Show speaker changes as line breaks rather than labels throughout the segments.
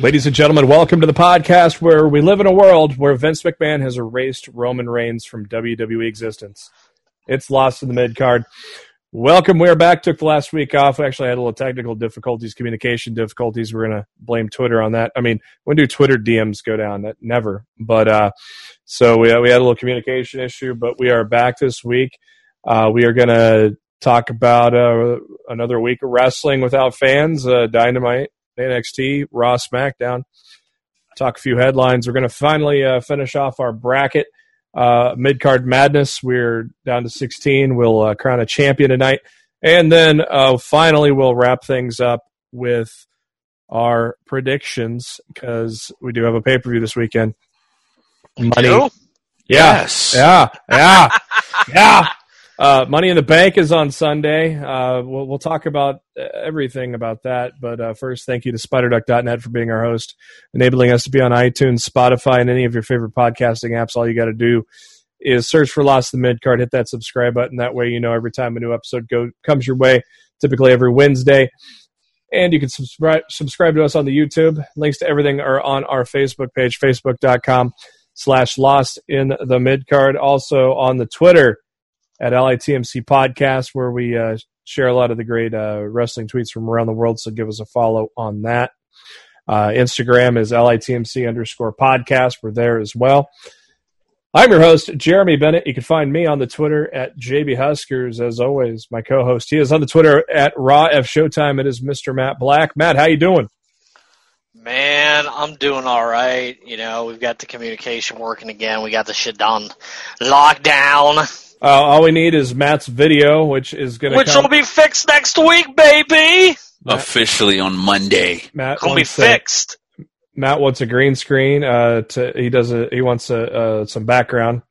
Ladies and gentlemen, welcome to the podcast where we live in a world where Vince McMahon has erased Roman Reigns from WWE existence. It's lost in the mid card. Welcome. We're back. Took the last week off. We actually had a little technical difficulties, communication difficulties. We're going to blame Twitter on that. I mean, when do Twitter DMs go down? That never. But uh, so we, we had a little communication issue, but we are back this week. Uh, we are going to talk about uh, another week of wrestling without fans, uh, Dynamite, NXT, Raw, SmackDown. Talk a few headlines. We're going to finally uh, finish off our bracket. Uh, Mid card madness. We're down to 16. We'll uh, crown a champion tonight. And then uh, finally, we'll wrap things up with our predictions because we do have a pay per view this weekend. Money.
You?
Yeah.
Yes.
Yeah, yeah, yeah. Uh, Money in the Bank is on Sunday. Uh, we'll, we'll talk about uh, everything about that. But uh, first, thank you to SpiderDuck.net for being our host, enabling us to be on iTunes, Spotify, and any of your favorite podcasting apps. All you got to do is search for Lost in the Midcard, hit that subscribe button. That way, you know every time a new episode go, comes your way, typically every Wednesday. And you can subscribe subscribe to us on the YouTube. Links to everything are on our Facebook page, facebook.com slash lost in the midcard. Also on the Twitter at LITMC Podcast, where we uh, share a lot of the great uh, wrestling tweets from around the world. So give us a follow on that. Uh, Instagram is LITMC underscore podcast. We're there as well. I'm your host, Jeremy Bennett. You can find me on the Twitter at JB Huskers, as always, my co-host. He is on the Twitter at Raw F Showtime. It is Mr. Matt Black. Matt, how you doing?
Man, I'm doing all right. You know, we've got the communication working again. We got the shit done. Lockdown,
Uh, all we need is Matt's video, which is going to
which will be fixed next week, baby.
officially on Monday.
Matt
It'll be
wants to-
fixed.
Matt wants a green screen. Uh, to, he does a, he wants a, uh, some background.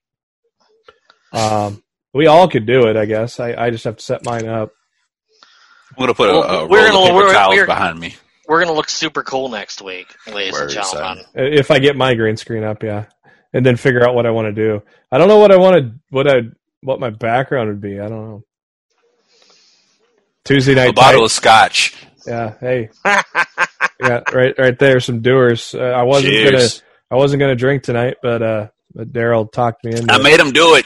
Um, we all could do it, I guess. I, I just have to set mine up.
I'm gonna put
Well,
a, a
we're
roll
gonna-
of paper
we're-
towels
we're-
behind me.
We're gonna look super cool next week, ladies
Word,
and gentlemen.
If I get my green screen up, yeah, and then figure out what I want to do. I don't know what I want to what I what my background would be. I don't know. Tuesday night,
A bottle
Titan-
of scotch.
yeah. Hey, yeah, right, right there. Some doers. Uh, I wasn't gonna
Cheers.
I wasn't gonna drink tonight, but uh, but Daryl talked me into
I
it.
made him do it.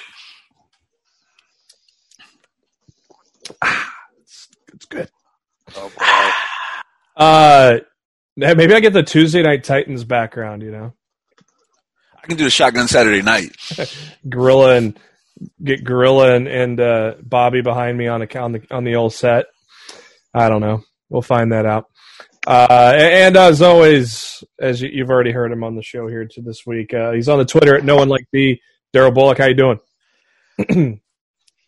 it's good.
oh boy.
Uh, maybe I get the Tuesday Night Titans background. You know,
I can do the shotgun Saturday night.
Gorilla and get Gorilla and, and uh, Bobby behind me on a on the on the old set. I don't know. We'll find that out. Uh, a- and as always, as you, you've already heard him on the show here to this week, uh, he's on the Twitter at no one like me. Daryl Bullock, how you doing?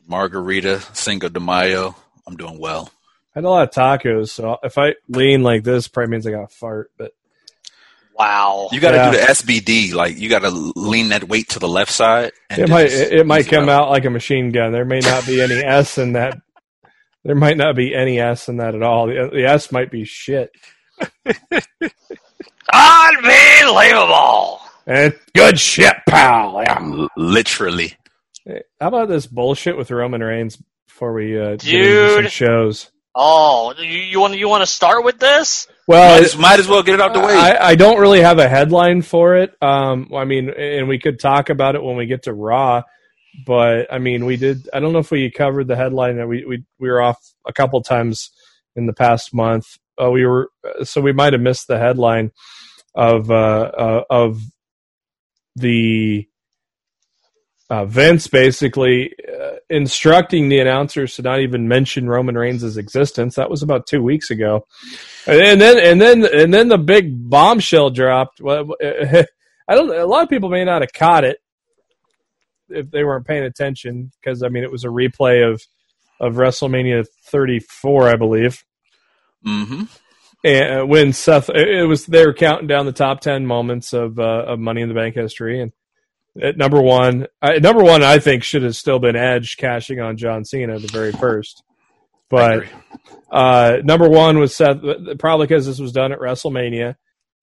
Margarita Cinco de Mayo. I'm doing well.
I had a lot of tacos, so if I lean like this, probably means I got a fart. But
Wow.
You got to
Yeah.
do the SBD. Like you got to lean that weight to the left side. And
it
then
might
just
it, it might
ease
come
up.
out like a machine gun. There may not be any S in that. There might not be any S in that at all. The, the S might be shit.
Unbelievable.
And good shit, pal. Yeah.
L- Literally.
Hey, How about this bullshit with Roman Reigns before we uh, get into some
Dude.
shows?
Oh, you, you want you want to start with this?
Well,
might, as, might as well get it out the way.
Uh, I, I don't really have a headline for it. Um, I mean, and we could talk about it when we get to Raw, but I mean, we did. I don't know if we covered the headline that we we we were off a couple times in the past month. Uh, we were so we might have missed the headline of uh, uh, of the uh, Vince basically uh, instructing the announcers to not even mention Roman Reigns' existence. That was about two weeks ago, and then and then and then the big bombshell dropped. Well, uh, I don't. A lot of people may not have caught it if they weren't paying attention because I mean it was a replay of of WrestleMania 34, I believe.
mm-hmm.
and uh, when Seth, it it was they were counting down the top ten moments of uh, of Money in the Bank history, and at number one, I, number one, I think should have still been Edge cashing on John Cena the very first,
I
but
agree.
uh, number one was Seth, probably because this was done at WrestleMania.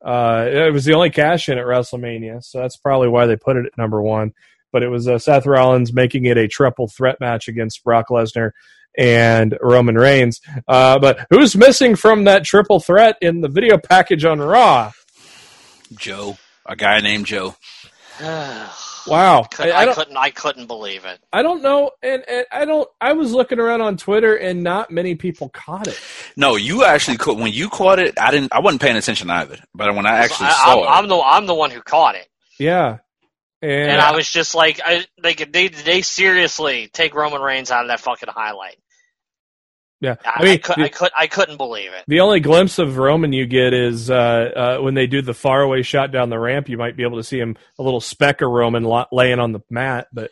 Uh, it was the only cash in at WrestMania, so that's probably why they put it at number one. But it was uh, Seth Rollins making it a triple threat match against Brock Lesnar and Roman Reigns. Uh, but who's missing from that triple threat in the video package on Raw?
Joe, a guy named Joe.
Wow,
Could-
I,
I,
I don't,
couldn't. I couldn't believe it.
I don't know, and, and I don't. I was looking around on Twitter, and not many people caught it.
No, you actually caught when you caught it. I didn't. I wasn't paying attention either. But when I actually saw
I, am
it,
the. I'm the one who caught it,
Yeah, and,
and I was just like, I, they could. They, they seriously take Roman Reigns out of that fucking highlight.
yeah,
I, I, could, I could. I couldn't believe it.
The only glimpse of Roman you get is uh, uh, when they do the faraway shot down the ramp. You might be able to see him a little speck of Roman lo- laying on the mat, but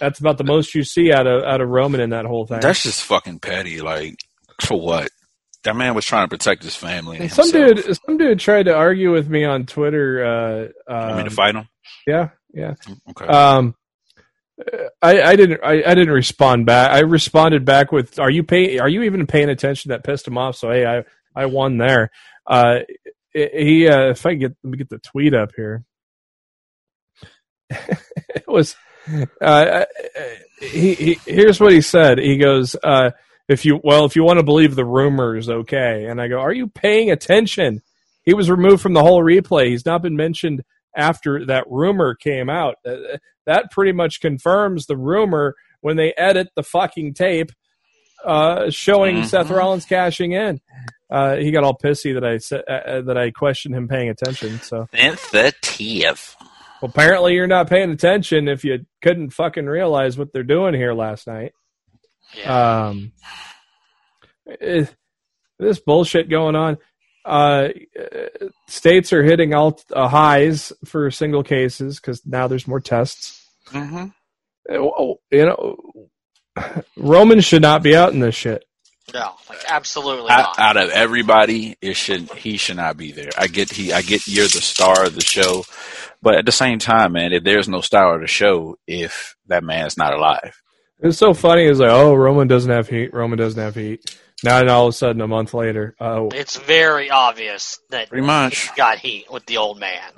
that's about the most you see out of out of Roman in that whole thing.
that's just fucking petty. Like for what? That man was trying to protect his family. And
And some
himself.
dude, some dude tried to argue with me on Twitter. Uh,
I mean,
um,
to fight him.
yeah, yeah.
Okay.
Um, I, I didn't. I, I didn't respond back. I responded back with, "Are you pay? Are you even paying attention?" That pissed him off. So hey, I I won there. Uh, he uh, if I get let me get the tweet up here. it was. Uh, he, he here's what he said. He goes, uh, "If you well, if you want to believe the rumors, okay." And I go, "Are you paying attention?" He was removed from the whole replay. He's not been mentioned after that rumor came out. Uh, that pretty much confirms the rumor when they edit the fucking tape uh, showing
Mhm.
Seth Rollins cashing in. Uh, he got all pissy that I said uh, uh, that I questioned him paying attention. So
Sensitive.
well, apparently you're not paying attention if you couldn't fucking realize what they're doing here last night.
Yeah.
Um, eh, this bullshit going on. Uh, eh, states are hitting all uh, highs for single cases because now there's more tests.
Mm-hmm.
Eh, whoa, You know, Roman should not be out in this shit.
no. Like absolutely
out,
not.
out of everybody, it should he should not be there. I get he I get you're the star of the show, but at the same time, man, if there's no star of the show, if that man's not alive,
It's so funny. It's like, oh, Roman doesn't have heat. Roman doesn't have heat. Now, and all of a sudden, a month later, oh,
it's very obvious that
pretty much.
he got heat with the old man.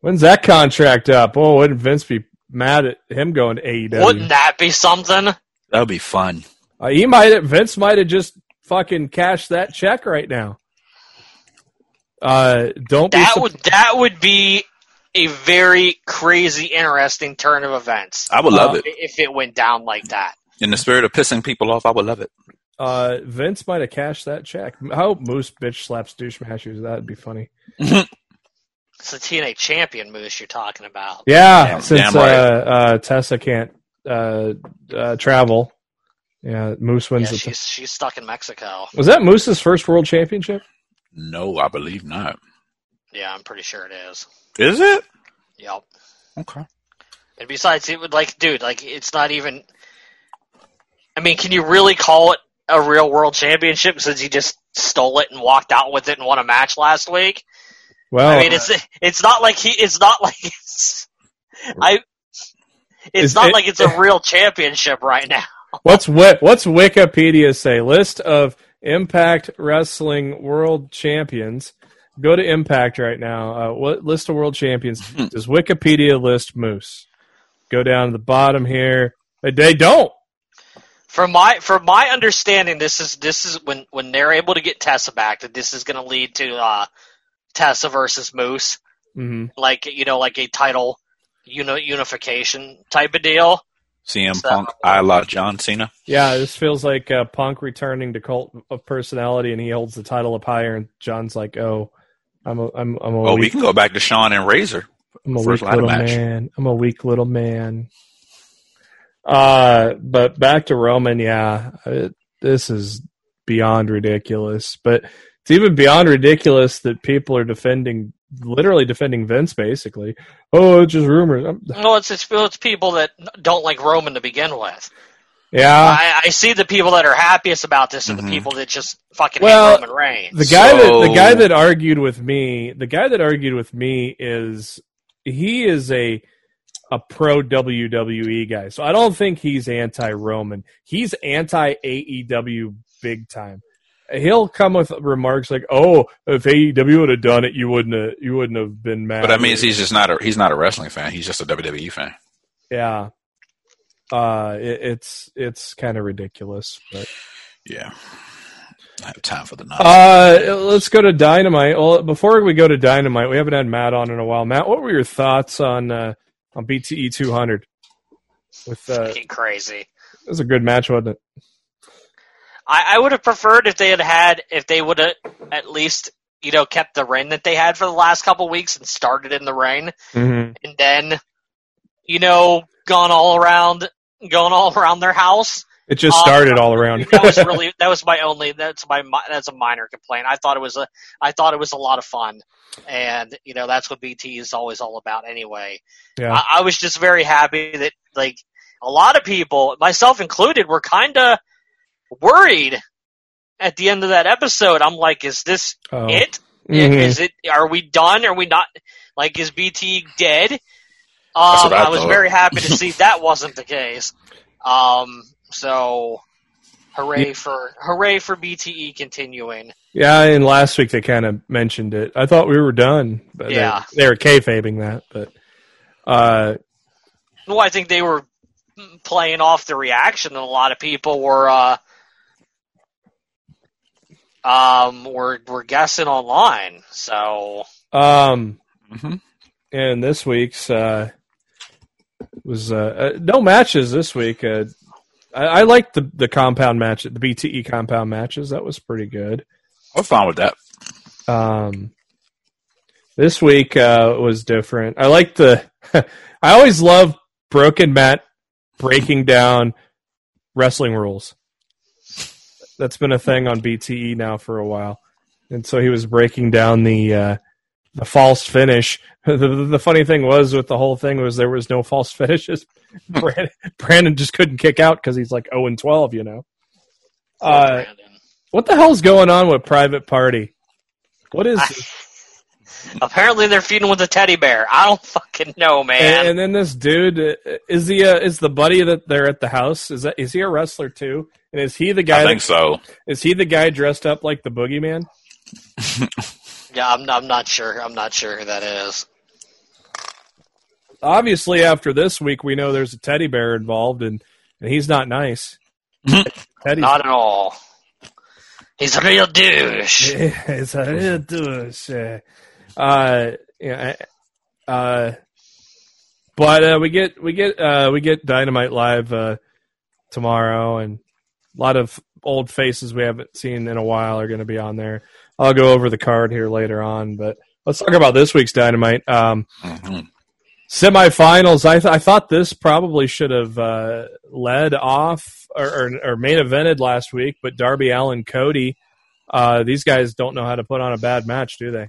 When's that contract up? Oh, wouldn't Vince be mad at him going to E AEW?
Wouldn't that be something?
That would be fun.
Uh, he might have, Vince might have just fucking cashed that check right now. Uh, don't be
That
sup-
would that would be a very crazy, interesting turn of events
I would love
Uh,
it.
if it went down like that.
In the spirit of pissing people off, I would love it.
uh, Vince might have cashed that check. I hope Moose bitch slaps douche mashers. That'd be funny.
It's the TNA champion moose you're talking about.
Yeah,
Damn-
since
damn right.
uh, uh, Tessa can't uh, uh, travel. Yeah, Moose
Yeah,
wins. the
she's she's stuck in Mexico.
was that Moose's first world championship?
No, I believe not.
Yeah, I'm pretty sure it is.
Is it?
Yep.
Okay.
And besides, it would like, dude, like it's not even. I mean, can you really call it a real world championship since he just stole it and walked out with it and won a match last week?
Well,
I mean, it's it's not like he. It's not like it's. I. It's
Is
not
it-
like it's a real championship right now.
What's Wi- what's Wikipedia say? List of Impact Wrestling World Champions. Go to Impact right now. Uh, what list of world champions
Hmm.
does Wikipedia list? Moose. Go down to the bottom here. They- They don't.
From my from my understanding, this is this is when when they're able to get Tessa back, that this is going to lead to uh, Tessa versus Moose,
Mhm.
like you know, like a title, you know, unification type of deal.
CM
So-
Punk, I la John Cena.
Yeah, this feels like uh, Punk returning to cult of personality, and he holds the title up higher. And John's like, "Oh, I'm a, I'm, I'm a
Oh, we
weak,
can go back to Sean and Razor.
I'm a weak
first ladder
little
match.
man. I'm a weak little man." Uh, but back to Roman. Yeah, it, this is beyond ridiculous. But it's even beyond ridiculous that people are defending, literally defending Vince. Basically, oh, it's just rumors. I'm,
No, it's it's, it's people that don't like Roman to begin with.
Yeah.
I, I see the people that are happiest about this and
Mhm.
the people that just fucking
Well,
hate Roman Reigns.
The guy that the
So-
guy that argued with me, the guy that argued with me is he is a a pro WWE guy. So I don't think he's anti Roman. He's anti AEW big time. He'll come with remarks like, "Oh, if AEW would have done it, you wouldn't have, you wouldn't have been mad."
But I mean, he's just not a he's not a wrestling fan. He's just a WWE fan.
yeah, uh, it, it's it's kind of ridiculous. But
Yeah. I have time for the nonsense.
Uh, let's go to Dynamite. Well, before we go to Dynamite, we haven't had Matt on in a while. Matt, what were your thoughts on uh, on BTE 200? With uh, it
Fucking crazy.
was a good match, wasn't it?
I, I would have preferred if they had had if they would have at least you know kept the rain that they had for the last couple weeks and started in the rain
Mm-hmm.
and then you know gone all around gone all around their house
It just
Uh,
started all around.
that was really that was my only that's my mi- that's a minor complaint. I thought it was a I thought it was a lot of fun, and you know that's what BT is always all about anyway.
yeah,
I, I was just very happy that like a lot of people, myself included, were kind of worried at the end of that episode. I'm like, is this
Oh.
it?
Mhm.
Mm-hmm.
Is it? Are we done? Are we not? Like, is BT dead? Um,
what I
I, was
thought.
very happy to see that wasn't the case. Um, so, hooray for hooray for BTE continuing.
yeah. And last week they kind of mentioned it. I thought we were done, but they-
Yeah.
they, were kayfabing that. But uh,
Well, I think they were playing off the reaction, and a lot of people were uh, um, were were guessing online. So,
um,
Mhm.
and this week's uh, was uh, uh, no matches this week. Uh, I, I liked the the compound match, the BTE compound matches. That was pretty good.
I'm fine with that.
Um, this week uh, was different. I like the. I always love Broken Matt breaking down wrestling rules. That's been a thing on BTE now for a while, and so he was breaking down the uh, the false finish. The, the, the funny thing was with the whole thing was there was no false finishes. Brandon, Brandon just couldn't kick out because he's like zero and twelve, you know. Uh,
Brandon.
what the hell's going on with Private Party? What is
Ah, apparently they're feeding with a teddy bear. I don't fucking know, man.
and, and then this dude uh, is the uh, is the buddy that they're at the house? Is that is he a wrestler too? And is he the guy?
I
that-
think so.
Is he the guy dressed up like the boogeyman?
Yeah, I'm, I'm not sure. I'm not sure who that is.
Obviously, after this week, we know there's a teddy bear involved, and and he's not nice. Teddy's
Not at all. He's a real douche.
it's a real douche. Uh, yeah, I- uh, but uh, we get we get uh, we get Dynamite live uh, tomorrow, and a lot of old faces we haven't seen in a while are going to be on there. I'll go over the card here later on, but let's talk about this week's Dynamite. Um,
Mhm.
semifinals. I, th- I thought this probably should have uh, led off or, or, or main evented last week, but Darby Allen, Cody, uh, these guys don't know how to put on a bad match, do they?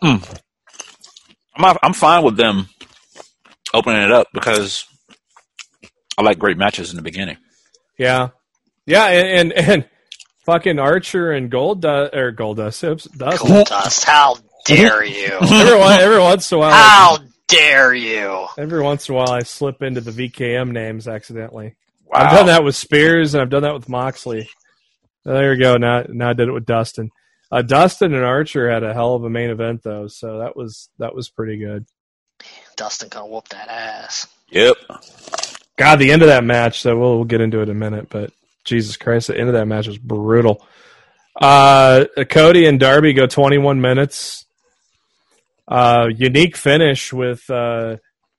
Mm-mm. I'm I'm fine with them opening it up because I like great matches in the beginning.
Yeah, yeah, and and, and fucking Archer and Gold uh, or Goldust. Oops, Dust.
Cool dust. How dare you?
Every, one- every once in a while,
How dare you?
every once in a while, I slip into the VKM names accidentally.
Wow.
I've done that with Spears and I've done that with Moxley. There you go. Now, now I did it with Dustin. Uh, Dustin and Archer had a hell of a main event though, so that was that was pretty good.
Dustin gonna whoop that ass.
Yep.
God, the end of that match. So we'll, we'll get into it in a minute, but Jesus Christ, the end of that match was brutal. Uh, Cody and Darby go 21 minutes. Uh, unique finish with uh,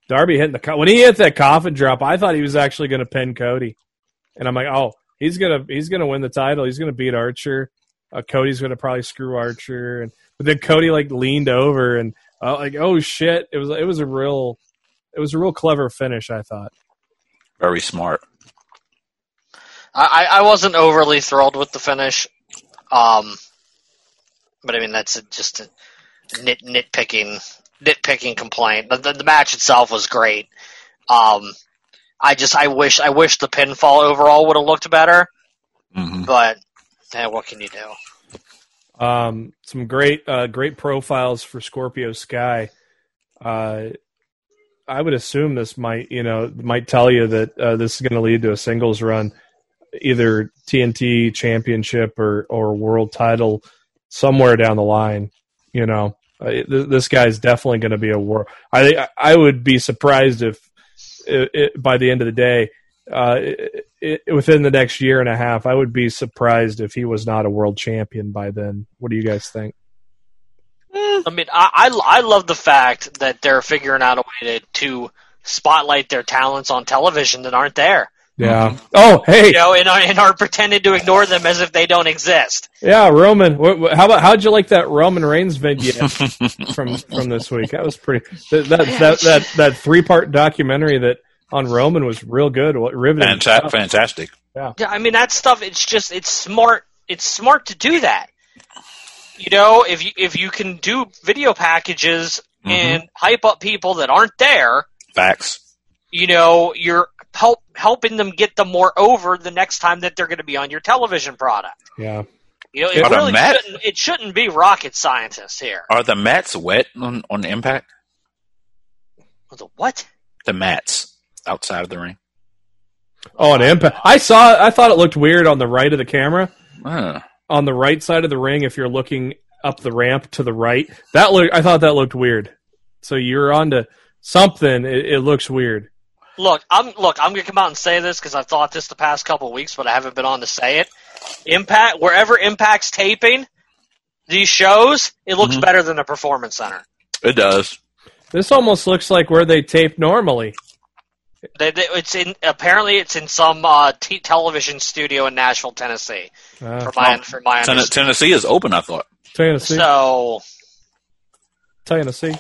Darby hitting the co- when he hit that coffin drop. I thought he was actually going to pin Cody, and I'm like, oh, he's gonna he's gonna win the title. He's gonna beat Archer. Uh, Cody's gonna probably screw Archer, and but then Cody like leaned over and uh, like, oh shit, it was it was a real it was a real clever finish. I thought.
Very smart.
I, I I wasn't overly thrilled with the finish, um, but I mean that's a, just a nit nitpicking nitpicking complaint. But the, the match itself was great. Um, I just I wish I wish the pinfall overall would have looked better,
Mhm.
but eh, what can you do?
Um, some great, uh, great profiles for Scorpio Sky. Uh, I would assume this might, you know, might tell you that uh, this is going to lead to a singles run, either TNT Championship or or World Title, somewhere down the line. You know, uh, th- this guy's definitely going to be a war. I I would be surprised if i it, by the end of the day. Uh, i i within the next year and a half, I would be surprised if he was not a world champion by then. What do you guys think?
I mean, I, I I love the fact that they're figuring out a way to to spotlight their talents on television that aren't there.
Yeah. Oh, hey,
You know, and are- and are pretending to ignore them as if they don't exist.
yeah, Roman. What, what, how about how'd you like that Roman Reigns vignette from from this week? That was pretty. That that that that, that three part documentary that on Roman was real good, wa- riveting.
Fanta- fantastic.
Yeah, I mean that stuff. It's just it's smart. It's smart to do that. You know, if you if you can do video packages
Mhm.
and hype up people that aren't there,
Facts.
you know, you're help helping them get them more over the next time that they're going to be on your television product.
Yeah.
You know, it
But a
really
mat-
shouldn't, it shouldn't be rocket scientists here.
Are the mats wet on, on impact?
What?
The mats outside of the ring.
Oh, an impact. I saw. I thought it looked weird on the right of the camera,
Huh.
on the right side of the ring. If you're looking up the ramp to the right, that look. I thought that looked weird. So you're onto something. It, it looks weird.
Look, I'm look. I'm gonna come out and say this because I've thought this the past couple weeks, but I haven't been on to say it. Impact, wherever Impact's taping these shows, it looks
Mm-hmm.
Mhm.
better than the Performance Center.
It does.
This almost looks like where they tape normally.
They, they, it's in apparently it's in some uh, t- television studio in Nashville, Tennessee.
Uh,
From my
Oh.
from my
Ten-
understanding.
Tennessee is open, I thought.
Tennessee,
So,
Tennessee.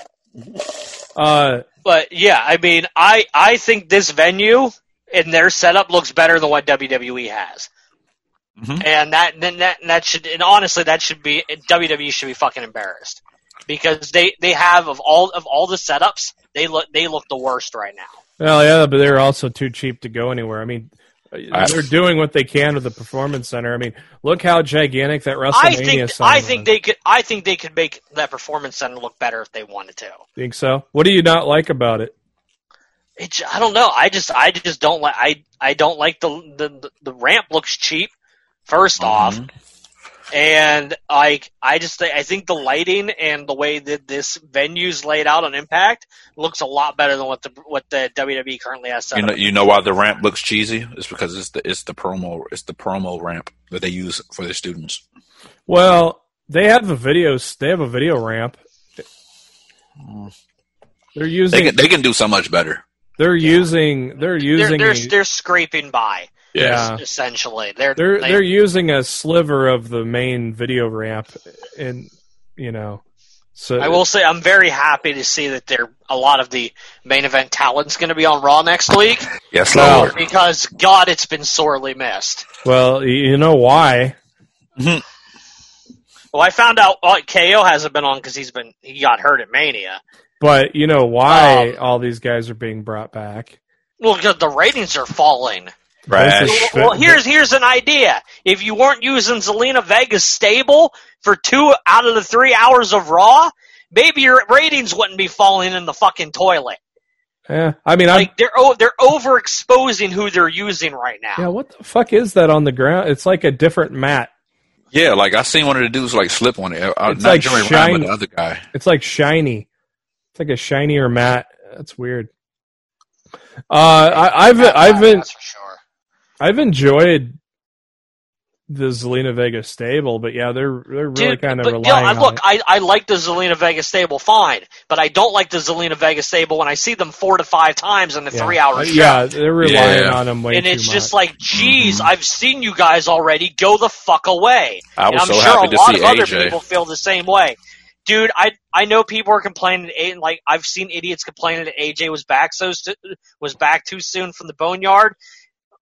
Uh,
but yeah, I mean, I I think this venue and their setup looks better than what WWE has.
Mhm.
And that then that and that should and honestly that should be WWE should be fucking embarrassed because they they have of all of all the setups they look they look the worst right now.
well, yeah, but they're also too cheap to go anywhere. I mean,
I-
they're doing what they can with the performance center. I mean, look how gigantic that WrestleMania.
I think
sign
I
was.
think they could I think they could make that performance center look better if they wanted to.
think so. What do you not like about it?
It, j- I don't know. I just I just don't like I I don't like the the the ramp looks cheap. 1st
Mm-hmm.
off,
Mhm.
and like I just think I think the lighting and the way that this venue's laid out on Impact looks a lot better than what the what the WWE currently has set
You know,
up.
you know why the ramp looks cheesy? It's because it's the it's the promo it's the promo ramp that they use for their students.
Well, they have a video. They have a video ramp. They're using.
They can they can do so much better.
they're using. They're
They're,
using.
they're,
a-
they're scraping by
Yeah.
es- essentially. They're
they're
they-
they're using a sliver of the main video ramp, and you know, so
I will say I'm very happy to see that there a lot of the main event talent's going to be on Raw next week
Yes,
Well-
Lord.
because God, it's been sorely missed.
Well, y- you know why?
Well, I found out uh, KO hasn't been on because he's been he got hurt at Mania.
But you know why
Um,
all these guys are being brought back.
Well, because the ratings are falling.
This is
Trash.
fit-
Well, here's here's an idea. If you weren't using Zelina Vega's stable for two out of the three hours of Raw, maybe your ratings wouldn't be falling in the fucking toilet.
Eh, I mean, I
Like they're o- they're overexposing who they're using right now.
yeah. What the fuck is that on the ground? It's like a different mat.
Yeah, like I seen one of the dudes like slip on it. Uh,
It's
not
like
Jerry Ryan,
shiny.
but the other guy.
It's like shiny. It's like a shinier mat. That's weird. Uh, I, I've I've been
That's for sure.
I've enjoyed the Zelina Vega stable, but yeah, they're they're really
Dude,
kind of
but, you know,
relying
I-
on
look,
it.
I, I like the Zelina Vega stable fine, but I don't like the Zelina Vega stable when I see them four to five times in the
Yeah.
three hour show.
Uh, Yeah, they're relying
Yeah.
on them way
and
too
it's
much. Mm-hmm.
just like, geez,
Mhm.
I've seen you guys already. Go the fuck away.
I was
And I'm
so
sure
happy
a
to
lot
see
of other
AJ.
people feel the same way. Dude, I I know people are complaining. eh, Like I've seen idiots complaining that AJ was back so st- was back too soon from the boneyard.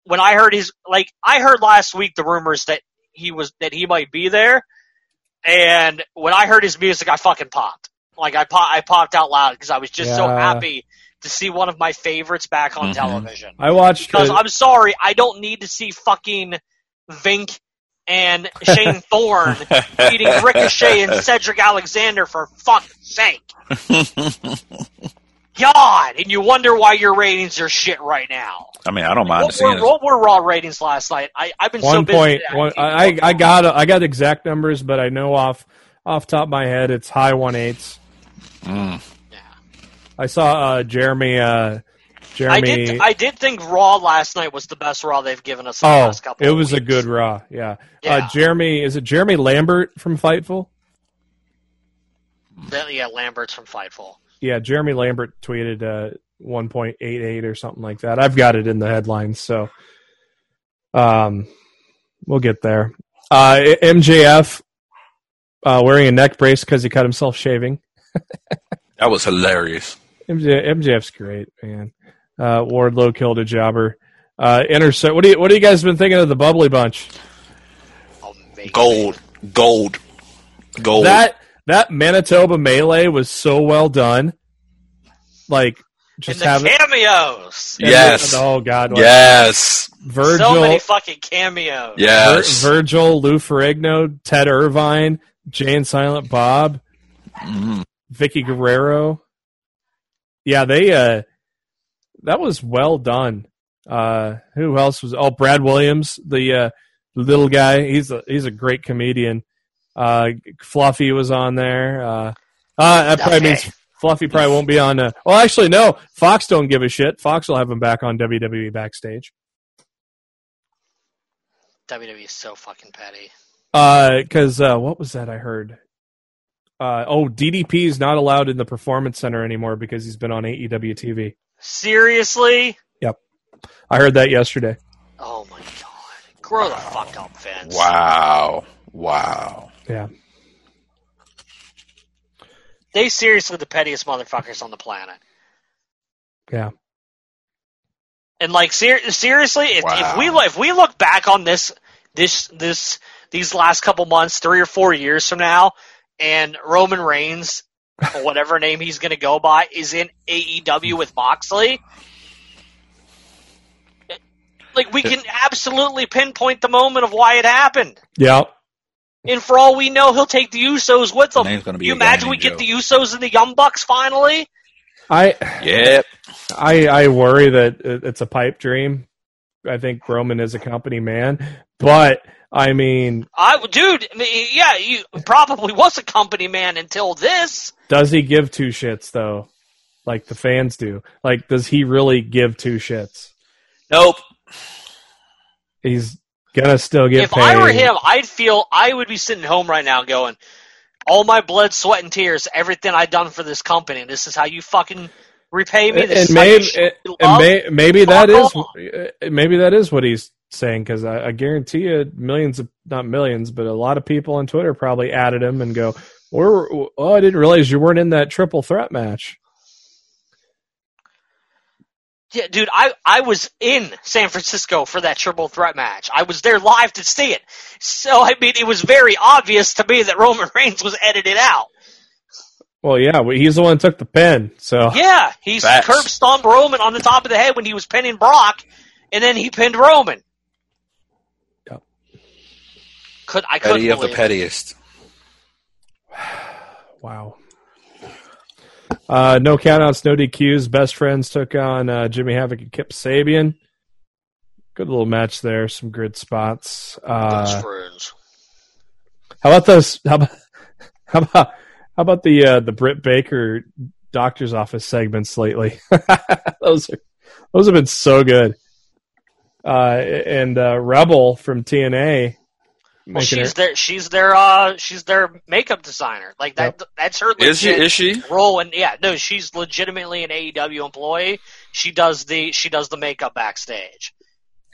When I heard his like, I heard last week the rumors that he was that he might be there, and when I heard his music, I fucking popped. Like I pop, I popped out loud because I was just so
Yeah.
happy to see one of my favorites back on
Mhm.
television.
I watched.
Because
uh,
I'm sorry, I don't need to see fucking Vink and Shane Thorne beating Ricochet and Cedric Alexander for fuck's sake. God, and you wonder why your ratings are shit right now.
I mean, I don't mind
what,
seeing
were,
it.
what were Raw ratings last night? I, I've been so
one
busy.
point
that I
one.
can't
I,
look.
I got I got exact numbers, but I know off off top of my head it's high one eights.
Mm.
I saw uh, Jeremy. Uh, Jeremy.
I did. I did think Raw last night was the best Raw they've given us. In the
oh,
last couple
it
of
was a
weeks.
good raw. Yeah.
Yeah,
Uh, Jeremy is it Jeremy Lambert from Fightful?
that- yeah, Lambert's from Fightful.
Yeah, Jeremy Lambert tweeted uh, 1.88 or something like that. I've got it in the headlines, so um, we'll get there. Uh, MJF uh, wearing a neck brace because he cut himself shaving.
That was hilarious.
MJ, MJF's great, man. Uh, Wardlow killed a jobber. Uh, intercept. What do you What do you guys been thinking of the bubbly bunch?
Amazing.
Gold, gold, gold.
That that Manitoba melee was so well done. Like
And
just
the
have it.
cameos.
and
Yes.
the- Oh God. like,
yes,
Virgil.
So many fucking cameos.
Vir-
yes.
Virgil, Lou Ferrigno, Ted Irvine, Jay and Silent Bob,
Mm.
Vicky Guerrero. Yeah, they uh that was well done. Uh who else was oh Brad Williams, the uh little guy. He's a he's a great comedian. Uh Fluffy was on there. Uh uh that probably means Fluffy probably won't be on uh well actually no, Fox don't give a shit. Fox will have him back on WWE backstage.
WWE E is so fucking petty.
because uh, what was that I heard? Uh, oh, DDP is not allowed in the performance center anymore because he's been on E AEW TV.
Seriously?
I heard that yesterday.
Oh my god. Grow the fuck up, Vince.
Wow, wow.
They seriously the pettiest motherfuckers on the planet.
Yeah.
And like ser- seriously, if,
Wow.
if we lo- if we look back on this this this these last couple months, three or four years from now, and Roman Reigns or whatever name he's going to go by is in AEW with Moxley. Like we can absolutely pinpoint the moment of why it happened.
Yeah,
And for all we know, he'll take the Usos with him.
name's gonna be
you
a guy
imagine we
named
get the Usos and the Young Bucks finally?
I
Yep.
I I worry that it- it's a pipe dream. I think Roman is a company man, but I mean,
I dude, I mean, yeah, you probably was a company man until this.
does he give two shits though? Like the fans do. Like, does he really give two shits?
Nope.
He's gonna still get
if
paid.
I were him, I'd feel I would be sitting home right now going, all my blood, sweat, and tears, everything I've done for this company. This is how you fucking repay me.
and,
This is how you
maybe
show you
and
love."
may, maybe that
Fuck
is uh, maybe that is what he's saying because I, I guarantee you millions of not millions but a lot of people on Twitter probably added him and go or oh I didn't realize you weren't in that triple threat match
yeah, dude, I, I was in San Francisco for that triple threat match. I was there live to see it. So I mean, it was very obvious to me that Roman Reigns was edited out.
well yeah well, he's the one that took the pin so
Yeah, he
Facts.
curb stomped Roman on the top of the head when he was pinning Brock, and then he pinned Roman.
Yep.
Could I couldn't
Petty of the
believe it.
pettiest.
wow uh, no countouts no DQs best friends took on uh, Jimmy Havoc and Kip Sabian good little match there some good spots uh,
Best friends.
How about those? How about how about, how about the uh, the Britt Baker doctor's office segments lately? those are, those have been so good. Uh, and uh, Rebel from TNA.
Well,
making
she's
her-
their she's their uh she's their makeup designer. Like that that's her legit
Is she? Is she?
role and yeah, no, she's legitimately an AEW employee. She does the she does the makeup backstage.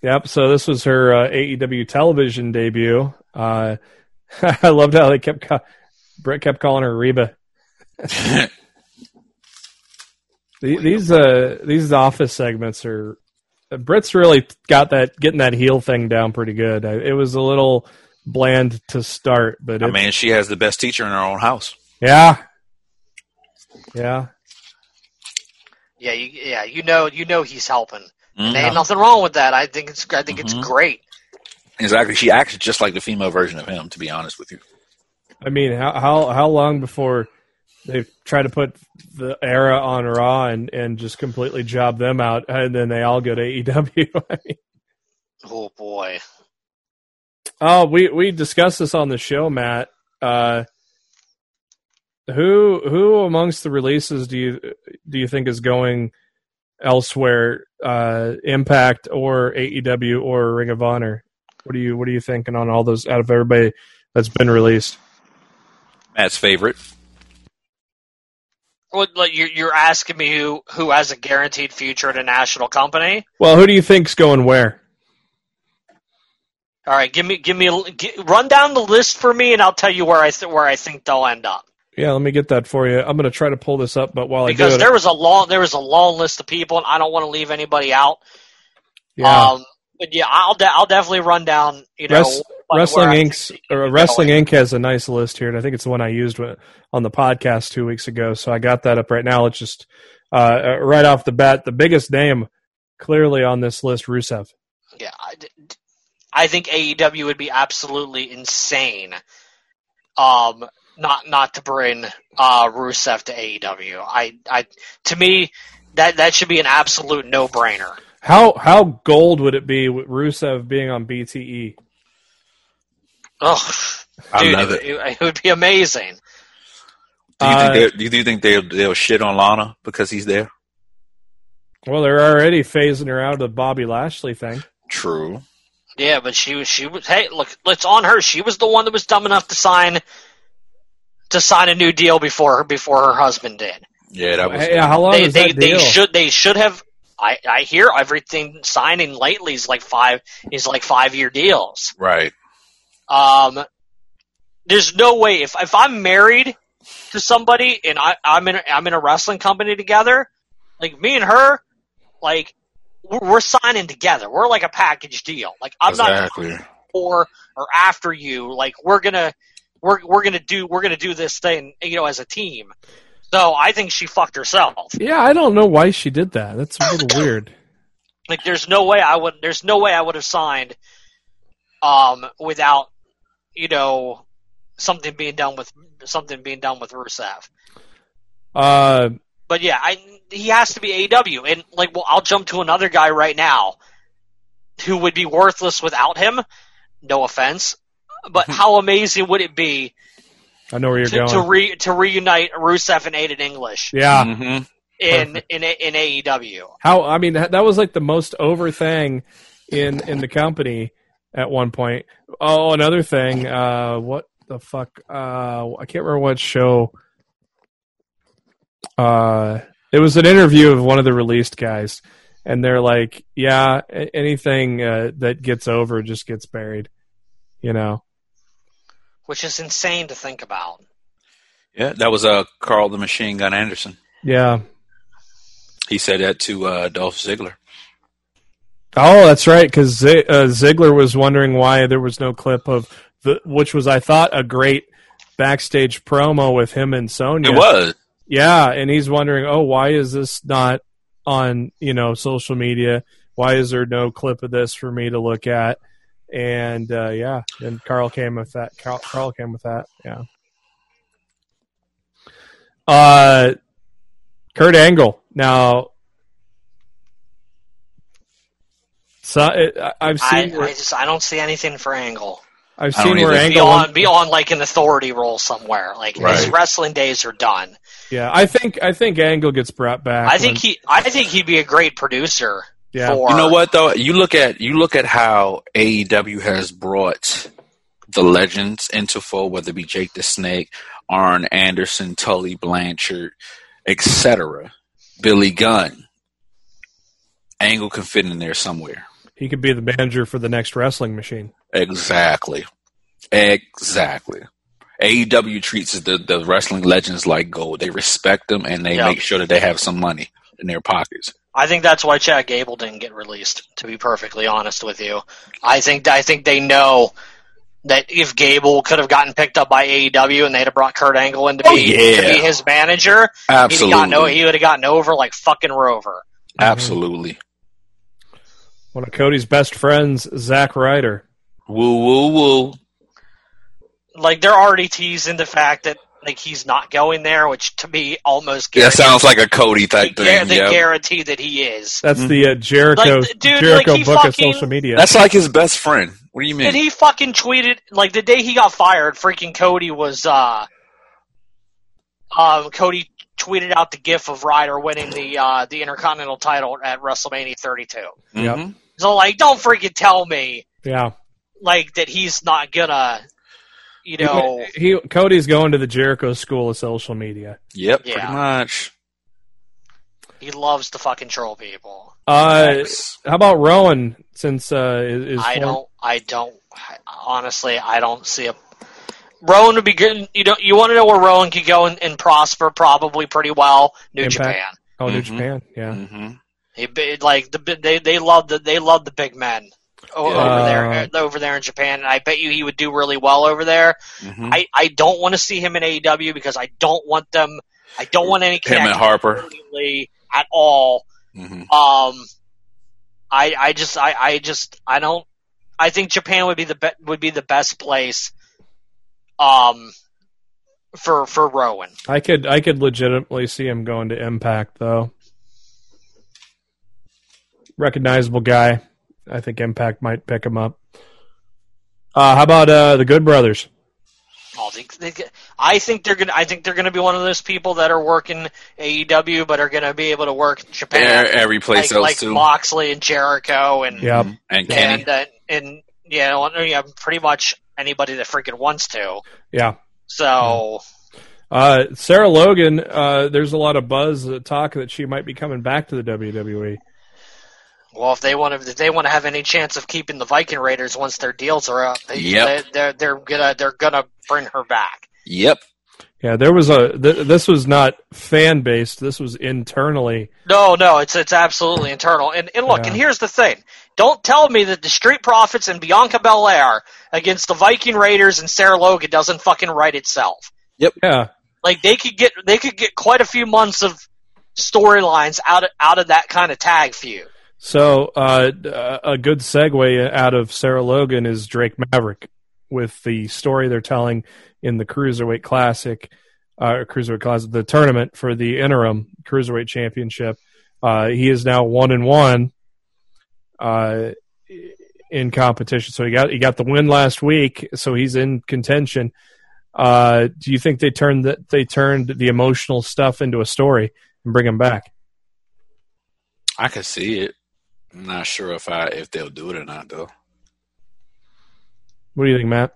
Yep. So this was her uh, AEW television debut. Uh, I loved how they kept ca- Britt kept calling her Reba. The- These uh these office segments are uh, Britt's really got that getting that heel thing down pretty good. I, it was a little bland to start, but
I
it,
mean, she has the best teacher in her own house.
yeah, yeah.
Yeah, you, yeah, you know, you know he's helping. And there
Mhm.
ain't nothing wrong with that. I think it's, I think
Mhm.
it's great.
Exactly. She acts just like the female version of him, to be honest with you.
I mean, how how how long before they try to put the era on Raw and and just completely job them out, and then they all go to E AEW? I mean,
Oh boy.
oh, we we discussed this on the show, Matt. Uh, who who amongst the releases do you do you think is going elsewhere? Uh, Impact or AEW or Ring of Honor? What do you what are you thinking on all those out of everybody that's been released?
Matt's favorite.
Well, like, you're, you're asking me who, who has a guaranteed future at a national company?
Well, who do you think's going where?
All right, give me give me a, l- gi- run down the list for me, and I'll tell you where I th- where I think they'll end up.
Yeah, let me get that for you. I'm going to try to pull this up, but while I do
Because
it,
there was a long there was a long list of people, and I don't want to leave anybody out.
yeah,
Um, but yeah, I'll de- I'll definitely run down. You know,
Wrest-
where
Wrestling
I think
Inc.'s
they
or
could
Wrestling
go.
Inc. has a nice list here, and I think it's the one I used when, on the podcast two weeks ago. So I got that up right now. It's just uh, uh, right off the bat, the biggest name clearly on this list, Rusev.
Yeah, I, d- d- I think AEW would be absolutely insane. Um, not not to bring uh, Rusev to AEW. I I to me that that should be an absolute no brainer.
How how gold would it be with Rusev being on E? BTE?
Oh,
I
dude,
love it.
it, it would be amazing.
Do you
Uh,
think think do you think they'll they'll shit on Lana because he's there?
Well, they're already phasing her out of the Bobby Lashley thing.
True.
Yeah, but she was she was hey look it's on her. She was the one that was dumb enough to sign to sign a new deal before her before her husband did.
Yeah, that was.
Yeah, how long
they
is
they,
that deal?
they should they should have I, I hear everything signing lately is like five is like five year deals.
Right.
Um, there's no way if if I'm married to somebody and I I'm in a- I'm in a wrestling company together, like me and her, like we're, we're signing together. We're like a package deal. Like I'm not
exactly.
before or after you. Like we're gonna we're we're gonna do we're gonna do this thing, you know, as a team. So I think she fucked herself.
yeah, I don't know why she did that. That's a little weird.
Like there's no way I would there's no way I would have signed um without you know something being done with something being done with Rusev.
Uh,
But yeah, I he has to be AW and like well I'll jump to another guy right now who would be worthless without him. No offense, but how amazing would it be
I know where you're
to,
going.
to re to reunite Rusev and Aiden English
yeah.
Mhm.
in in A- E in AEW.
How I mean that that was like the most over thing in in the company at one point. Oh, another thing. Uh, what the fuck? Uh, I can't remember what show. Uh, it was an interview of one of the released guys, and they're like, "Yeah, a- anything uh, that gets over just gets buried," you know.
Which is insane to think about.
Yeah, that was uh, Carl the Machine Gun Anderson.
Yeah.
He said that to uh, Dolph Ziggler.
Oh, that's right. Because Z- uh, Ziggler was wondering why there was no clip of the, which was I thought a great backstage promo with him and Sonya.
It was.
Yeah, and he's wondering, oh, why is this not on you know social media? Why is there no clip of this for me to look at? And uh, yeah, and Carl came with that. Carl, Carl came with that. Yeah. Uh, Kurt Angle. Now, so uh, I, I've
I,
seen
I
where,
just I don't see anything for Angle.
I, have
I don't
seen where
either.
Angle.
Be on be on like an authority role somewhere. Like his
Right.
wrestling days are done.
yeah, I think I think Angle gets brought back.
I think
when-
he I think he'd be a great producer
Yeah.
for
You know what though? You look at you look at how AEW has brought the legends into fold, whether it be Jake the Snake, Arn Anderson, Tully Blanchard, etc. Billy Gunn. Angle can fit in there somewhere.
he could be the manager for the next wrestling machine.
Exactly. Exactly. AEW treats the, the wrestling legends like gold. They respect them and they
Yeah.
make sure that they have some money in their pockets.
I think that's why Chad Gable didn't get released, to be perfectly honest with you. I think I think they know that if Gable could have gotten picked up by AEW and they'd have brought Kurt Angle in to be,
Oh, yeah.
to be his manager, he'd have
Absolutely.
gotten, o- he would have gotten over like fucking Rover.
Absolutely.
One of Cody's best friends, Zack Ryder.
Woo woo woo.
Like they're already teasing the fact that like he's not going there, which to me almost
That
guarantees,
sounds like a Cody
they,
type
guar-
thing.
they
Yep.
guarantee that he is.
That's the uh, Jericho
Like, dude,
Jericho
like, he
book of
fucking-
social media.
That's like his best friend. What do you mean?
And he fucking tweeted like the day he got fired. Freaking Cody was uh, um, Cody tweeted out the GIF of Ryder winning the uh, the Intercontinental title at WrestleMania 32.
Yep.
Mhm.
So like, don't freaking tell me
yeah.
like that he's not gonna, you know,
He, he- Cody's going to the Jericho School of Social Media.
Yep,
Yeah.
pretty much.
he loves to fucking troll people.
Uh,
Facts.
how about Rowan? Since uh, is, is
I
form-
don't, I don't, I- honestly, I don't see a. Rowan would be good. You know, you want to know where Rowan could go and, and prosper probably pretty well. New
Impact.
Japan.
Oh, New
Mhm.
Mm-hmm.
Japan. Yeah.
Mhm.
It, it, like the bi- they they love the they love the big men o-
Yeah.
over
Uh,
there over there in Japan, and I bet you he would do really well over there.
Hmm.
Mhm.
I, I don't want to see him in AEW because I don't want them. I don't want any
Him and
connection
Harper.
really at all.
hmm
Um, I I just I, I just I don't. I think Japan would be the be- would be the best place. Um, for for Rowan.
I could I could legitimately see him going to Impact though. Recognizable guy. I think Impact might pick him up. Uh, how about uh, the Good Brothers?
Oh, they, they, I think they're gonna. I think they're gonna be one of those people that are working AEW, but are gonna be able to work Japan,
Every place
like,
else
like
too. Mm-hmm.
Moxley and Jericho, and
Yeah,
And Kenny.
and uh, and yeah, yeah, pretty much anybody that freaking wants to.
yeah.
So
Uh, Sarah Logan. Uh, there's a lot of buzz uh, talk that she might be coming back to the E. WWE.
well, if they want to, if they want to have any chance of keeping the Viking Raiders once their deals are up, they,
Yep.
they, they're they're gonna they're gonna bring her back.
Yep.
Yeah, there was a. Th- this was not fan based. This was internally.
No, no, it's it's absolutely internal. And and look,
Yeah.
and here's the thing: don't tell me that the Street Profits and Bianca Belair against the Viking Raiders and Sarah Logan doesn't fucking write itself.
Yeah,
Like they could get they could get quite a few months of storylines out of, out of that kind of tag feud.
So uh, a good segue out of Sarah Logan is Drake Maverick with the story they're telling in the Cruiserweight Classic, uh, Cruiserweight Classic, the tournament for the interim Cruiserweight Championship. Uh, he is now one and one uh, in competition. So he got he got the win last week, so he's in contention. Uh, do you think they turned that they turned the emotional stuff into a story and bring him back?
I can see it. I'm not sure if I if they'll do it or not though.
What do you think, Matt?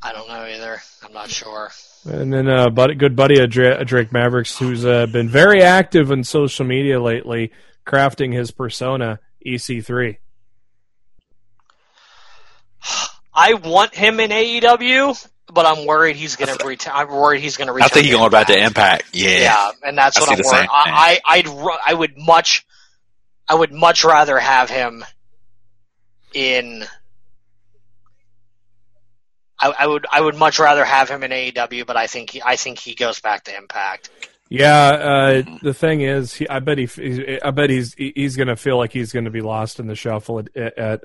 I don't know either. I'm not sure.
And then a buddy, good buddy of Dra- Drake Mavericks, who's uh, been very active on social media lately, crafting his persona E EC3.
I want him in AEW, but I'm worried he's gonna return. I'm worried he's gonna return.
I think he's going back to Impact. Yeah.
Yeah, and that's
I
what
see
I'm
the
worried.
same thing.
I, I I'd ru- I would much I would much rather have him in. I, I would I would much rather have him in AEW, but I think he, I think he goes back to Impact.
Yeah, uh, the thing is, he, I bet he, f- I bet he's he's going to feel like he's going to be lost in the shuffle at at,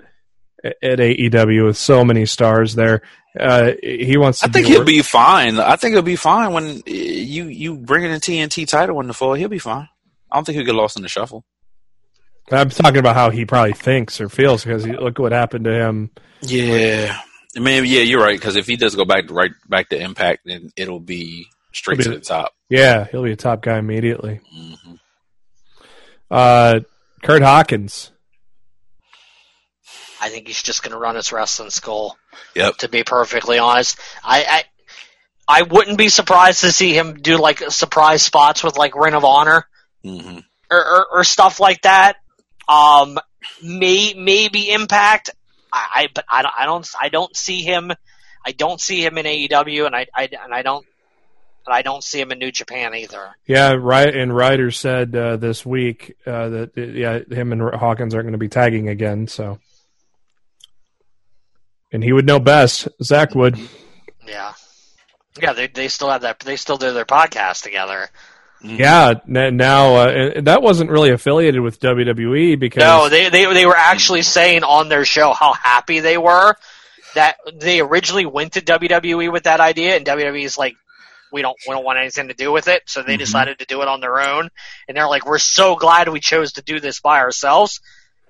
at AEW with so many stars there. Uh, he wants. To
I think
be
he'll be fine. I think he'll be fine when uh, you you bring in a TNT title in the fall. He'll be fine. I don't think he'll get lost in the shuffle.
I'm talking about how he probably thinks or feels because he, look what happened to him.
Yeah. I mean, yeah, you're right. Because if he does go back right back to Impact, then it'll be straight
It'll be-
to the top.
Yeah, he'll be a top guy immediately.
hmm
Uh, Kurt Hawkins.
I think he's just going to run his wrestling school.
Yep.
To be perfectly honest, I, I I wouldn't be surprised to see him do like surprise spots with like Ring of Honor.
hmm
or, or, or stuff like that. Um, may maybe impact. I, I but I don't, I don't I don't see him. I don't see him in AEW, and I, I and I don't and I don't see him in New Japan either.
Yeah, right. And Ryder said uh, this week uh, that uh, yeah, him and Hawkins aren't going to be tagging again. So and he would know best. Zach would.
Yeah. Yeah, they, they still have that. They still do their podcast together.
Yeah, n- now uh, and that wasn't really affiliated with WWE because
No, they, they they were actually saying on their show how happy they were that they originally went to WWE with that idea, and WWE's like, we don't we don't want anything to do with it, so
Mm-hmm.
they
Mhm.
decided to do it on their own, and they're like, we're so glad we chose to do this by ourselves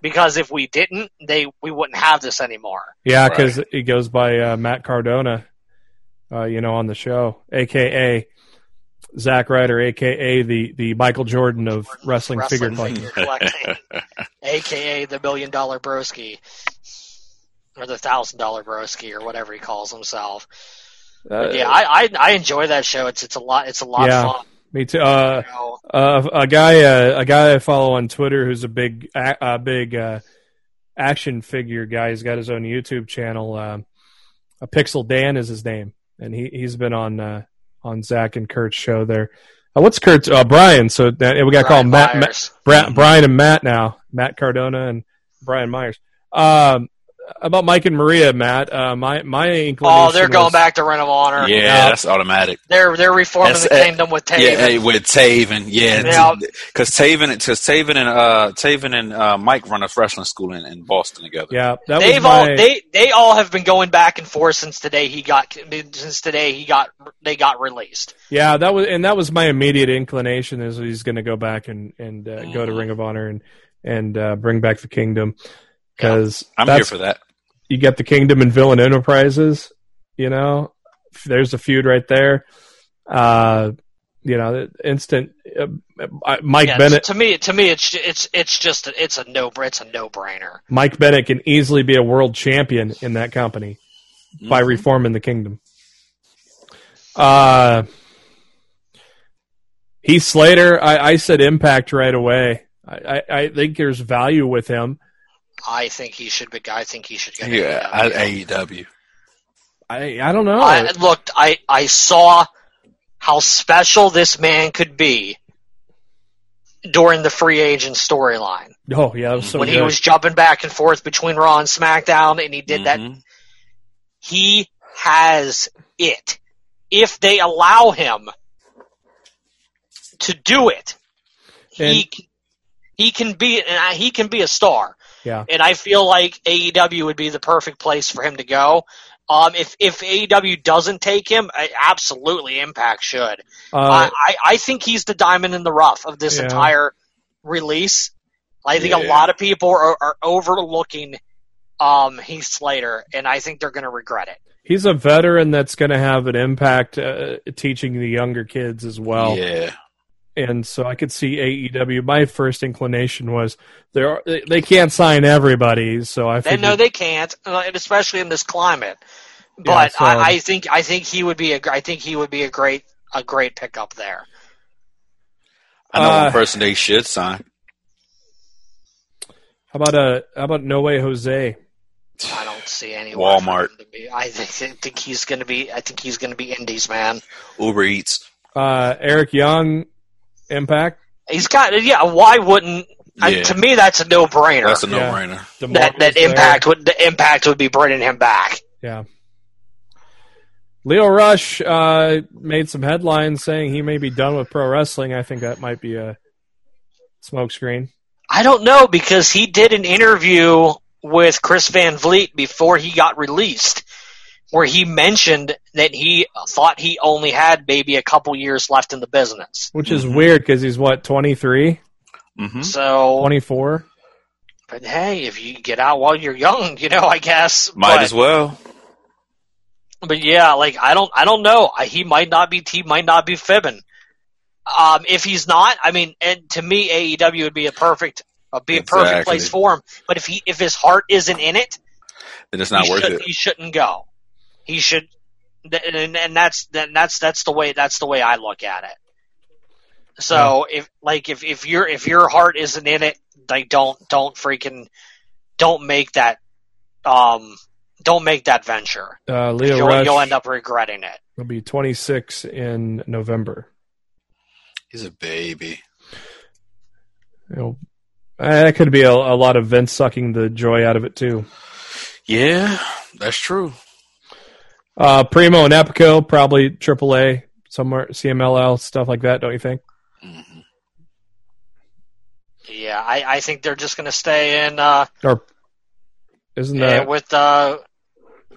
because if we didn't, they we wouldn't have this anymore.
yeah, because it goes by uh, Matt Cardona, uh, you know, on the show, aka Zack Ryder, aka the the Michael Jordan of wrestling, figure collecting.
Mm-hmm.
collecting, aka the million dollar broski. Or the thousand dollar broski, or whatever he calls himself.
Uh,
yeah, I, I I enjoy that show. It's it's a lot it's a lot
Yeah.
of fun.
me too. Uh,
you know.
Uh, a guy, uh, a guy I follow on Twitter who's a big, a, a big uh, action figure guy. He's got his own YouTube channel. Um, a Pixel Dan is his name, and he he's been on uh, on Zach and Kurt's show there. Uh, what's Kurt's? Uh, Brian. So that, we got to call him
Brian
Matt, Matt
Myers.
Bra- Brian and Matt now. Matt Cardona and Brian Myers. Um, about Mike and Maria, Matt. Uh, my my inclination.
Oh, they're going
was-
back to Ring of Honor.
Yeah,
Yeah.
that's automatic.
They're they're reforming
That's
the
it.
kingdom with Taven.
Yeah, hey, with Taven, yeah,
Yeah.
because Taven, because Taven and uh, Taven and uh, Mike run a wrestling school in, in Boston together.
Yeah, that was
They've
my,
all they they all have been going back and forth since today he got since today he got they got released.
Yeah, that was and that was my immediate inclination is he's going to go back and and uh, go to
Mhm.
Ring of Honor and and uh, bring back the Kingdom because
I'm here
that's
for that.
you get the Kingdom and Villain Enterprises. You know, F- there's a feud right there. Uh, you know, the instant uh, I- Mike
Yeah,
Bennett.
To me, to me, it's it's it's just a, it's a no it's a no brainer.
Mike Bennett can easily be a world champion in that company by
Mm-hmm.
Mm-hmm.
reforming the Kingdom. Uh, Heath Slater, I, I said impact right away. I, I, I think there's value with him.
I think he should be. I think he should get.
Yeah,
I,
at E AEW.
I, I don't know.
I looked. I I saw how special this man could be during the free agent storyline.
oh yeah, that was so
when he
good.
was jumping back and forth between Raw and SmackDown, and he did
Mm-hmm.
that.
Mhm.
He has it. If they allow him to do it, he
And-
c- he can be and I- he can be a star.
Yeah.
and I feel like AEW would be the perfect place for him to go. Um, if if AEW doesn't take him, I- absolutely Impact should.
uh,
I, I, I think he's the diamond in the rough of this
Yeah.
entire release. I think a
Yeah.
lot of people are, are overlooking um, Heath Slater, and I think they're going to regret it.
he's a veteran that's going to have an impact uh, teaching the younger kids as well.
yeah,
And so I could see AEW. My first inclination was there are, they, they can't sign everybody, so I
They
figured,
know they can't, uh, and especially in this climate. But
so-
I, I think I think he would be a gr- I think he would be a great a great pickup there.
I know
Uh,
one person they should sign.
how about uh how about No Way Jose?
I don't see any way for
Walmart.
him to be- I think, I think he's going to be I think he's going to be Indies man.
Uber Eats.
Uh, Eric Young, Impact.
He's got yeah. Why wouldn't I,
Yeah,
to me that's a no brainer.
that's a
Yeah.
no-brainer.
DeMarcus
that that
there.
impact would the impact would be bringing him back.
Leo Rush uh, made some headlines saying he may be done with pro wrestling. I think that might be a smokescreen.
I don't know because he did an interview with Chris Van Vliet before he got released, where he mentioned that he thought he only had maybe a couple years left in the business.
Which is
Mhm.
weird because he's what 23,
hmm
So,
24.
but hey, if you get out while you're young, you know, I guess.
Might
but,
as well.
but yeah, like I don't, I don't know. I, he might not be, he might not be fibbing. Um, if he's not, I mean, and to me, AEW would be a perfect, would be a perfect
Exactly.
place for him. But if he, if his heart isn't in it,
Then it's not
he
worth
should,
it.
He shouldn't go. He should, th- and, and that's then that's that's the way that's the way I look at it. So if like if if your if your heart isn't in it, like don't don't freaking don't make that um don't make that venture.
Uh, Leo
You'll,
Rush
you'll end up regretting it.
will be 26 in November.
He's a baby.
You know, eh, uh, that could be a, a lot of Vince sucking the joy out of it too.
Yeah, That's true.
Uh, Primo and Epico, probably AAA, somewhere, CMLL, stuff like that, don't you think?
hmm
Yeah, I, I think they're just going to stay in uh,
Or isn't
eh,
that,
with uh,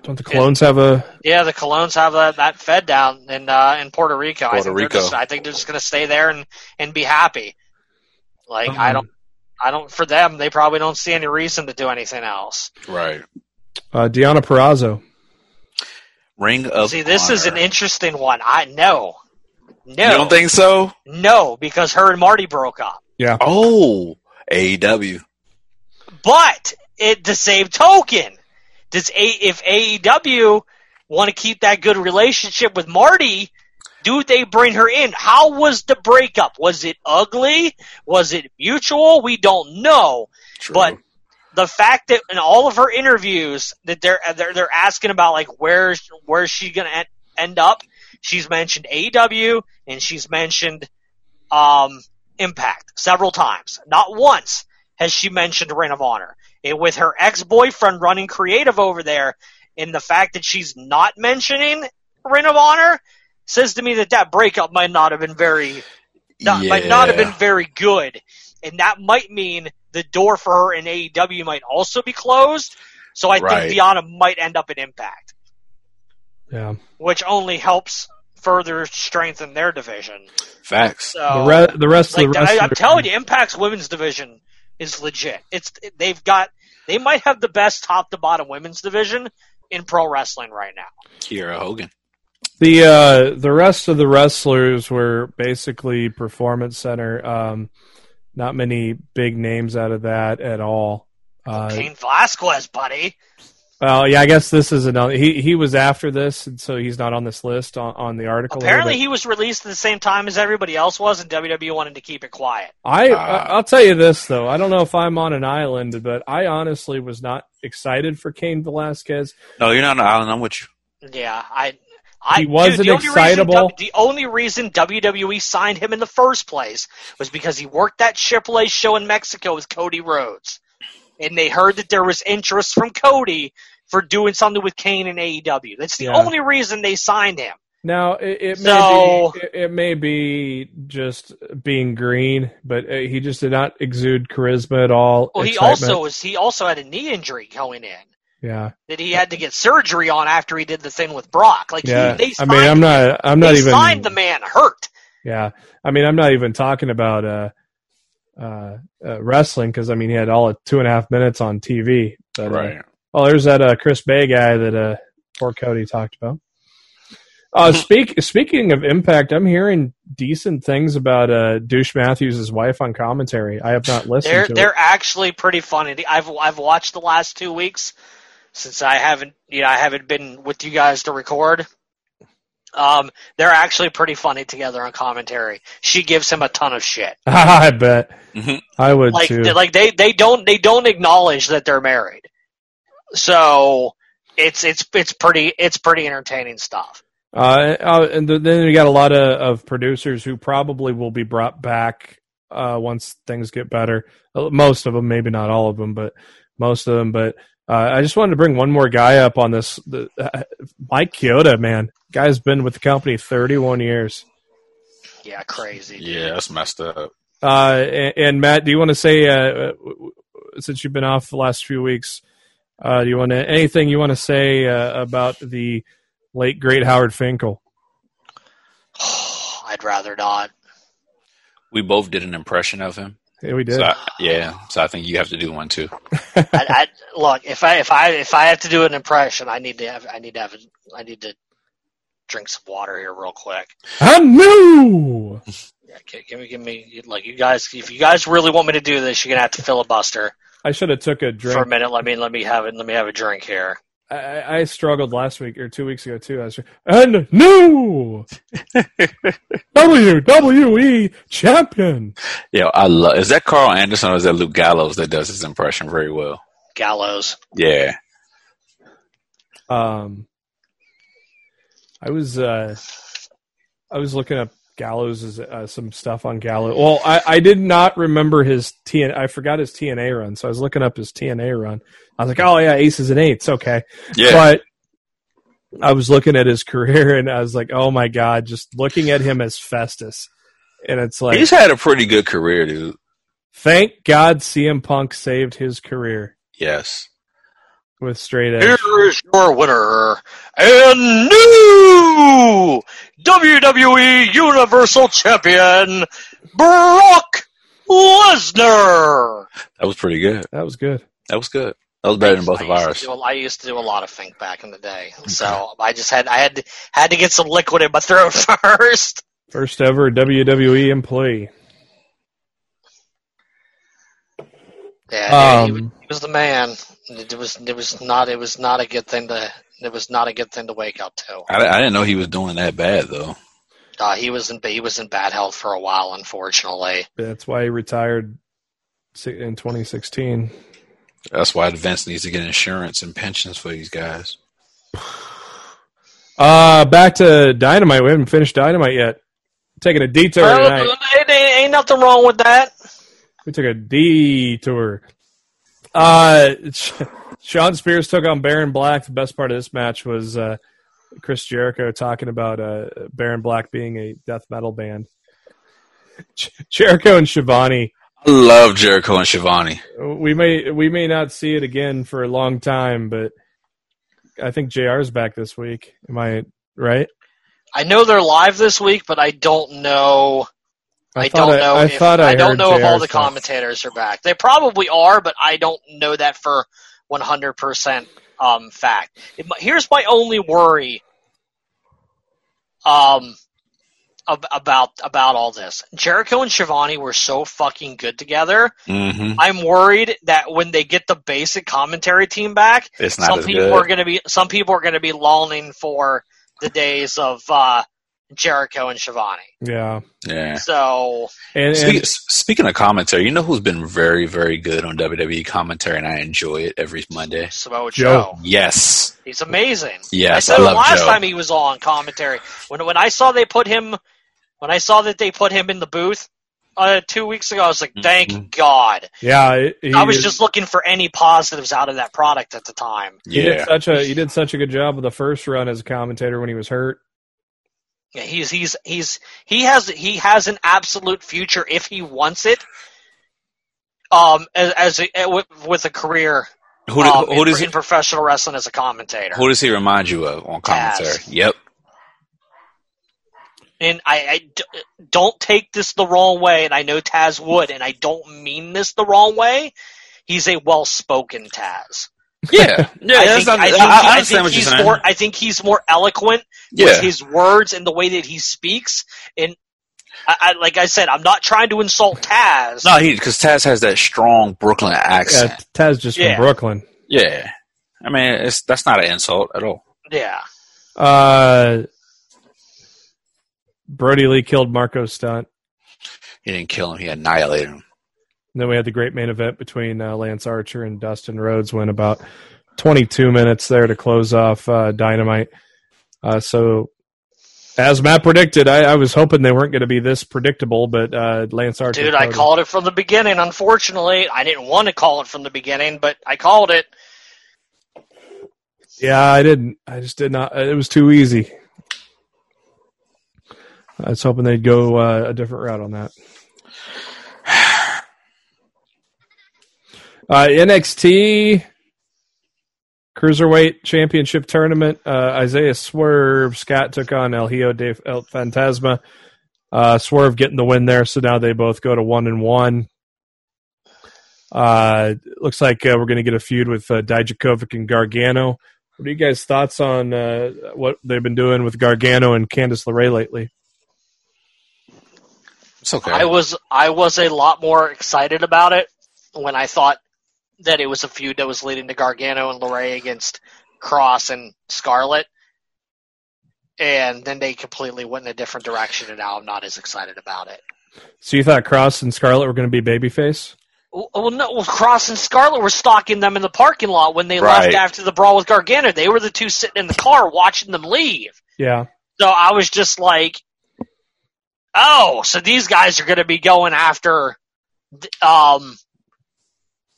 don't the clones have a,
yeah the Colones have that, that Fed down in uh, in Puerto Rico. I
Puerto
think they're
Rico.
Just, I think they're just going to stay there and, and be happy. Like I don't I don't for them they probably don't see any reason to do anything else.
Right.
uh, Diana Perrazzo?
Ring of
See, this is an
Honor.
interesting one. I no, no,
You don't think so?
no, because her and Marty broke up.
Oh, AEW.
But at the same token, does A- if AEW want to keep that good relationship with Marty, do they bring her in? How was the breakup? Was it ugly? Was it mutual? We don't know.
True.
But The fact that in all of her interviews that they're they're, they're asking about like where's where's she gonna en- end up? She's mentioned AEW and she's mentioned um, Impact several times. Not once has she mentioned Ring of Honor. And with her ex boyfriend running creative over there, and the fact that she's not mentioning Ring of Honor says to me that that breakup might not have been very not, might not have
Yeah.
been very good, and that might mean the door for her in AEW might also be closed. So I
Right.
think Diana might end up in Impact,
Yeah.
which only helps further strengthen their division.
facts.
So
the, re- the rest
Oh, like
of the
I,
rest.
I'm telling you, Impact's women's division is legit. It's they've got they might have the best top to bottom women's division in pro wrestling right now.
Kiera Hogan.
The uh, the rest of the wrestlers were basically performance center. Um, not many big names out of that at all. Uh,
Kane Velasquez, buddy.
well, yeah, I guess this is another. He he was after this, and so he's not on this list on, on the article. here,
Apparently,
but
he was released at the same time as everybody else was, and WWE E wanted to keep it quiet.
I
Ah.
I- I'll tell you this though. I don't know if I'm on an island, but I honestly was not excited for Kane Velasquez.
No, you're not on the island. I'm with you.
Yeah, I. I,
He wasn't
dude, the only reason
excitable.
W- the only reason WWE signed him in the first place was because he worked that AAA show in Mexico with Cody Rhodes, and they heard that there was interest from Cody for doing something with Kane and AEW. That's the
Yeah.
only reason they signed him.
Now it, it
So-
may be it, it may be just being green, but uh, he just did not exude charisma at all.
Well, he
excitement.
also was he also had a knee injury going in
yeah
that he had to get surgery on after he did the thing with Brock. Like
yeah.
he, they
I
signed,
mean, I'm not I'm not
they
even
signed the man hurt.
yeah. I mean, I'm not even talking about uh uh, uh wrestling because I mean he had all of two and a half minutes on TV. But, uh,
Right.
Oh, there's that uh, Chris Bay guy that uh, poor Cody talked about. Uh, speak, speaking of impact, I'm hearing decent things about uh, Douche Matthews' wife on commentary. I have not listened
They're
to
they're actually pretty funny. The- I've I've watched the last two weeks since I haven't you know I haven't been with you guys to record. Um, they're actually pretty funny together on commentary. She gives him a ton of shit.
it. I bet.
Mhm.
I would
Mm-hmm. Like
too.
they- like they they don't they don't acknowledge that they're married. So it's it's it's pretty it's pretty entertaining stuff.
Uh, uh, and th- then we got a lot of, of producers who probably will be brought back uh, once things get better. Uh, Most of them, maybe not all of them, but most of them. But uh, I just wanted to bring one more guy up on this. The, uh, Mike Kyoto, man, guy's been with the company 31 years.
Yeah, crazy. dude.
Yeah, that's messed up.
Uh, and, and Matt, do you want to say uh, uh, w- w- since you've been off the last few weeks, uh, do you want to anything you want to say uh, about the late great Howard Finkel?
I'd rather not.
We both did an impression of him.
Yeah, we did.
So I- yeah. So I think you have to do one too.
I, I, look, if I if I if I have to do an impression, I need to have I need to have I need to drink some water here real quick.
I knew.
Yeah, gi- give me give me like you guys if you guys really want me to do this, you're gonna have to filibuster
I should have took a
for a
drink.
minute. Let me let me have it. Let me have a drink here.
I- I, I struggled last week or two weeks ago too. I was and new WWE champion.
Yeah, I love. Is that Carl Anderson or is that Luke Gallows that does his impression very well?
Gallows.
Yeah.
Um, I was uh, I was looking up Gallows is uh, some stuff on Gallows. Well, I, I did not remember his TN. I forgot his TNA run, so I was looking up his TNA run. I was like, oh yeah, aces and eights, okay.
Yeah.
But I was looking at his career, and I was like, oh my god, just looking at him as Festus, and it's like,
He's had a pretty good career, dude.
thank God CM Punk saved his career
Yes.
with straight edge.
Here is your winner and new WWE Universal Champion, Brock Lesnar.
That was pretty good.
That was good.
That was good. That was better than both
I
of
used to
ours.
do a- I used to do a lot of think back in the day, so I just had I had to, had to get some liquid in my throat first.
First ever WWE employee.
Yeah, yeah, he, was,
Um,
he was the man. It was it was not it was not a good thing to it was not a good thing to wake up to.
I, I didn't know he was doing that bad though.
Uh, he was in he was in bad health for a while, unfortunately.
that's why he retired si- in 2016.
That's why Vince needs to get insurance and pensions for these guys.
Uh, back to Dynamite. We haven't finished Dynamite yet. Taking a detour tonight.
Well, ain't- ain't nothing wrong with that.
We took a detour. Uh, Sh- Sean Spears took on Baron Black. The best part of this match was uh, Chris Jericho talking about uh, Baron Black being a death metal band. J- Jericho and Shivani.
I love Jericho and Shivani.
We may we may not see it again for a long time, but I think Jr's back this week. Am I right?
I know they're live this week, but I don't know. I,
thought
don't know.
I,
if,
thought I,
don't
heard
know if all
JR's
the
stuff.
commentators are back. They probably are, but I don't know that for one hundred percent um fact. It mi- Here's my only worry. Um. ab- About about all this, Jericho and Shivani were so fucking good together.
hmm
I'm worried that when they get the basic commentary team back,
It's not
some
as
people
good.
are going to be some people are going to be longing for the days of uh, Jericho and Shivani.
Yeah,
yeah.
So
and,
Speak,
and
speaking of commentary, you know who's been very, very good on WWE commentary, and I enjoy it every Monday.
Samoa
Joe.
Joe,
Yes,
he's amazing. I
yes, I,
said it
love
last
Joe.
time he was on commentary when when I saw they put him when I saw that they put him in the booth uh, two weeks ago. I was like, thank
Mhm.
God.
yeah, it- he
I was
is-
just looking for any positives out of that product at the time.
He did
yeah,
such a he did such a good job with the first run as a commentator when he was hurt.
Yeah, he's he's he's he has he has an absolute future if he wants it. Um, as, as a, eh, with, with a career
who, do-
um,
who
in,
does he,
in professional wrestling as a commentator,
who does he remind you of on commentary?
Taz.
Yep,
and I, I d- don't take this the wrong way, and I know Taz would, and I don't mean this the wrong way. He's a well-spoken Taz.
yeah, yeah.
I
that's
think,
not-
I think,
I- I
he- I
understand
think
what you're
he's
saying.
more. I think he's more eloquent with
yeah,
his words and the way that he speaks. And I, I, like I said, I'm not trying to insult Taz.
no, he because Taz has that strong Brooklyn accent.
Yeah, Taz just
Yeah.
from Brooklyn.
Yeah. I mean, it's that's not an insult at all.
Yeah.
Uh, Brody Lee killed Marco Stunt.
He didn't kill him. He annihilated him.
And then we had the great main event between uh, Lance Archer and Dustin Rhodes. Went about 22 minutes there to close off uh, Dynamite. Uh, so, as Matt predicted, I, I was hoping they weren't going to be this predictable, but uh, Lance Archer.
Dude, I
coded.
called it from the beginning. Unfortunately, I didn't want to call it from the beginning, but I called it.
Yeah, I didn't. I just did not. It was too easy. I was hoping they'd go uh, a different route on that. Uh, NXT Cruiserweight Championship Tournament. Uh, Isaiah Swerve Scott took on El Hijo de El Fantasma. Uh, Swerve getting the win there, so now they both go to one and one. Uh, looks like uh, we're going to get a feud with uh, Dijakovic and Gargano. What are you guys' thoughts on uh, what they've been doing with Gargano and Candice LeRae lately?
It's okay.
I was I was a lot more excited about it when I thought that it was a feud that was leading to Gargano and Lorray against Cross and Scarlet. And then they completely went in a different direction, and now I'm not as excited about it.
So you thought Cross and Scarlett were going to be babyface?
Well, well, no, well, Cross and Scarlet were stalking them in the parking lot when they
Right.
left after the brawl with Gargano. They were the two sitting in the car watching them leave.
Yeah,
So I was just like, Oh, so these guys are going to be going after um,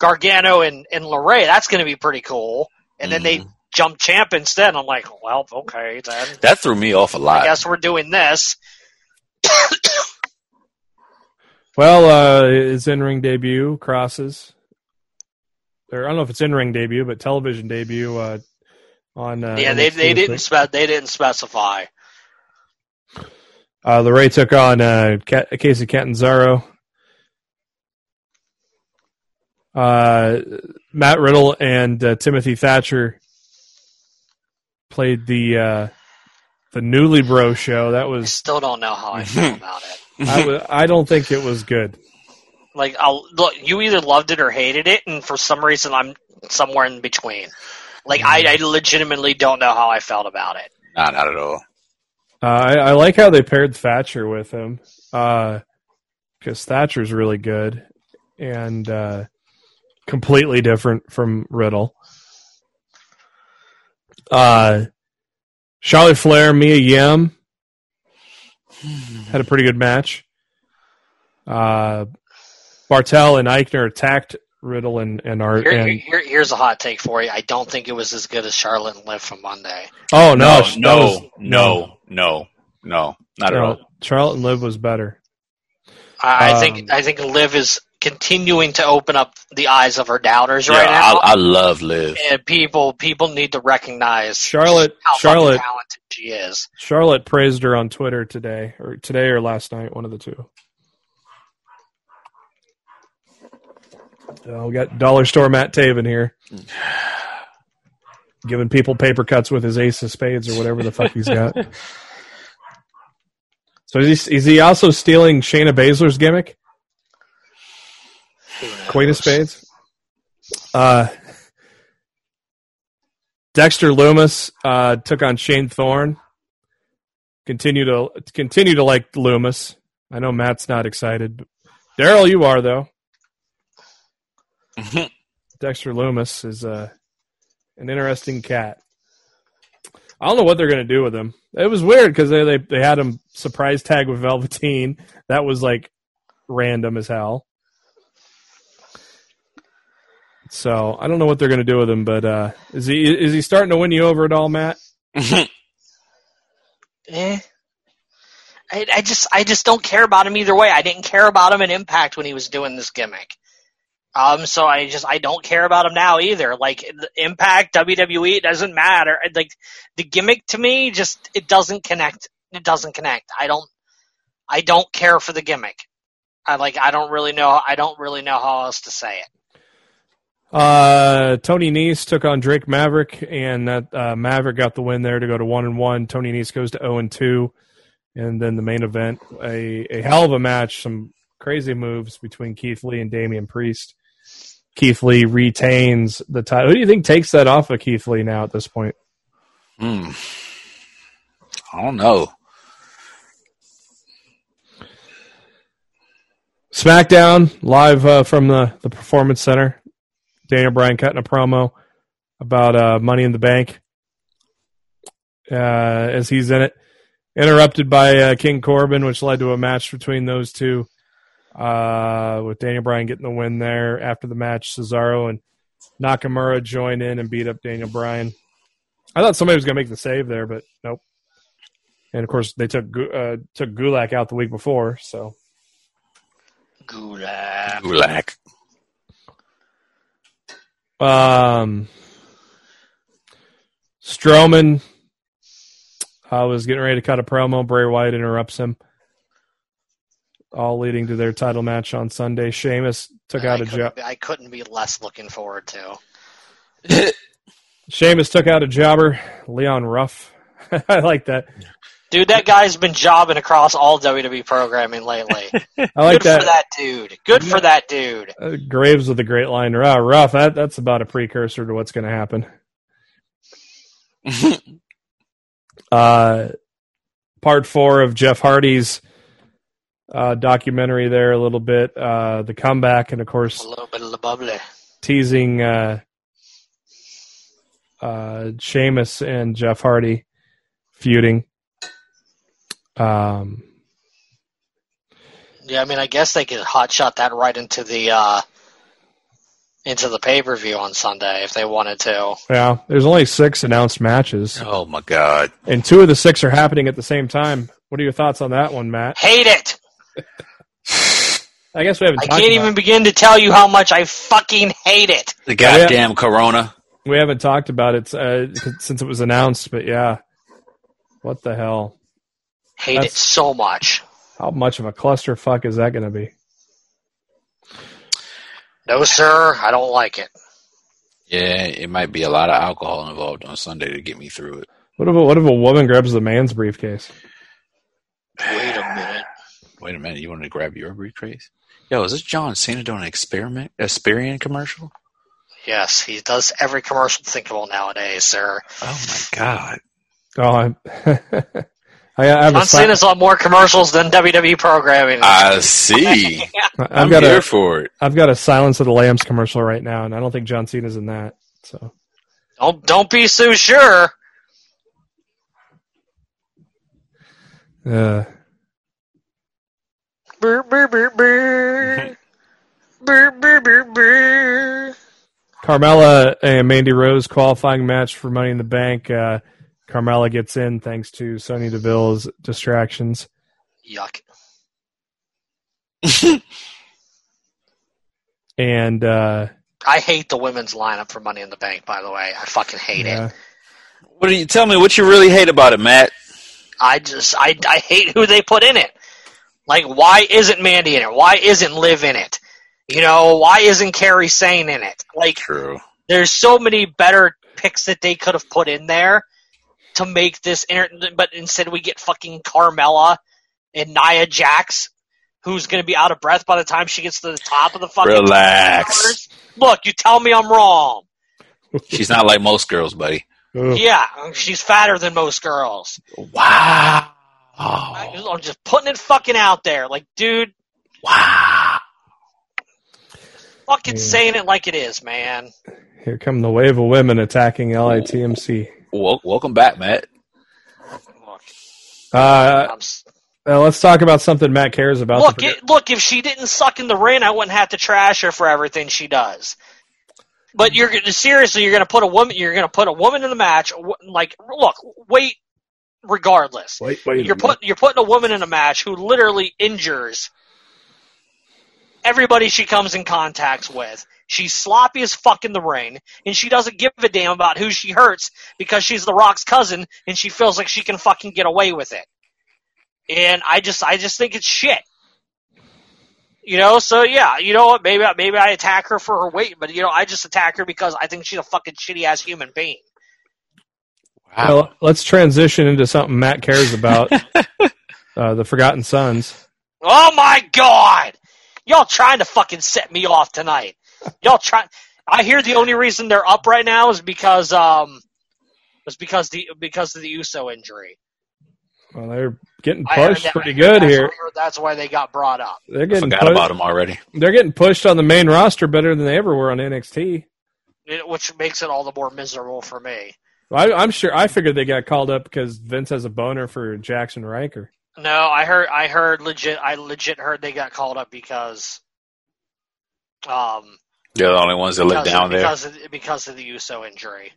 Gargano and, and Lorray. That's going to be pretty cool. And then they jump champ instead. I'm like, well, okay, then.
That threw me off a
I
lot.
guess we're doing this.
Well, uh, his in ring debut crosses. Or I don't know if it's in ring debut, but television debut uh, on. Uh,
yeah, they,
NXT
they
this
didn't
week.
spe- they didn't specify.
Uh, Lorray took on uh, Ca- Casey Catanzaro. Uh, Matt Riddle and uh, Timothy Thatcher played the uh, the Newly Bro show. That
I
was
still don't know how I feel about it.
I, wa- I don't think it was good.
Like, I'll look. You either loved it or hated it, and for some reason, I'm somewhere in between. Like, I, I legitimately don't know how I felt about it.
Nah, not at all.
Uh, I, I like how they paired Thatcher with him because Thatcher's really good and uh, completely different from Riddle. Uh, Charlotte Flair, Mia Yim had a pretty good match. Uh, Bartel and Eichner attacked Riddle and and Art.
Here,
And,
here, here's a hot take for you. I don't think it was as good as Charlotte and Liv from Monday.
oh no, that
no,
was-
no, no, no, not at
no,
all.
Charlotte and Liv was better.
I, I
Um,
think I think Liv is continuing to open up the eyes of her doubters right
yeah,
now,
I, I love Liv.
and people people need to recognize
Charlotte,
how fucking
Charlotte,
talented she is.
Charlotte praised her on Twitter today, or today or last night, one of the two. Uh, we got dollar store Matt Taven here, giving people paper cuts with his ace of spades or whatever the fuck he's got. So is he, is he also stealing Shayna Baszler's gimmick, Queen of Spades? Uh, Dexter Loomis uh, took on Shane Thorne continue to continue to like Loomis. I know Matt's not excited. but- Daryl, you are though.
Mhm.
Dexter Loomis is uh, an interesting cat. I don't know what they're gonna do with him. It was weird because they, they they had him surprise tag with Velveteen. That was like random as hell. So I don't know what they're gonna do with him, but uh, is he is he starting to win you over at all, Matt?
Eh. I, I just I just don't care about him either way. I didn't care about him in Impact when he was doing this gimmick. Um, so I just I don't care about him now either. Like the Impact WWE it doesn't matter. I- Like the gimmick to me just it doesn't connect. It doesn't connect. I don't I don't care for the gimmick. I like I don't really know I don't really know how else to say it.
Uh, Tony Nese took on Drake Maverick, and that uh, Maverick got the win there to go to one and one. Tony Nese goes to zero and two, and then the main event, a a hell of a match, some crazy moves between Keith Lee and Damian Priest. Keith Lee retains the title. Who do you think takes that off of Keith Lee now at this point?
Hmm. I don't know.
SmackDown live uh, from the the Performance Center. Daniel Bryan cutting a promo about uh, Money in the Bank uh, as he's in it. Interrupted by uh, King Corbin, which led to a match between those two, uh, with Daniel Bryan getting the win there. After the match, Cesaro and Nakamura joined in and beat up Daniel Bryan. I thought somebody was going to make the save there, but nope. And of course, they took Gu- uh, took Gulak out the week before, so
Gulak.
Gulak.
Um, Strowman uh, was getting ready to cut a promo. Bray Wyatt interrupts him, all leading to their title match on Sunday. Sheamus took out
I
a
couldn't
job.
be- I couldn't be less looking forward to.
Sheamus took out a jobber, Leon Ruff. I like that.
Dude, that guy's been jobbing across all WWE programming lately.
I like
Good for that dude. Good for that dude.
Uh, Graves with the great line. Ah, rough. That, that's about a precursor to what's going to happen. uh, part four of Jeff Hardy's uh, documentary there a little bit. Uh, the comeback, and of
A
course,
little bit of the bubbly.
teasing uh, uh, Sheamus and Jeff Hardy feuding. Um,
Yeah, I mean, I guess they could hot shot that right into the uh, into the pay per view on Sunday if they wanted to.
Yeah, there's only six announced matches,
Oh my god.
and two of the six are happening at the same time. What are your thoughts on that one, Matt?
Hate it.
I guess we haven't.
I
talked
can't
about
even begin to tell you how much I fucking hate it.
The goddamn corona.
We haven't talked about it uh, since it was announced, but yeah, what the hell?
Hate it
That's-
so much.
How much of a clusterfuck is that going to be?
No, sir, I don't like it.
Yeah, it might be a lot of alcohol involved on Sunday to get me through it.
What if a, what if a woman grabs the man's briefcase?
Wait a minute.
Wait a minute, you want to grab your briefcase? Yo, is this John Cena doing an experiment Asperian commercial?
Yes, he does every commercial thinkable nowadays, sir.
Oh my god.
Oh, I, I have a
John
si-
Cena's on more commercials than WWE programming.
I see.
I've
I'm
got
here
a
for it.
I've got a Silence of the Lambs commercial right now, and I don't think John Cena's in that. So
don't don't be so sure.
uh,
Brr, brr, brr, brr. Brr, brr, brr, brr.
Carmella and Mandy Rose qualifying match for Money in the Bank. Uh, Carmella gets in thanks to Sonya Deville's distractions.
Yuck.
And uh,
I hate the women's lineup for Money in the Bank, by the way. I fucking hate
yeah.
it.
What do you tell me what you really hate about it, Matt?
I just, I, I hate who they put in it. Like, why isn't Mandy in it? Why isn't Liv in it? You know, why isn't Carrie Sane in it? Like,
True.
there's so many better picks that they could have put in there to make this inter- but instead we get fucking Carmella and Nia Jax who's going to be out of breath by the time she gets to the top of the fucking
Relax.
Look, you tell me I'm wrong.
She's not like most girls, buddy.
Ugh.
Yeah, she's fatter than most girls.
Wow.
I- I'm just putting it fucking out there. Like, dude,
Wow.
fucking
Yeah.
saying it like it is, man.
Here come the wave of women attacking LITMC.
Well, welcome back, Matt.
Look,
Uh,
I'm s-
uh, let's talk about something Matt cares about.
look,
The-
it, look. If she didn't suck in the ring, I wouldn't have to trash her for everything she does. But you're gonna- seriously, you're going to put a woman. You're going to put a woman in the match. w- Like, look, wait. Regardless,
wait, wait. a
you're
minute.
putting you're putting a woman in a match who literally injures everybody she comes in contact with. She's sloppy as fuck in the ring, and she doesn't give a damn about who she hurts because she's The Rock's cousin, and she feels like she can fucking get away with it. And I just I just think it's shit. You know, so yeah, you know what? Maybe I- maybe I attack her for her weight, but you know I just attack her because I think she's a fucking shitty ass human being.
Well, Uh, let's transition into something Matt cares about. uh, the Forgotten Sons.
Oh my god! Y'all trying to fucking set me off tonight. Y'all try I hear the only reason they're up right now is because um was because the because of the Uso injury.
Well, they're getting
I heard
pushed
that-
pretty good
that's-
here.
I heard that's why they got brought up.
They're
I
getting
forgot
pushed,
about him already.
they're getting pushed on the main roster better than they ever were on NXT.
it- Which makes it all the more miserable for me.
I, I'm sure. I figured they got called up because Vince has a boner for Jackson Riker.
No, I heard I heard legit I legit heard they got called up because um
They're the only ones that live
because,
down there.
because of, because of the Uso injury.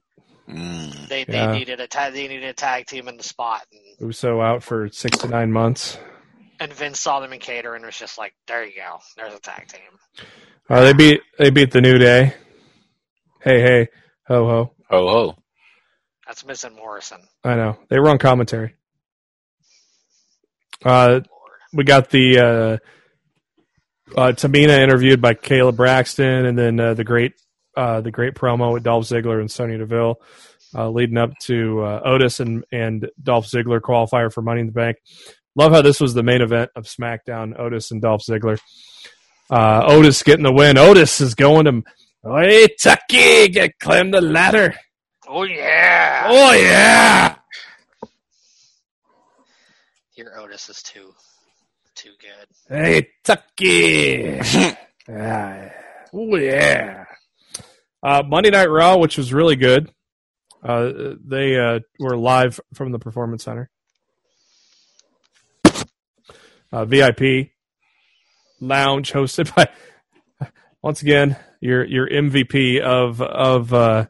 Mm.
They they
Yeah.
needed a tag they needed a tag team in the spot and
Uso out for six to nine months.
And Vince saw them in Cater and was just like, there you go. There's a tag team.
Uh, they beat they beat the New Day. Hey hey ho ho.
Oh, oh.
That's missing Morrison.
I know they were on commentary. Uh,
Lord.
we got the uh, uh, Tamina interviewed by Kayla Braxton, and then uh, the great uh, the great promo with Dolph Ziggler and Sonya Deville, uh, leading up to uh, Otis and and Dolph Ziggler qualifier for Money in the Bank. Love how this was the main event of SmackDown: Otis and Dolph Ziggler. Uh, Otis getting the win. Otis is going to. Hey, Tucky, get climb the ladder.
Oh, yeah.
Oh yeah.
Your Otis is too, too good.
Hey, Tucky. oh, yeah. Uh, Monday Night Raw, which was really good. Uh, they uh, were live from the Performance Center. Uh, VIP. Lounge, hosted by once again your your MVP of of uh,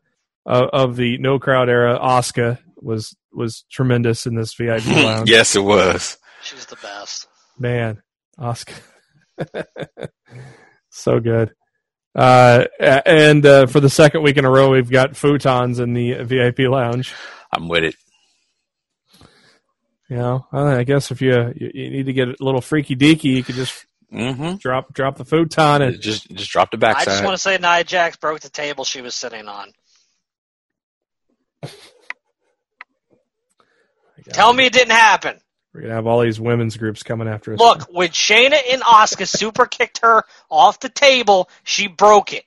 of, of the no crowd era. Oscar was was tremendous in this VIP lounge.
yes, it was.
She's the best.
Man, Oscar, so good. Uh, a- and uh, for the second week in a row, we've got futons in the VIP lounge.
I'm with it.
You know, I I guess if you you, you need to get a little freaky deaky, you could just
Mm-hmm.
drop drop the futon and
Just just drop the
I just
backside.
want to say Nia Jax broke the table she was sitting on. Tell me it didn't happen.
We're gonna have all these women's groups coming after us.
Look, when Shayna and Oscar super kicked her off the table, she broke it.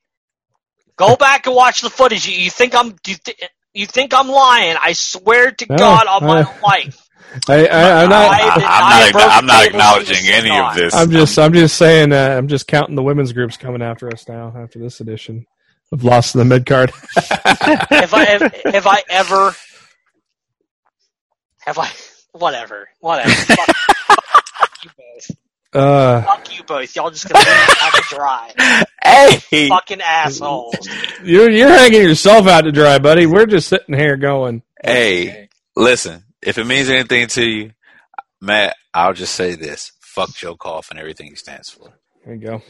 Go back and watch the footage. You, you think I'm you, th- you think I'm lying? I swear to
No,
God on my
I-
life.
I, I, I'm not.
I-
I,
I'm not, acknow-
did not broke
I'm not
tables,
acknowledging
please
any
not.
of this.
am just. I'm just saying. Uh, I'm just counting the women's groups coming after us now after this edition of Lost in the Mid Card.
If I have, if I ever have I whatever whatever. Fuck, fuck you both.
Uh,
Fuck you both. Y'all just gonna leave me out to dry.
Hey,
Fucking assholes.
you're you're hanging yourself out to dry, buddy. We're just sitting here going.
hey, listen. If it means anything to you, Matt, I'll just say this: fuck Joe Cough and everything he stands for.
There you go.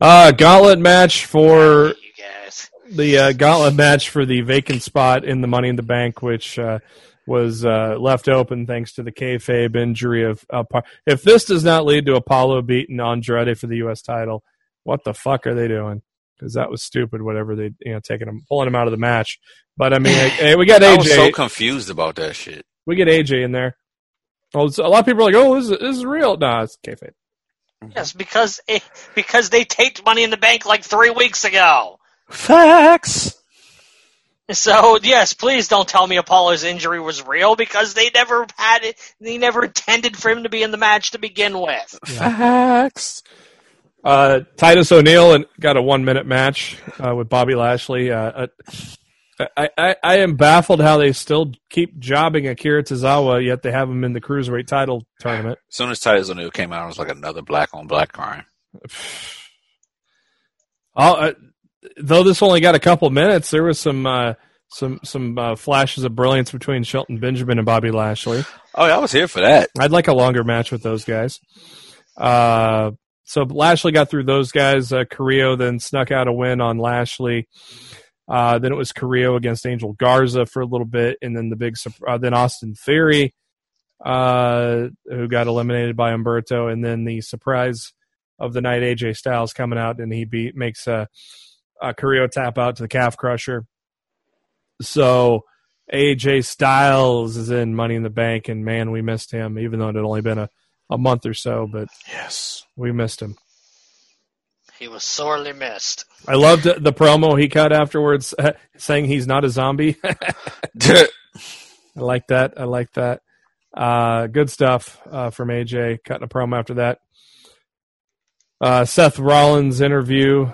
Uh, gauntlet match for
you guys.
the uh, gauntlet match for the vacant spot in the Money in the Bank, which uh, was uh, left open thanks to the kayfabe injury of. Uh, Pa- if this does not lead to Apollo beating Andrade for the U.S. title, what the fuck are they doing? Because that was stupid. Whatever they, you know, taking him, pulling him out of the match. But I mean, hey, we got
I was
AJ.
so confused about that shit.
we get AJ in there. Oh, it's- a lot of people are like, "Oh, this is, this is real." Nah, it's kayfabe.
Yes, because it, because they taped Money in the Bank like three weeks ago.
Facts.
So yes, please don't tell me Apollo's injury was real because they never had it. They never intended for him to be in the match to begin with.
Facts.
Uh, Titus O'Neil and got a one minute match uh, with Bobby Lashley. Uh, uh, I, I, I am baffled how they still keep jobbing Akira Tozawa, yet they have him in the cruiserweight title tournament.
As soon as Titus O'Neil came out, it was like another black on black crime.
I'll- uh, though this only got a couple minutes, there was some uh, some some uh, flashes of brilliance between Shelton Benjamin and Bobby Lashley.
Oh, yeah, I was here for that.
I'd like a longer match with those guys. Uh, so Lashley got through those guys. Uh, Carrillo then snuck out a win on Lashley. Uh, then it was Carrillo against Angel Garza for a little bit, and then the big sup- uh, then Austin Theory, uh, who got eliminated by Umberto, and then the surprise of the night AJ Styles coming out and he beat makes a, a Carrillo tap out to the calf crusher. So AJ Styles is in Money in the Bank, and man, we missed him, even though it had only been a, a month or so, but
Yes.
we missed him.
He was sorely missed.
I loved the promo he cut afterwards uh, saying he's not a zombie. I like that. I like that. Uh, good stuff uh, from AJ cutting a promo after that. Uh, Seth Rollins interview.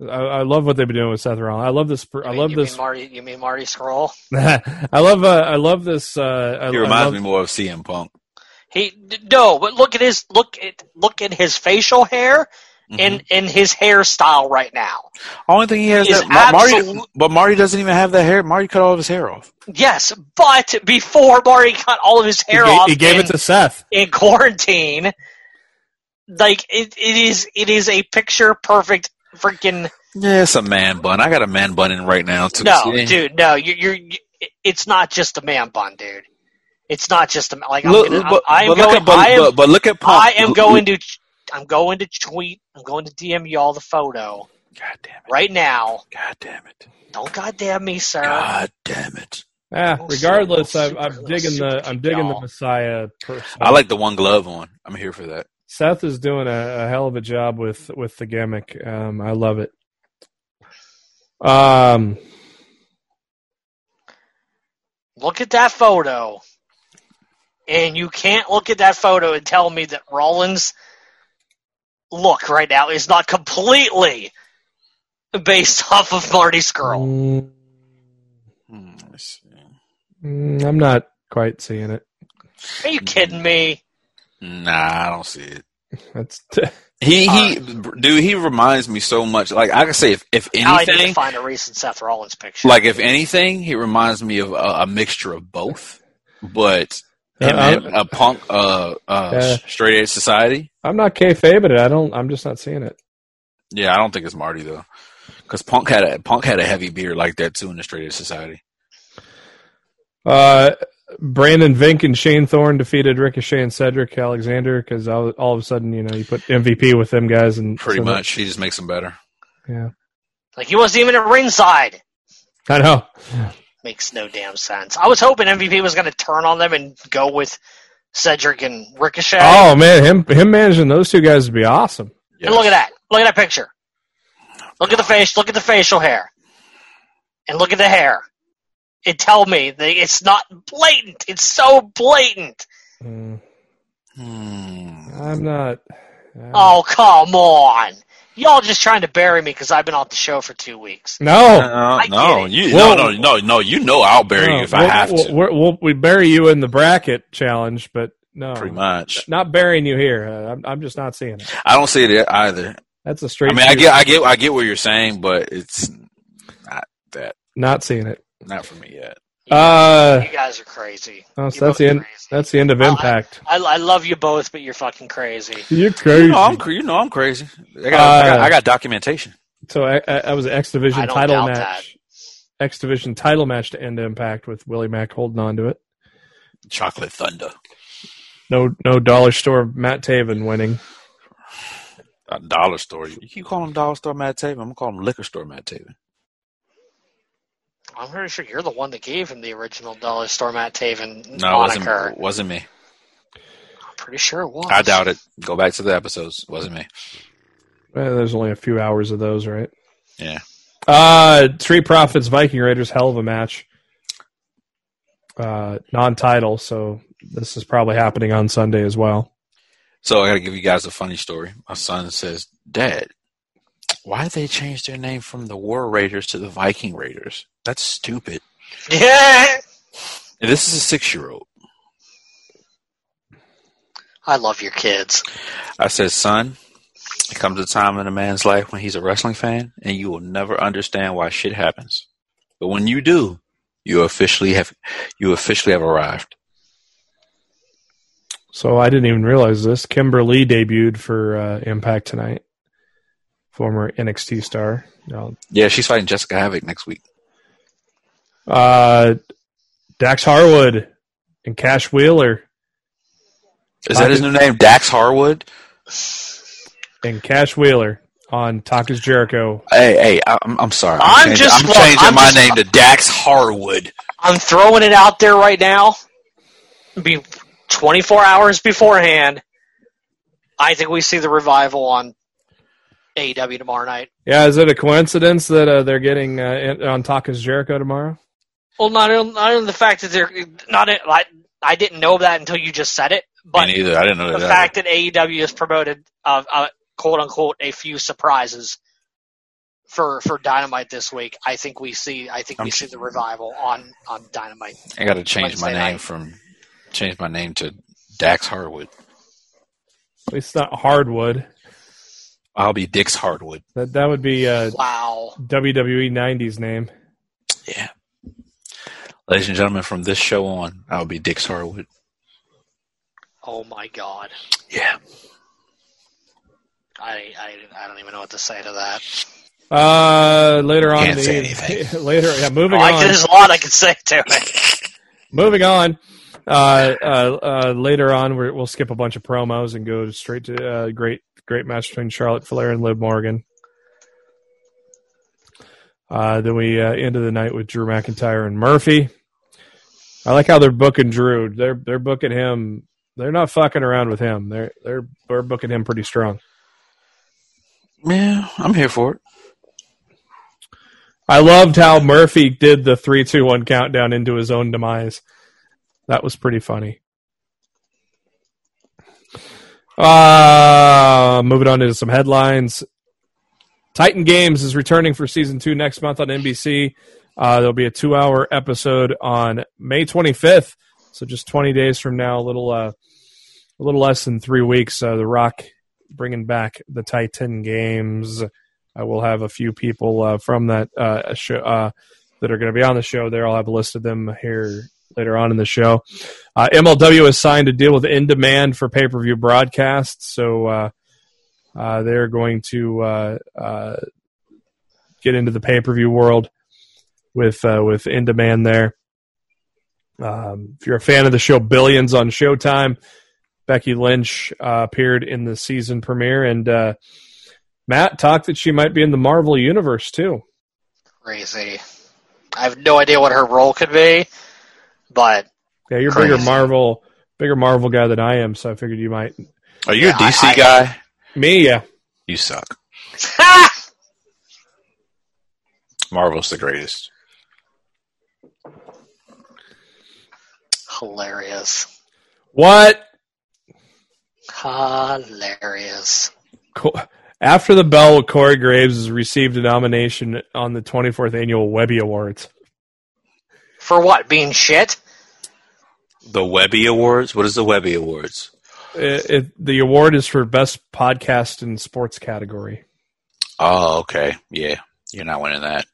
I, I love what they've been doing with Seth Rollins. I love this. pr- I
You mean-
love
you
this.
Mean Marty, you mean Marty Scroll?
I love. Uh, I love this. Uh, I,
he
I
reminds
love-
me more of CM Punk.
He d- no, but look at his look at look at his facial hair
Mm-hmm.
and and his hairstyle right now.
Mm-hmm. Only thing he has
Is
that Ma- Marty,
absolute-
but Marty doesn't even have that hair. Marty cut all of his hair off.
Yes, but before Marty cut all of his
He,
hair
ga-
off,
he gave
and-
it to Seth.
in quarantine. Like it, it is it is a picture perfect freaking
Yeah, it's a man bun. I got a man bun in right now too.
no
See?
dude no you you're you, it's not just a man bun dude it's not just a like I'm
Look,
gonna,
but,
I, I am
but look
going
at, but,
I am
but, but look at Punk.
I am going to I'm going to tweet I'm going to DM y'all the photo
God damn it!
right now
God damn it!
don't goddamn me sir
God damn it!
Yeah.
Little
Ah, Regardless,
super-
I'm,
little
I'm
super-
digging
little
the.
super
I'm digging the
doll.
Messiah person.
I like the one glove on. I'm here for that.
Seth is doing a, a hell of a job with with the gimmick. Um, I love it. Um,
look at that photo and you can't look at that photo and tell me that Rollins look right now is not completely based off of Marty Skrull.
mm,
Hmm, let's see.
mm, I'm not quite seeing it.
Are you kidding me?
Nah, I don't see it.
That's
He he, dude. He reminds me so much. Like I can say, if if
Now I need to
anything,
find a recent Seth Rollins picture.
like if anything, he reminds me of a, a mixture of both. But him,
Uh,
him- a punk, uh, uh,
Uh,
straight edge society.
I'm not kayfabing it. I don't. I'm just not seeing it.
Yeah, I don't think it's Marty though, because Punk had a Punk had a heavy beard like that too in the straight edge society.
Uh, Brandon Vink and Shane Thorne defeated Ricochet and Cedric Alexander because all, all of a sudden, you know, you put MVP with them guys and
Pretty
so that-
much, he just makes him better.
Like, he wasn't even at ringside.
I know.
Makes no damn sense. I was hoping MVP was going to turn on them and go with Cedric and Ricochet.
Oh man, him him managing those two guys would be awesome.
And look at that. Look at that picture. Look at the face. Look at the facial hair. And look at the hair. It tell me that it's not blatant. It's so blatant.
Mm,
Hmm.
I'm not. uh,
Oh come on! Y'all just trying to bury me because I've been off the show for two weeks.
no.
No,
I get
Uh, no,
it.
you,
Whoa.
no, no, no, no. You know I'll bury
No,
you if I
we'll-
have to.
we'll- we're- we'll- we bury you in the bracket challenge, but no,
Pretty much.
not burying you here. Uh, I'm, I'm just not seeing it.
I don't see that either.
That's a
I
straight.
mean, I
shoot.
get, I get, I get what you're saying, but it's not that,
not seeing it.
not for me yet.
You,
Uh,
you guys are crazy.
oh,
You're
so that's
both
the end.
crazy.
That's the end of
I-
Impact.
I, I love you both, but you're fucking crazy.
You're
You
crazy.
know, I'm, cra- you know, I'm crazy. I got, I got,
Uh,
I got documentation.
So I, I, I was an X Division
I don't
title
doubt
match. X Division title match to end Impact with Willie Mack holding on to it.
Chocolate Thunder,
No, no dollar store Matt Taven winning.
a uh, dollar store. You keep calling him dollar store Matt Taven. I'm gonna call him liquor store Matt Taven.
I'm pretty sure you're the one that gave him the original Dollar Store Matt Taven
No, it wasn't,
moniker.
it wasn't me.
I'm pretty sure it was.
I doubt it. Go back to the episodes. It wasn't me.
Uh, there's only a few hours of those, right?
Yeah.
Uh, Three Profits Viking Raiders, hell of a match. Uh, non-title, so this is probably happening on Sunday as well.
So I got to give you guys a funny story. My son says, "Dad, why did they change their name from the War Raiders to the Viking Raiders? That's stupid."
Yeah.
And this is a six-year-old.
I love your kids.
I said, "Son, it comes a time in a man's life when he's a wrestling fan, and you will never understand why shit happens. But when you do, you officially have you officially have arrived."
So I didn't even realize this. Kimberly debuted for uh, Impact tonight. Former NXT star. Now,
Yeah, she's fighting Jessica Havoc next week.
Uh, Dax Harwood and Cash Wheeler
Is that his new name, Dax Harwood?
and Cash Wheeler on Talk is Jericho.
Hey, hey, I- I'm, I'm sorry.
I'm
changing,
just-
I'm
look,
changing
I'm
my
just-
name to Dax Harwood.
I'm throwing it out there right now. Be 24 hours beforehand. I think we see the revival on AEW tomorrow night.
Yeah, is it a coincidence that uh, they're getting uh, in- on Talk is Jericho tomorrow?
Well, not on- not only the fact that they're not. I I didn't know that until you just said it, but
Me neither. I didn't know
the
that.
fact that AEW has promoted, uh, uh, quote unquote, a few surprises for for Dynamite this week. I think we see. I think
I'm
we
ch-
see the revival on on Dynamite.
I got to change
Wednesday
my name
night.
from change my name to Dax Harwood.
At least not Hardwood.
I'll be Dix Hardwood.
That that would be uh,
Wow.
WWE '90s name.
Yeah. Ladies and gentlemen, from this show on, I'll be Dix Harwood.
Oh my God.
Yeah.
I, I I don't even know what to say to that.
Uh, later on,
Can't
the-
say anything. Oh,
later, yeah, moving
Well, I
on.
could- there's a lot I could say to it.
Moving on. Uh, uh, uh, later on, we're, we'll skip a bunch of promos and go straight to uh, great great match between Charlotte Flair and Liv Morgan. Uh, then we uh, ended the night with Drew McIntyre and Murphy. I like how they're booking Drew. They're they're booking him. They're not fucking around with him. They're they're they're booking him pretty strong.
Yeah, I'm here for it.
I loved how Murphy did the three two one countdown into his own demise. That was pretty funny. Uh moving on to some headlines. Titan Games is returning for season two next month on NBC. Uh, there'll be a two hour episode on May 25th. So just 20 days from now, a little, uh, a little less than three weeks. Uh, the Rock bringing back the Titan Games. I will have a few people uh, from that uh, show uh, that are going to be on the show there. I'll have listed them here later on in the show. Uh, MLW has signed a deal with In Demand for pay per view broadcasts, so uh, uh, they're going to uh, uh, get into the pay per view world with uh, with In Demand there. Um, if you're a fan of the show Billions on Showtime, Becky Lynch uh, appeared in the season premiere, and uh, Matt talked that she might be in the Marvel universe too.
Crazy. I have no idea what her role could be, but
Yeah, you're a bigger
Crazy.
Marvel, bigger Marvel guy than I am, so I figured you might.
Are you
Yeah,
a
I-
DC
I-
guy?
Me, yeah.
You suck. Marvel's the greatest.
hilarious,
What?
hilarious.
Co- After the bell, Corey Graves has received a nomination on the 24th annual Webby Awards.
For what? Being shit?
The Webby Awards. What is the Webby Awards?
It, it, the award is for best podcast in sports category.
Oh, okay. Yeah, you're not winning that.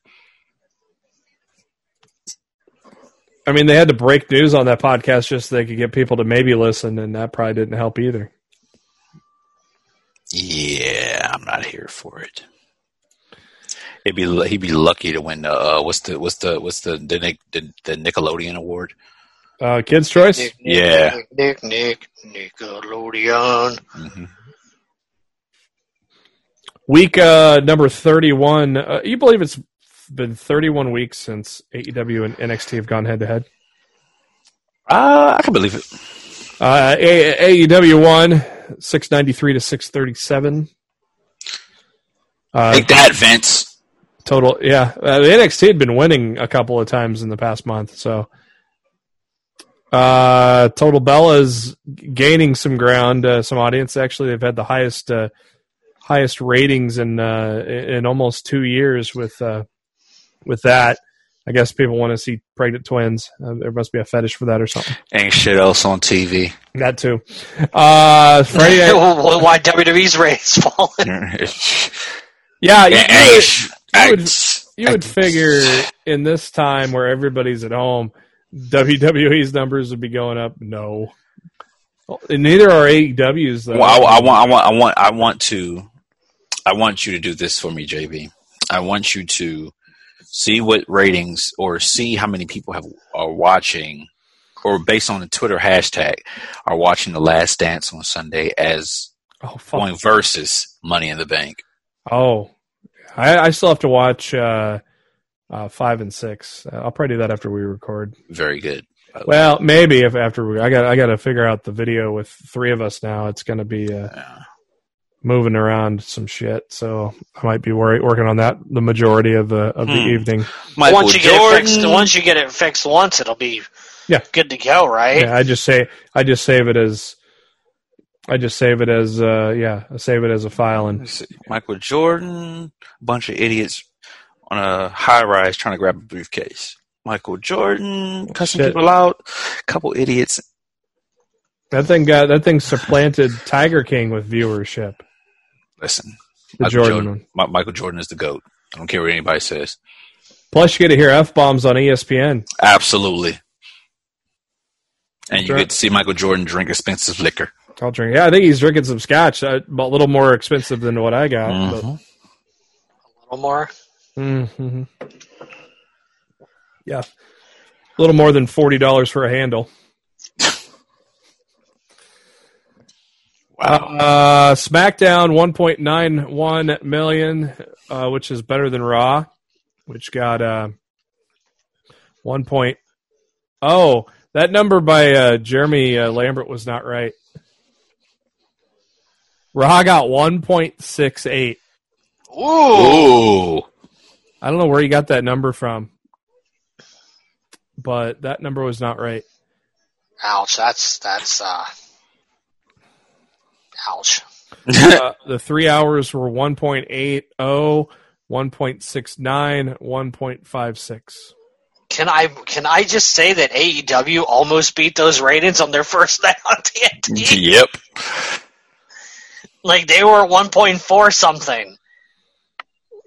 I mean, they had to break news on that podcast just so they could get people to maybe listen, and that probably didn't help either.
Yeah, I'm not here for it. He'd be he'd be lucky to win the uh, what's the what's the what's the the, Nic- the the Nickelodeon award?
Uh, Kids' Choice?
Nick, Nick,
Yeah.
Nick, Nick, Nick, Nickelodeon.
hmm
Week uh, number 31. Uh, you believe it's been 31 weeks since AEW and NXT have gone head to head?
Uh, I can believe it.
Uh, A- AEW won 693 to 637. Uh,
Take that, Vince.
total, yeah. Uh, the NXT had been winning a couple of times in the past month, so. Uh, Total Bella's gaining some ground, uh, some audience. Actually, they've had the highest, uh, highest ratings in uh, in almost two years with uh, with that. I guess people want to see pregnant twins. Uh, there must be a fetish for that or something.
Ain't shit else on TV.
That too. Uh, Friday night-
Why WWE's ratings falling?
Yeah, you,
Yeah,
you
ain't
would,
sh-
you would-
ain't-
you would figure in this time where everybody's at home, WWE's numbers would be going up. No, and neither are AEW's though.
Well, I, I want, I want, I want, I want to, I want you to do this for me, JB. I want you to see what ratings or see how many people have are watching, or based on the Twitter hashtag, are watching the Last Dance on Sunday as
oh, fuck.
going versus Money in the Bank.
oh, I, I still have to watch uh, uh, five and six. Uh, I'll probably do that after we record.
Very good. by the way.
Well, maybe if after we, I got I got to figure out the video with three of us now. It's going to be uh,
Uh,
moving around some shit, so I might be worry, working on that the majority of the of the
Hmm.
evening.
Michael
once you
Jordan.
get it fixed, once you get it fixed once, it'll be
Yeah.
good to go, right?
Yeah, I just say I just save it as I just save it as uh yeah, I save it as a file and
Michael Jordan, bunch of idiots on a high rise trying to grab a briefcase. Michael Jordan cussing
Shit.
people out, couple idiots.
that thing got that thing supplanted Tiger King with viewership.
Listen,
The
Michael
Jordan,
Jordan.
one.
Mi- Michael Jordan is the goat. I don't care what anybody says.
Plus you get to hear F bombs on E ESPN.
Absolutely. And
That's
you
right.
get to see Michael Jordan drink expensive liquor.
I'll drink. Yeah, I think he's drinking some scotch, uh, but a little more expensive than what I got.
Mhm.
A little more.
But, mm-hmm. Yeah. A little more than forty dollars for a handle.
Wow.
Uh, SmackDown 1.91 million, uh, which is better than Raw, which got uh, 1. Point, oh, that number by uh, Jeremy uh, Lambert was not right. Raw got 1.68.
Ooh.
Ooh.
I don't know where he got that number from, but that number was not right.
Ouch. That's that's uh. Ouch.
uh, the three hours were 1.80, oh, 1.69, 1.56.
Can I can I just say that E AEW
Mm-hmm.
almost beat those ratings on their first night on TNT?
yep.
Like they were 1.4 something.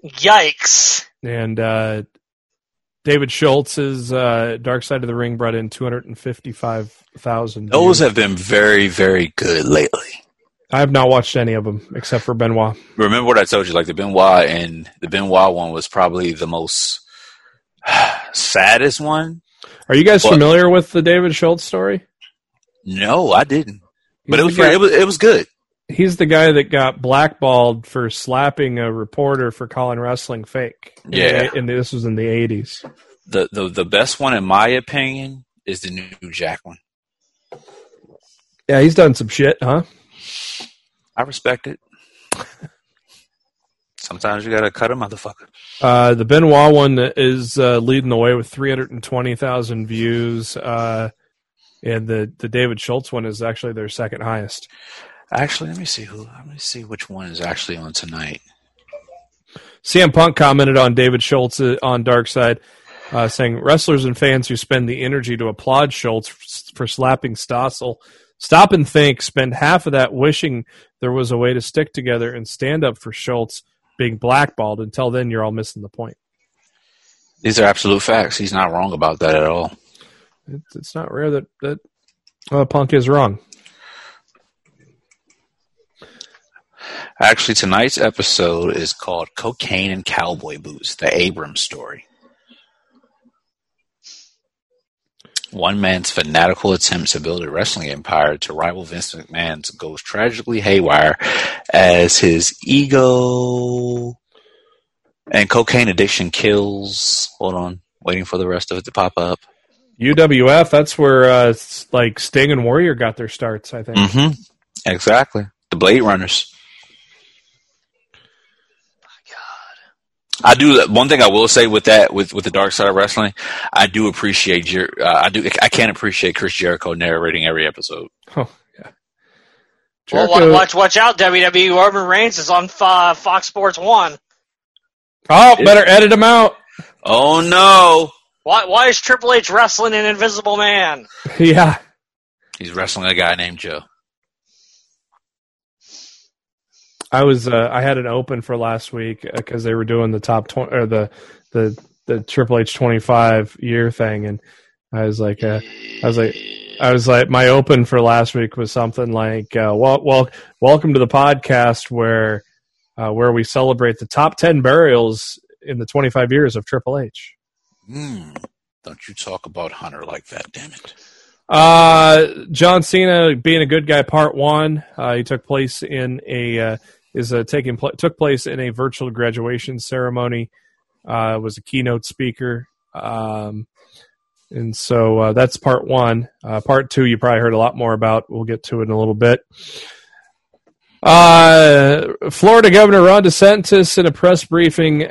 Yikes.
And uh, David Schultz's uh, Dark Side of the Ring brought in 255,000. views.
Those have been very, very good lately.
I have not watched any of them except for Benoit.
remember what I told you, like the Benoit and the Benoit one was probably the most saddest one.
Are you guys
Well-
familiar with the David Schultz story?
No, I didn't, but it
He's
was
the guy-
it was it was good.
He's the guy that got blackballed for slapping a reporter for calling wrestling fake. In the-
Yeah.
and this was in the 80s.
The the the best one in my opinion is the new Jack one.
Yeah, he's done some shit, huh?
I respect it. Sometimes you gotta cut a motherfucker.
Uh, the Benoit one is uh, leading the way with 320,000 views. Uh, and the, the David Schultz one is actually their second highest.
Actually, let me see who. Let me see which one is actually on tonight.
CM Punk commented on David Schultz uh, on Dark Side, uh, saying wrestlers and fans who spend the energy to applaud Schultz f- for slapping Stossel, stop and think, spend half of that wishing there was a way to stick together and stand up for Schultz being blackballed. Until then, you're all missing the point.
These are absolute facts. He's not wrong about that at all.
It's, it's not rare that that uh, Punk is wrong.
Actually, tonight's episode is called "Cocaine and Cowboy Boots: The Abrams Story." One man's fanatical attempts to build a wrestling empire to rival Vince McMahon's goes tragically haywire as his ego and cocaine addiction kills. Hold on, waiting for the rest of it to pop up.
UWF, that's where uh, s- like Sting and Warrior got their starts, I think.
Mm-hmm. Exactly. The Blade Runners. I do one thing I will say with that with with the dark side of wrestling, I do appreciate Jer- uh, I do I can't appreciate Chris Jericho narrating every episode.
Well,
Jericho-
wa- watch, watch out, WWE. Roman Reigns is on uh, Fox Sports 1.
Oh, better edit him out.
Oh no,
Why, why is Triple H wrestling an invisible man?
Yeah.
he's wrestling a guy named Joe.
I was uh, I had an open for last week because they were doing the top twenty or the the the Triple H twenty five year thing, and I was like, uh, I was like, I was like, my open for last week was something like, uh, well, well, welcome to the podcast where uh, where we celebrate the top ten burials in the twenty five years of Triple H.
Mm, don't you talk about Hunter like that, damn it.
Uh, John Cena being a good guy, part one. Uh, he took place in a uh, is uh taking pl- took place in a virtual graduation ceremony. Uh, was a keynote speaker, um, and so uh, that's part one. Uh, part two, you probably heard a lot more about. We'll get to it in a little bit. Uh, Florida Governor Ron DeSantis, in a press briefing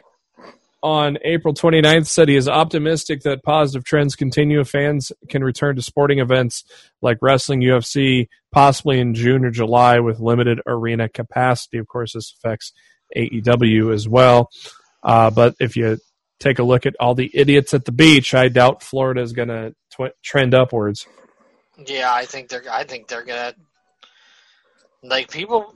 on April 29th said he is optimistic that positive trends continue. Fans can return to sporting events like wrestling, UFC, possibly in June or July with limited arena capacity. Of course, this affects AEW as well. Uh, but if you take a look at all the idiots at the beach, I doubt Florida is going to tw- trend upwards.
Yeah, I think they're. I think they're gonna. Like people,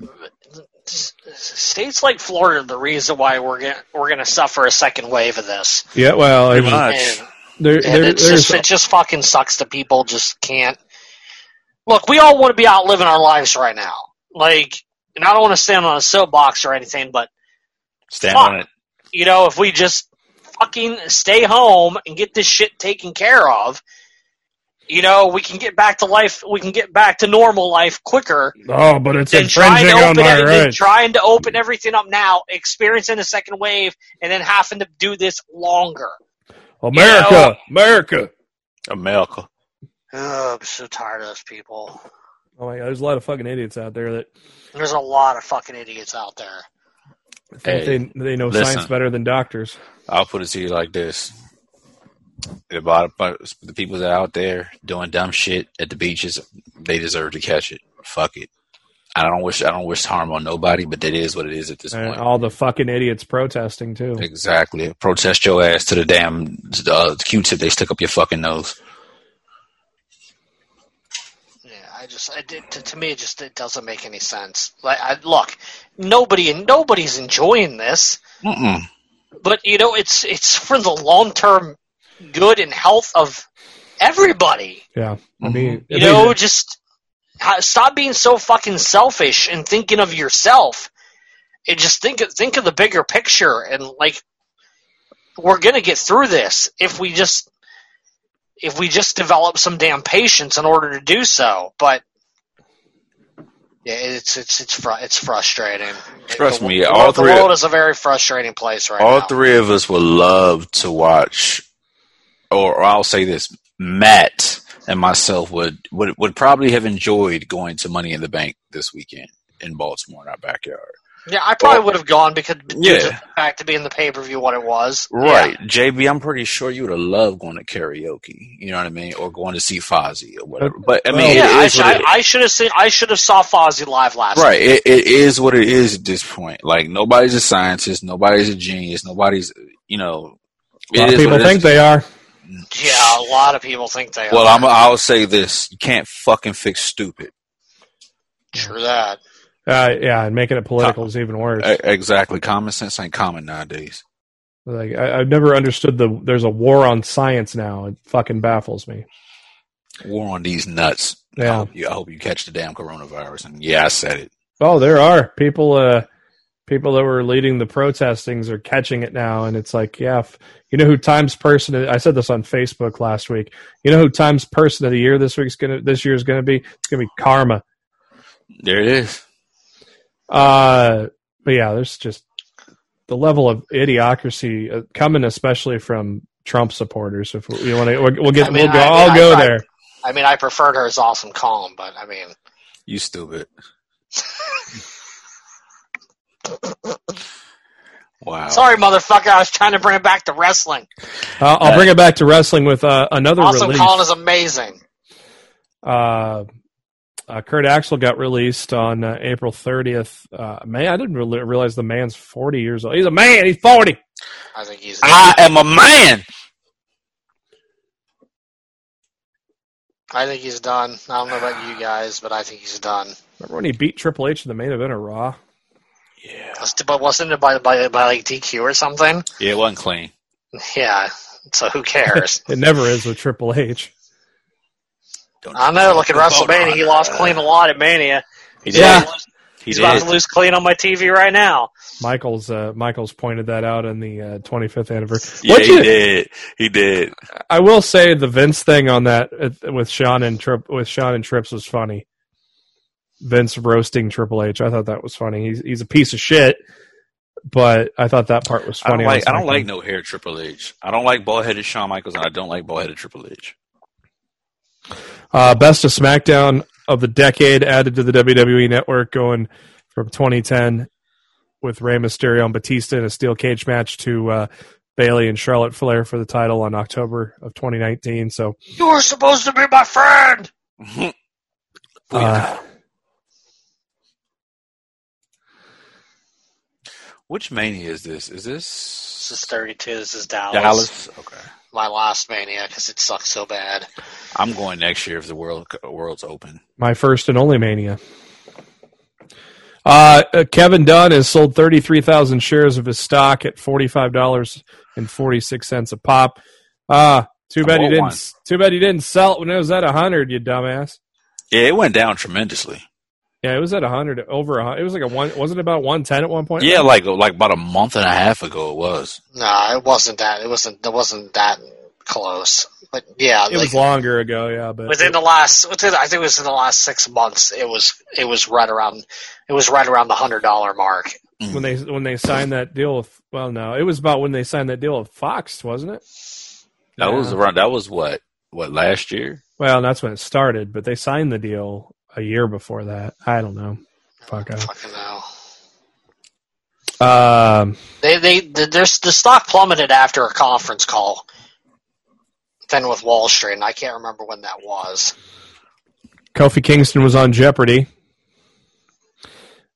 s- states like Florida, the reason why we're gonna we're gonna suffer a second wave of this.
Yeah, well, I
Pretty
mean,
much.
And-
there,
and
there,
it's
there's
just, it just fucking sucks that people just can't. Look, we all want to be out living our lives right now. Like, and I don't want to stand on a soapbox or anything, but
Stand
Fuck.
on it.
you know, if we just fucking stay home and get this shit taken care of, you know, we can get back to life. We can get back to normal life quicker
oh, but it's
than trying to
infringing on
open
my
everything,
rights.
trying to open everything up now, experiencing the second wave, and then having to do this longer.
America, America.
America.
Ugh, I'm so tired of those people.
Oh my God, there's a lot of fucking idiots out there that
There's a lot of fucking idiots out there.
think
Hey,
they, they know
listen.
science better than doctors.
I'll put it to you like this. The bottom part- the people that are out there doing dumb shit at the beaches, they deserve to catch it. Fuck it. I don't wish I don't wish harm on nobody, but that is what it is at this
And
point.
all the fucking idiots protesting too.
Exactly. Protest your ass to the damn uh, Q-tip they stick up your fucking nose.
Yeah, I just just it, it, to, to me it just it doesn't make any sense. Like I, look, nobody nobody's enjoying this,
Mm-mm.
but you know it's it's for the long term good and health of everybody.
Yeah, I
Mm-hmm.
mean,
You
I mean,
know, just ha- stop being so fucking selfish and thinking of yourself, and just think of, think of the bigger picture. And like, we're gonna get through this if we just if we just develop some damn patience in order to do so. But yeah, it's it's it's fr- it's frustrating.
Trust
The-
me,
the,
all
the
three-
world is a very frustrating place right
All
now.
three of us would love to watch, or, or I'll say this: Matt and myself would, would would probably have enjoyed going to Money in the Bank this weekend in Baltimore in our backyard.
yeah, I probably
all-
would have gone because due to
Yeah.
the fact of being the pay per view what it was. Yeah.
Right, JB. I'm pretty sure you would have loved going to karaoke. You know what I mean, or going to see Fozzy or whatever. But I mean,
Well-
it
yeah, I,
is
sh-
what it
I, I should have seen. I should have saw Fozzy live last.
Right. It, it is what it is at this point. Like nobody's a scientist, nobody's a genius, nobody's you know.
a lot
it
of
is
people
what it is.
think they are.
night. Yeah, a lot of people think they
Well,
are.
I'm, I'll say this: you can't fucking fix stupid.
True that.
Uh, yeah, and making it political is even worse.
E- exactly. Common sense ain't common nowadays.
Like I, I've never understood the there's a war on science now. It fucking baffles me.
War on these nuts. I,
Yeah.
hope you, I hope you catch the damn coronavirus. And yeah, I said it.
Oh, there are people. Uh, people that were leading the protestings are catching it now, and it's like, yeah, if, you know who Times Person? I said this on Facebook last week. You know who Times Person of the Year this week's gonna this year is gonna be? It's gonna be Karma.
There it is.
Uh, but yeah, there's just the level of idiocracy uh, coming, especially from Trump supporters. If we, you want to, we'll get,
I mean,
we'll go,
I- I mean,
I'll
I-
go
I-
there.
I mean, I preferred her as awesome calm, but I mean,
You stupid. wow.
sorry, motherfucker. I was trying to bring it back to wrestling.
I'll, I'll bring it back to wrestling with uh, another
Awesome
release.
calm is amazing.
uh, uh, Kurt Axel got released on uh, April 30th. Uh, man, I didn't really realize the man's 40 years old. He's a man. He's 40.
I think he's.
I am a man.
I think he's done. I don't know about you guys, but I think he's done.
Remember when he beat Triple H in the main event of Raw?
Yeah.
That's- But wasn't it by by by like DQ or something?
Yeah, it wasn't clean.
Yeah. So who cares?
It never is with Triple H.
Don't
I know. Look at
Don't vote
WrestleMania.
on
He
it.
lost clean a lot at Mania.
He
He's
did.
about to lose-
He
He's about
did.
to lose clean on my TV right now.
Michaels uh, Michaels pointed that out in the uh, 25th anniversary.
Yeah,
What'd
he
you-
did. He did.
I will say the Vince thing on that uh, with Sean and Trip with Sean and Trips was funny. Vince roasting Triple H. I thought that was funny. He's he's a piece of shit, but I thought that part was
I don't
funny.
like. I
was
don't like no hair Triple H. I don't like bald headed Shawn Michaels, and I don't like bald headed Triple H.
Uh, best of SmackDown of the decade added to the WWE Network, going from 2010 with Rey Mysterio and Batista in a steel cage match to uh, Bailey and Charlotte Flair for the title on October of 2019. So,
You were supposed to be my friend.
uh,
Which mania is this? Is this
This is 32. This is Dallas.
Dallas? Okay,
My last mania because it sucks so bad.
I'm going next year if the world world's open.
my first and only Mania. Uh, uh, Kevin Dunn has sold 33,000 shares of his stock at $45.46 a pop. Uh, too
I
bad you
want
didn't.
one.
Too bad you didn't sell it when it was at 100, you dumbass.
Yeah, it went down tremendously.
Yeah, it was at 100, over 100. It was like a one, wasn't it about 110 at one point?
Yeah, like like about a month and a half ago it was.
No, it wasn't that. It wasn't. It wasn't that close. But yeah,
It was
like,
longer ago, yeah, but
within the last. Within, I think it was in the last six months. It was. It was right around. It was right around the hundred dollar mark.
when they when they signed that deal with well, no, it was about when they signed that deal with Fox, wasn't it?
That was
Yeah.
around. That was what what last year.
Well, that's when it started, but they signed the deal a year before that. I don't know. Fuck off.
Fucking hell.
Um,
They they the, their, the stock plummeted after a conference call. Then with Wall Street, and I can't remember when that was.
Kofi Kingston was on Jeopardy.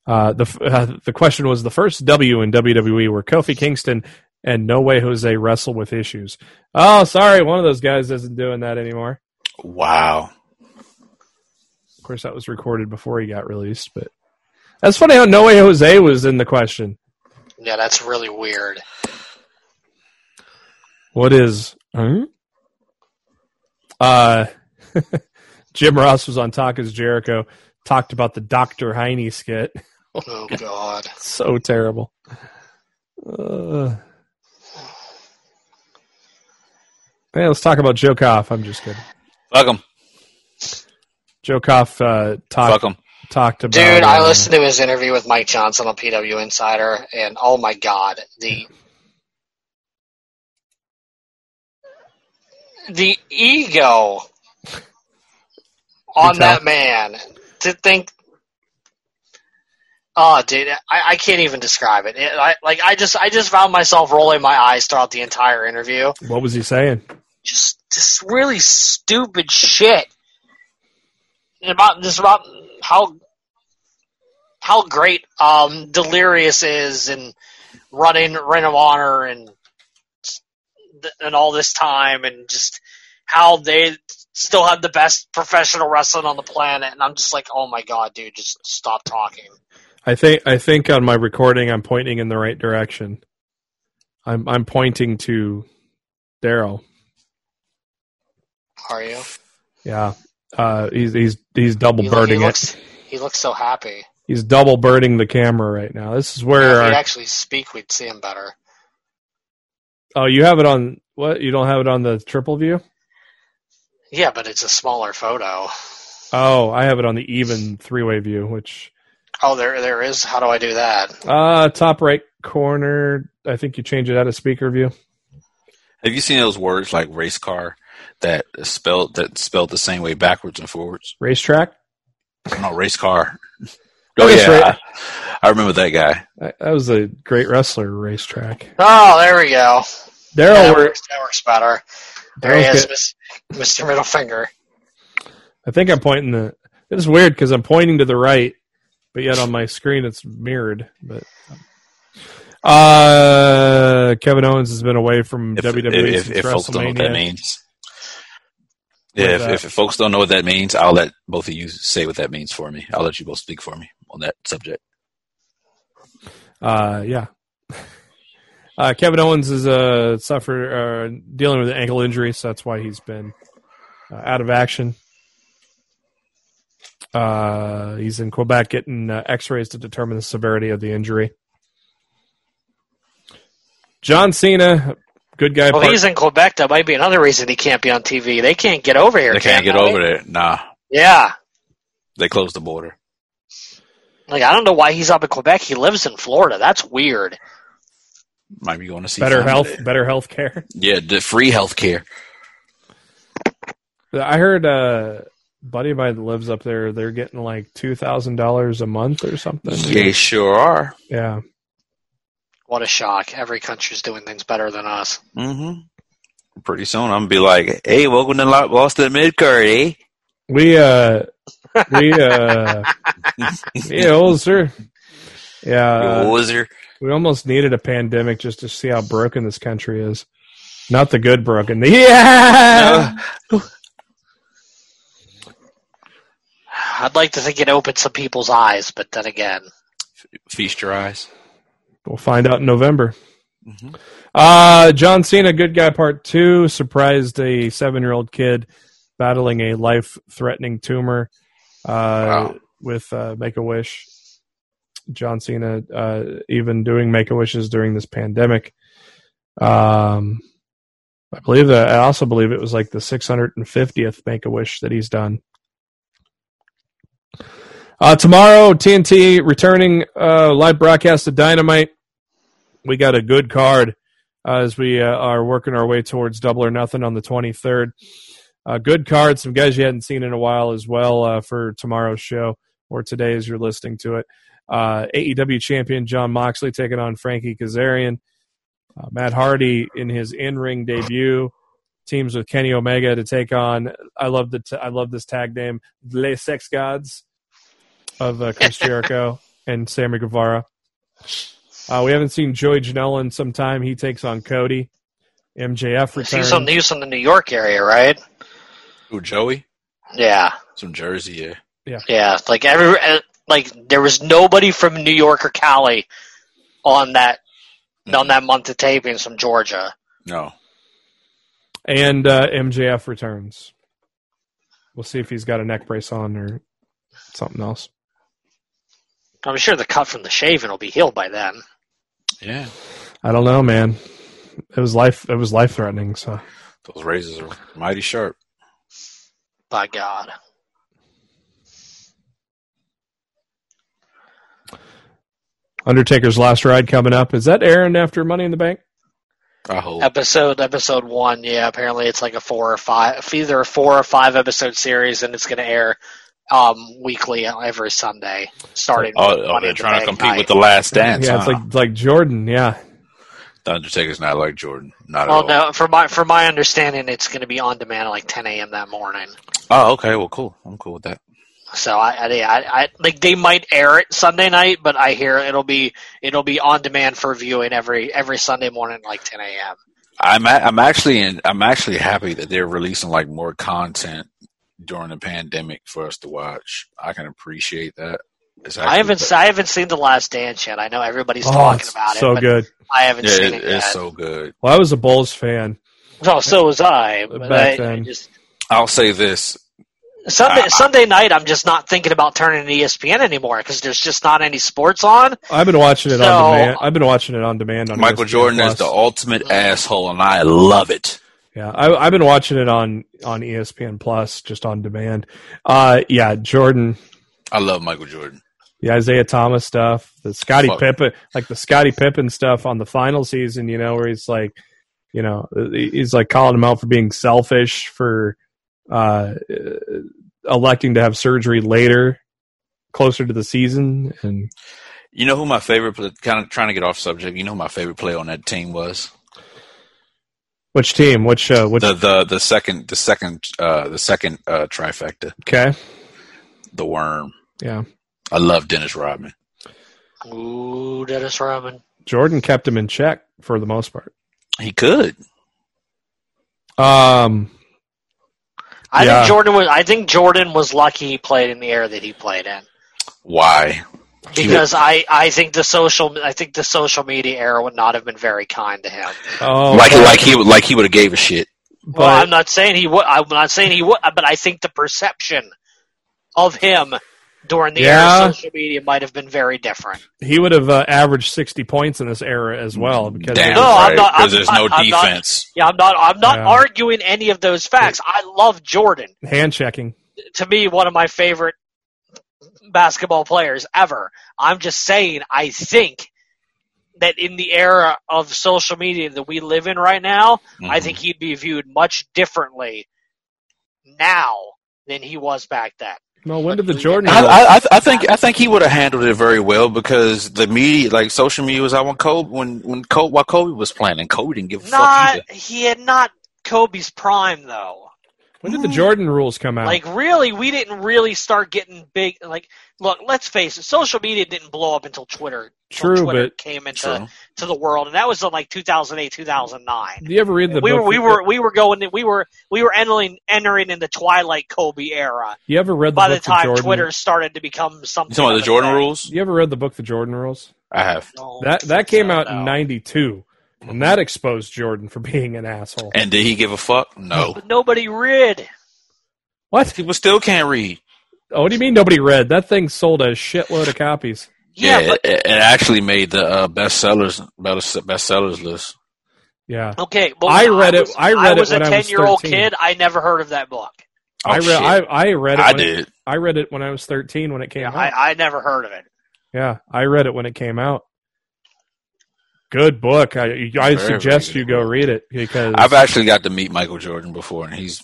Uh, the f- uh, the question was the first W in WWE were Kofi Kingston and No Way Jose wrestle with issues. Oh, sorry, one of those guys isn't doing that anymore.
Wow.
course, that was recorded before he got released, but that's funny how No Way Jose was in the question.
Yeah, that's really weird.
What is? Hmm? Uh, Jim Ross was on Talk as Jericho, talked about the Doctor Heine skit.
Oh God.
so terrible. Uh, hey, let's talk about Joe Koff. I'm just kidding.
Fuck him.
Joe Koff uh,
Fuck
talked
him.
talked about.
Dude, I
uh,
listened to his interview with Mike Johnson on PW Insider, and oh my god, the the ego
You tell.
on that man to think. Oh, dude, I, I can't even describe it. It- I, like, I just, I just found myself rolling my eyes throughout the entire interview.
What was he saying?
Just,
Just really stupid shit. And about just about
how how great um, Delirious is and running Ring of Honor and and all this time and just how they still have the best professional wrestling on the planet and I'm just like oh my god dude just stop talking
I think I think on my recording I'm pointing in the right direction. I'm I'm pointing to Daryl.
are you
Yeah. Uh, he's he's he's double
he, look- he
birding it.
looks he looks so happy
He's double birding the camera right now. This is where
if
our,
he'd actually speak we'd see him better
oh you have it on what you don't have it on the triple view.
yeah but it's a smaller photo
Oh, I have it on the even three way view, which
oh there there is how do I do that
uh top right corner. I think you change it out of speaker view.
Have you seen those words like race car that is spelled that spelled the same way backwards and forwards?
Racetrack.
No, race car.
Oh,
Oh
that's
yeah,
right.
I, I remember that guy.
I, that was a great wrestler. Racetrack.
oh there we go
Daryl.
that,
we're-
works, that works better there
Daryl's
he is
get-
Miss- Mr. Middle Finger
I think I'm pointing the. It's weird because I'm pointing to the right, but yet on my screen it's mirrored. But uh, Kevin Owens has been away from
If,
WWE
if, if,
since
if folks don't know what that
WrestleMania.
means,
What
yeah.
is
If,
that?
if folks don't know what that means, I'll let both of you say what that means for me. I'll let you both speak for me on that subject.
Uh, yeah. Uh, Kevin Owens is uh, suffer uh, dealing with an ankle injury, so that's why he's been uh, out of action. Uh, he's in Quebec getting uh, X-rays to determine the severity of the injury. John Cena, good guy.
Well,
part-
Oh, he's in Quebec. That might be another reason he can't be on TV. They can't get over here.
They can't
can
get over there. Nah,
Yeah.
they closed the border.
Like, I don't know why he's up in Quebec. He lives in Florida. That's weird.
Might be going to see
better
family
health,
there.
better health care.
Yeah, the free health care.
I heard uh, buddy of mine that lives up there. They're getting like two thousand dollars a month or something.
They sure are.
yeah.
What a shock. Every country's doing things better than us.
hmm Pretty soon, I'm gonna be like, "Hey, welcome to Lo- Lost in Midcard, eh?"
We uh we uh yeah, old sir. Yeah.
you
uh,
loser.
we almost needed a pandemic just to see how broken this country is. Not the good broken. Uh, Yeah.
I'd like to think it opens some people's eyes, but then again,
Feast your eyes.
We'll find out in November.
hmm
Uh John Cena, good guy part two, surprised a seven year old kid battling a life threatening tumor uh
Wow.
with uh make a wish. John Cena uh even doing make a wishes during this pandemic. Um I believe that I also believe it was like the six hundred and fiftieth make a wish that he's done. Uh, tomorrow, TNT returning uh, live broadcast of Dynamite. We got a good card uh, as we uh, are working our way towards Double or Nothing on the 23rd. Uh, good card, some guys you hadn't seen in a while as well uh, for tomorrow's show or today as you're listening to it. Uh, AEW champion John Moxley taking on Frankie Kazarian. Uh, Matt Hardy in his in-ring debut teams with Kenny Omega to take on. I love the t- I love this tag name, Les Sex Gods of uh, Chris Jericho and Sammy Guevara. Uh, we haven't seen Joey Janela in some time. He takes on Cody. MJF
he's on
returns.
the he's in the New York area, right?
Who Joey?
Yeah.
Some Jersey, yeah.
Yeah.
Yeah, like every uh, like there was nobody from New York or Cali on that
Mm-hmm.
on that month of tapings from Georgia.
No.
And uh, MJF returns. We'll see if he's got a neck brace on or something else.
I'm sure the cut from the shaving will be healed by then.
Yeah.
I don't know, man. It was life. It was life threatening. So
Those razors are mighty sharp.
By God,
Undertaker's last ride coming up. Is that Aaron after Money in the Bank?
I hope.
episode episode one. Yeah, apparently it's like a four or five, either a four or five episode series, and it's going to air um, weekly every Sunday, starting.
Oh,
with
oh,
Monday
they're trying to
Night.
compete with the last dance.
yeah, it's
huh?
uh,
like it's like Jordan. Yeah,
the Undertaker's not like Jordan. Not
Well,
at all.
Oh, no, from my from my understanding, it's going to be on demand at like 10 a.m. that morning.
Oh, okay. Well, cool. I'm cool with that.
So I, I, I, I like they might air it Sunday night, but I hear it'll be it'll be on demand for viewing every every Sunday morning at like 10 a.m.
I'm a- I'm actually in, I'm actually happy that they're releasing like more content during the pandemic for us to watch. I can appreciate that. It's
I haven't
actually-
se- I haven't seen the Last Dance yet. I know everybody's
oh,
talking
it's
about it,
so
but
good.
I haven't
Yeah,
seen
it,
it, yet.
it's so good.
Well, I was a Bulls fan.
no, so was I. But
Back
I, I
then.
just,
I'll say this.
Sunday
I- I-
Sunday night, I'm just not thinking about turning to E ESPN anymore because there's just not any sports on.
I've been watching it
So-
on demand. I've been watching it on demand. On E
Michael
ESPN+.
Jordan is the ultimate
Mm.
asshole, and I love it.
Yeah, I, I've been watching it on on E ESPN Plus, just on demand. Uh, yeah, Jordan,
I love Michael Jordan.
the Isaiah Thomas stuff, the Scotty
Fuck.
Pippen, like the Scotty Pippen stuff on the final season. You know, where he's like, you know, he's like calling him out for being selfish for uh, electing to have surgery later, closer to the season, and
You know who my favorite pla- kind of trying to get off subject. You know who my favorite player on that team was
which team, which uh, which
the the the second the second uh, the second uh, trifecta,
okay,
the worm.
yeah.
I love Dennis Rodman.
Ooh, Dennis Rodman.
Jordan kept him in check for the most part.
He could.
Um,
I
Yeah.
think Jordan was. I think Jordan was lucky he played in the era that he played in
Why?
because I, I think the social I think the social media era would not have been very kind to him.
oh,
like
but-
like he would- like he would have gave a shit.
but-
well, I'm not saying he would. I'm not saying he would, but I think the perception of him during the
Yeah.
era of social media might have been very different.
he would have uh, averaged 60 points in this era as well because
Damn
No, I'm
right,
not- I'm
because there's no
not- I'm not-
defense.
Yeah, I'm not. I'm not
Yeah.
arguing any of those facts. I love Jordan.
hand checking
To me, one of my favorite basketball players ever. I'm just saying. I think that in the era of social media that we live in right now, I
Mm-hmm.
Mhm.
think he'd be viewed much differently now than he was back then.
no when did the
Like,
jordan
I,
rule-
I, I- I think I think he would have handled it very well because the media, like social media, was out when Kobe when when Kobe while Kobe was playing, and Kobe didn't give a fuck
Not
either.
he had not Kobe's prime though.
when did the jordan rules come out
Like really, we didn't really start getting big. Like, look, let's face it, social media didn't blow up until Twitter. until
True,
Twitter
but-
came into
True.
to the world, and that was in like 2008, 2009.
do you ever read the
We
book
were we were we were going we were we were entering entering in the twilight Kobe era
you ever read the
by the
book the
time
jordan
Twitter started to become something.
You talking
of
about
a
the Jordan
thing.
rules?
you ever read the book the jordan rules
I have,
No,
that that came out in
Oh, no.
92 and that exposed jordan for being an asshole
and did he give a fuck? No,
Oh.
But nobody read.
what
people still can't read.
oh what do you mean nobody read that thing sold a shitload of copies
Yeah, but
it, it actually made the uh, bestsellers best bestsellers list.
yeah
okay. But
I
when
read it-
was-
I read it
was
when
a
I was
ten-year-old
13.
kid. I never heard of that book.
Oh,
i read
shit.
I, I read it
I
when it-
did.
i read it when i was 13 when it came
Yeah,
out
I, I never heard of it.
Yeah, I read it when it came out. Good book. I, I
Very,
suggest
very
you
good
go
book.
read it because
I've actually got to meet Michael Jordan before, and he's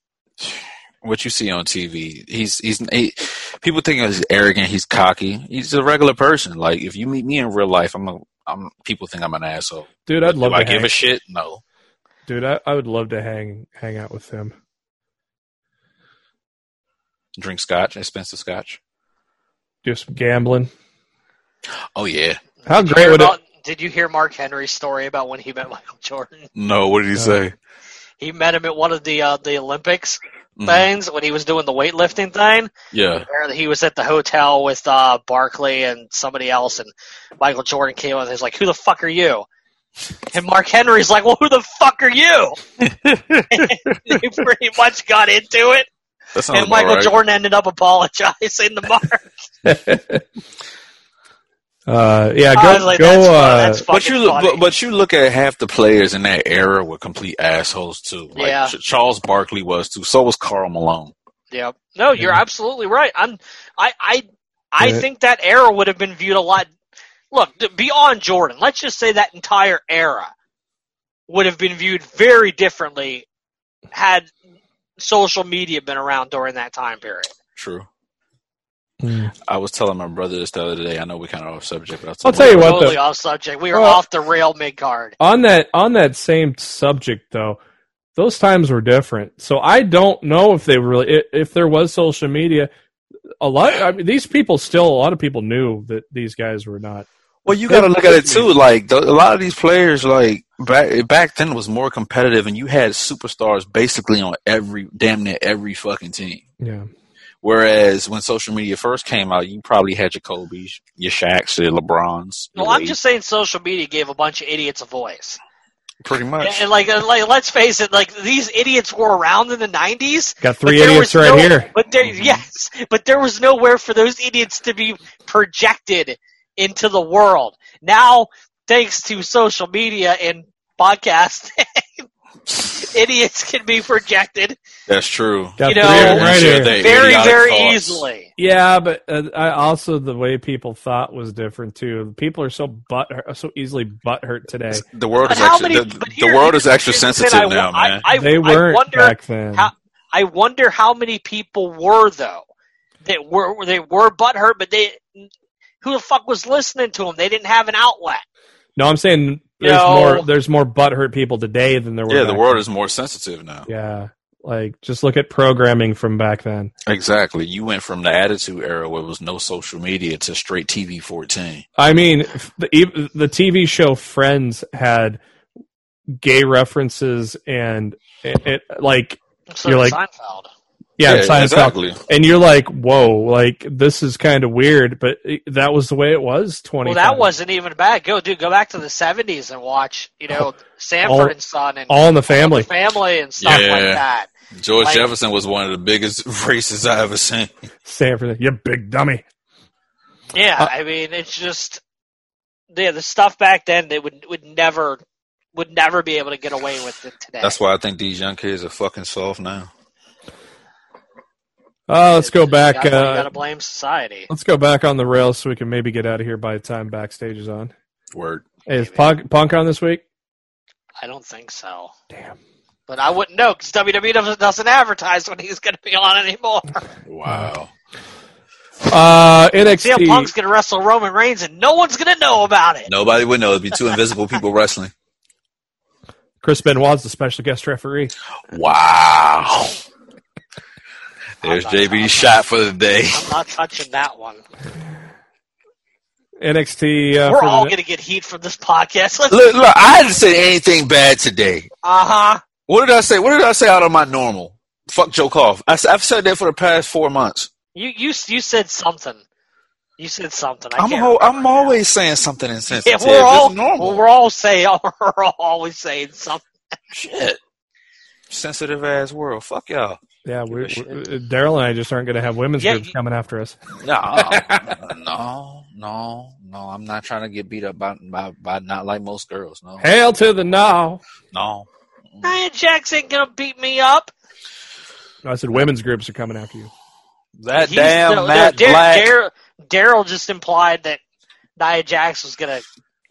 what you see on TV. He's he's he, people think he's arrogant. He's cocky. He's a regular person. Like if you meet me in real life, I'm a I'm people think I'm an asshole.
dude, I'd
But
love
do
to
I give
hang.
a shit? No.
dude, I, I would love to hang hang out with him.
Drink scotch, expensive scotch.
Do some gambling.
Oh yeah.
How
Did you
great
hear
would it?
about- Did you hear Mark Henry's story about when he met Michael Jordan?
Uh, No. What did he
say?
say?
He met him at one of the uh, the Olympics,
Mm-hmm.
things when he was doing the weightlifting thing.
mm-hmm. Yeah.
Where he was at the hotel with uh, Barkley and somebody else, and Michael Jordan came up and was like, "Who the fuck are you?" And Mark Henry's like, "Well, who the fuck are you?" And they pretty much got into it,
That sounds
Oh,
and
about
Michael
right.
Jordan ended up apologizing to Mark.
Uh, yeah,
I
go
was Ah, like,
go. uh,
that's, fu- that's
But
fucking
you look,
funny.
but, but you look at half the players in that era were complete assholes too. Like
Yeah.
Ch- Charles Barkley was too. So was Carl Malone.
Yeah. No, you're
Yeah.
absolutely right. I'm I I I
Yeah.
think that era would have been viewed a lot Look, th- beyond Jordan, let's just say that entire era would have been viewed very differently had social media been around during that time period.
True.
mm.
I was telling my brother this the other day. I know we kind of off subject, but I was
I'll
telling
tell
him-
you what,
totally
though.
off subject. We were
Well-
off the rail mid card.
On that on that same subject though, those times were different. So I don't know if they really i- if there was social media. A lot. I mean, these people still. A lot of people knew that these guys were not.
Well, you got to look at it too. Like th- a lot of these players, like back back then, was more competitive, and you had superstars basically on every damn near every fucking team.
Yeah.
Whereas when social media first came out, you probably had your Kobe's, your Shaq's, your LeBron's. your
Well, I'm
Wade's.
just saying social media gave a bunch of idiots a voice.
pretty
And,
much.
and like, uh, like, let's face it, like these idiots were around in the '90s.
Got
but
three
there
idiots
was
right
no-
here.
But there,
Mhm.
yes, but there was nowhere for those idiots to be projected into the world. Now, thanks to social media and podcast, idiots can be projected
That's true.
Got three
You know,
of 'em
Yeah,
right
sure
here.
they-
very,
Idiotic
very
thoughts.
easily.
Yeah, but uh, I also the way people thought was different too. People are so butt so easily butthurt today.
The world
But
is
how
actually
many?
the,
but
the
here-
world is
here's-
extra
here's the thing
sensitive
I wa-
now,
I-
man.
I-
They
I
weren't
wonder-
back then.
how- I wonder how many people were though that were they were butthurt, but they who the fuck was listening to them? They didn't have an outlet.
no, I'm saying there's
No.
more there's more butthurt people today than there were.
yeah, the
back
world
then.
is more sensitive now.
Yeah, like just look at programming from back then.
Exactly. You went from the Attitude Era where there was no social media to straight TV fourteen.
I mean, f- the ev- the TV show Friends had gay references and it, it like
So
You're
did
like-
Seinfeld.
yeah, and Seinfeld.
exactly.
And you're like, whoa, like this is kind of weird, but it- that was the way it was. Twenty.
Well, that wasn't even bad. Go, dude, go back to the seventies and watch, you know, Sanford
Oh, all-
and Son and
all in the family.
Family and stuff like
Yeah.
that.
George
Like-
Jefferson was one of the biggest racists I ever seen.
Sanford, you big dummy.
Yeah,
Uh,
I mean, it's just yeah, the stuff back then they would would never would never be able to get away with it today.
That's why I think these young kids are fucking soft now.
Uh, let's go back.
You got
Uh,
to blame society.
let's go back on the rails so we can maybe get out of here by the time backstage is on.
Word.
Hey, is
Maybe.
Punk, Punk on this week?
I don't think so.
Damn.
But I wouldn't know because WWE E doesn't- doesn't advertise when he's going to be on anymore.
Wow.
Uh,
CM Punk's
NXT.
going to wrestle Roman Reigns and no one's going to know about it.
Nobody would know. It'd be two invisible people wrestling.
Chris Benoit's the special guest referee.
Wow. There's
I'm not-
JB's shot for the day.
I'm not touching that one.
NXT. Uh,
We're
for
all
the,
going to get heat from this podcast.
Look, look, I didn't say anything bad today.
Uh huh.
What did I say? What did I say out of my normal? Fuck Joe Koff. I, have said that for the past four months.
You you you said something. You said something. I
I'm
can't
ho-
remember
I'm
now.
always saying something
Yeah,
insensitive.
we're all
it's normal.
well, we're all saying we're all always saying something.
Shit. Sensitive ass world. Fuck y'all.
yeah, we,
Give a
we, uh,
shit.
Daryl and I just aren't going to have women's
Yeah,
groups
you-
coming after us.
No, no, no, no. I'm not trying to get beat up by, by, by not like most girls. No,
Hail to the now.
no.
Nia Jax ain't gonna beat me up.
No, I said women's groups are coming after you.
That
He's-
damn
no, no,
Matt
Dar-
Black.
Dar- Daryl just implied that Nia Jax was gonna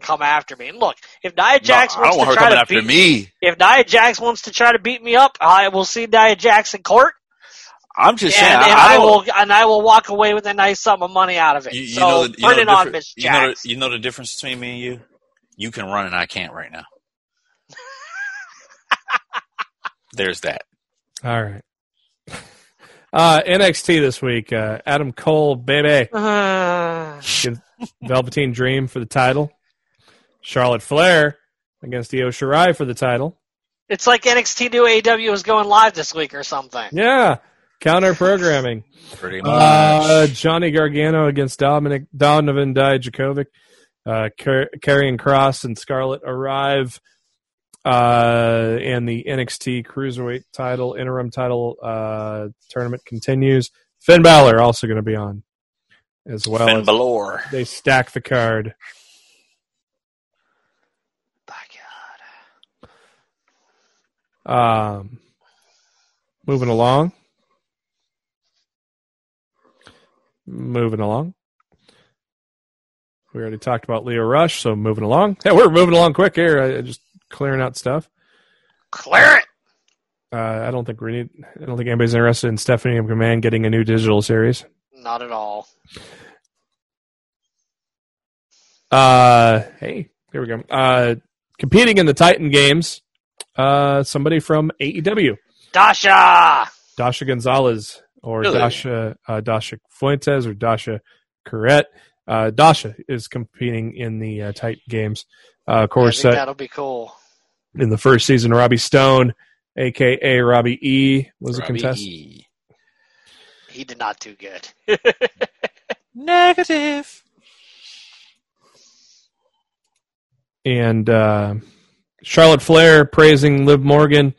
come after me. And look, if Nia
No,
Jax
I don't
wants
want
to
her
try
coming
to
after
beat
me.
if Nia Jax wants to try to beat me up, I will see Nia Jax in court,
I'm
and,
just saying.
and
I,
I,
don't-
will and I will walk away with a nice sum of money out of it.
You, you
so
know, the, you, know
bring
the
it on,
different-
Miss
you know,
Jax.
the, you know the difference between me and you. You can run and I can't right now. There's that.
All right. Uh, NXT this week. Uh, Adam Cole, baby.
Uh,
Velveteen Dream for the title. Charlotte Flair against Io Shirai for the title.
It's like NXT to AW E is going live this week or something.
Yeah, counter programming.
Pretty much.
Uh, Johnny Gargano against Dominic Donovan Dijakovic. Uh, Carrying Cross and Scarlett arrive, uh, and the NXT Cruiserweight title interim title uh, tournament continues. Finn Balor also going to be on as well.
Finn
as
Balor.
they stack the card.
By God.
Um, moving along. Moving along. We already talked about Leo Rush, so moving along. Yeah, we're moving along quick here. I, I just clearing out stuff.
Clear it.
Uh, I don't think we need. I don't think anybody's interested in Stephanie McMahon getting a new digital series.
Not at all.
Uh, hey, here we go. Uh, competing in the Titan Games. Uh, somebody from AEW.
Dasha.
Dasha Gonzalez or
Really?
Dasha uh, Dasha Fuentes or Dasha Corret. Uh, Dasha is competing in the uh, tight games. Uh, of
I
course,
think
uh,
that'll be cool.
in the first season, Robbie Stone, aka Robbie E, was a
Robbie
contestant.
E.
He did not do good.
Negative.
and uh, Charlotte Flair praising Liv Morgan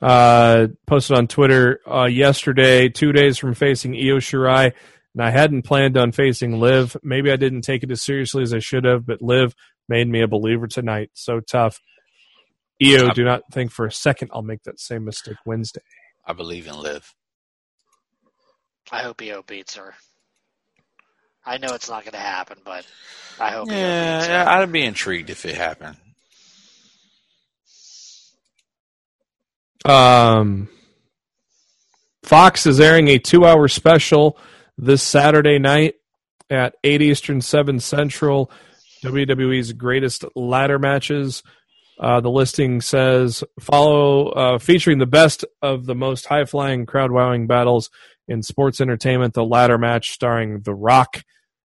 uh, posted on Twitter uh, yesterday, two days from facing Io Shirai. And I hadn't planned on facing Liv. Maybe I didn't take it as seriously as I should have, but Liv made me a believer tonight. So tough. Io, do not think for a second I'll make that same mistake Wednesday.
I believe in live.
I hope EO beats her. I know it's not going to happen, but I hope EO beats
Yeah,
her.
I'd be intrigued if it happened.
Um, Fox is airing a two hour special this Saturday night at 8 Eastern, 7 Central. WWE's greatest ladder matches. Uh, the listing says follow uh, featuring the best of the most high flying, crowd wowing battles in sports entertainment. The ladder match starring The Rock.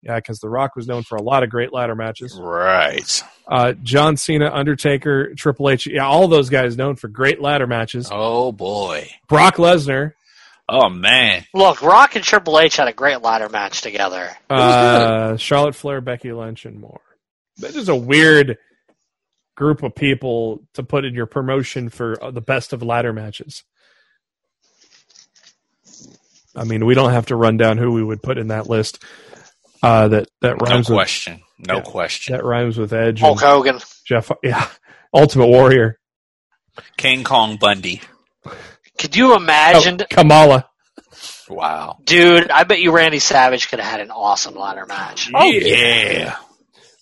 Yeah, because The Rock was known for a lot of great ladder matches
Right.
uh, John Cena, Undertaker, Triple H, yeah, all those guys known for great ladder matches.
Oh boy.
Brock Lesnar,
Oh man.
Look, Rock and Triple H had a great ladder match together.
uh, Charlotte Flair, Becky Lynch, and more. That is a weird group of people to put in your promotion for uh, the best of ladder matches. I mean, we don't have to run down who we would put in that list. Uh, that that
No
rhymes with
question. No
Yeah.
question.
that rhymes with Edge and
Hulk Hogan.
Jeff. Yeah, Ultimate Warrior,
King Kong Bundy.
Could you
oh,
imagine?
Kamala.
Wow.
Dude, I bet you Randy Savage could have had an awesome ladder match.
Oh,
yeah.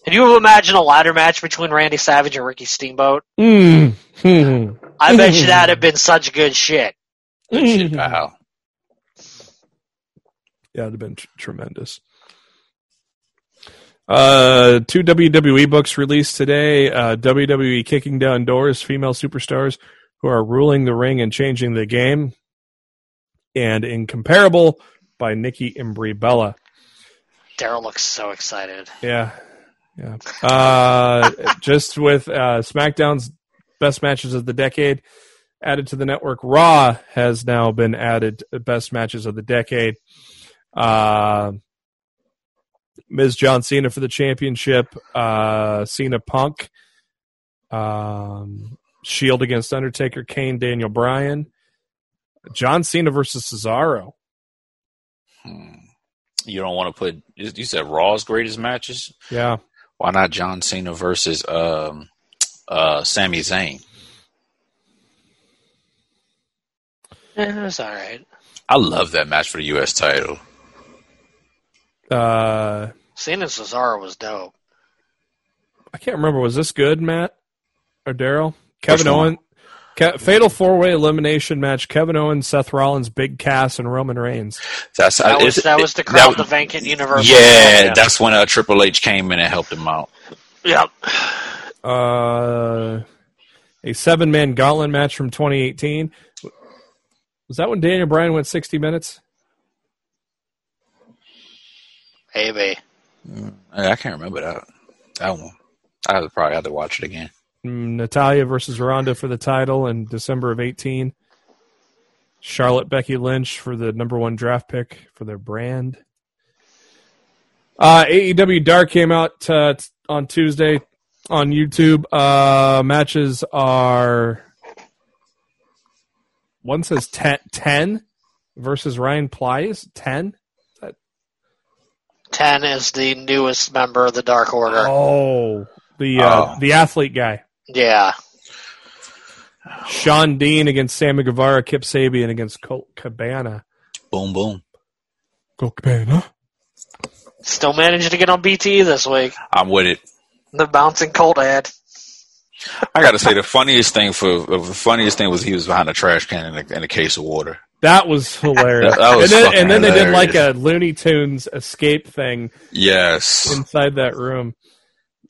Can you imagine a ladder match between Randy Savage and Ricky Steamboat?
Mm. Hmm.
I bet you that'd have been such good shit.
Good shit, pal.
Yeah, it'd have been tr- tremendous. Uh, two WWE books released today. Uh, WWE Kicking Down Doors, Female Superstars Who Are Ruling the Ring and Changing the Game, and Incomparable by Nikki Imbribella.
Daryl looks so excited.
Yeah. Yeah. Uh, just with uh, SmackDown's best matches of the decade added to the network, Raw has now been added to best matches of the decade. Uh, Ms. John Cena for the championship, uh, Cena Punk, um, Shield against Undertaker, Kane, Daniel Bryan, John Cena versus Cesaro.
Hmm. You don't want to put. You you said Raw's greatest matches.
Yeah.
Why not John Cena versus um, uh, Sami Zayn?
Eh, It was all right.
I love that match for the U.S. title.
Uh,
Cena and Cesaro was dope.
I can't remember. Was this good, Matt or Daryl? Kevin
one?
Owens, Ke- fatal four way elimination match. Kevin Owens, Seth Rollins, Big Cass, and Roman Reigns.
That's
That was,
it's-
that
Uh, it-
was the crowd,
that-
the vacant universe.
yeah, that's when uh, Triple H came in and helped him out.
Yep.
Uh, a seven man gauntlet match from 2018. Was that when Daniel Bryan went 60 minutes?
Maybe.
Yeah, I can't remember that that one. I would probably have to watch it again.
Natalia versus Ronda for the title in December of 18. Charlotte Becky Lynch for the number one draft pick for their brand. Uh, AEW Dark came out uh, t- on Tuesday on YouTube. Uh, matches are one says ten, 10 versus Ryan Plies. 10?
Ten is the newest member of the Dark Order.
Oh, the uh,
Oh.
the athlete guy.
Yeah,
Sean Dean against Sammy Guevara, Kip Sabian against Colt Cabana.
Boom, boom.
Colt Cabana?
still managed to get on BT this week.
I'm with it.
The bouncing cold ad.
I gotta say, the funniest thing for uh, the funniest thing was he was behind a trash can in a, in a case of water.
That was hilarious.
That- that
and
was
then,
fucking
and then they did like a
hilarious.
Looney Tunes escape thing
Yes,
inside that room.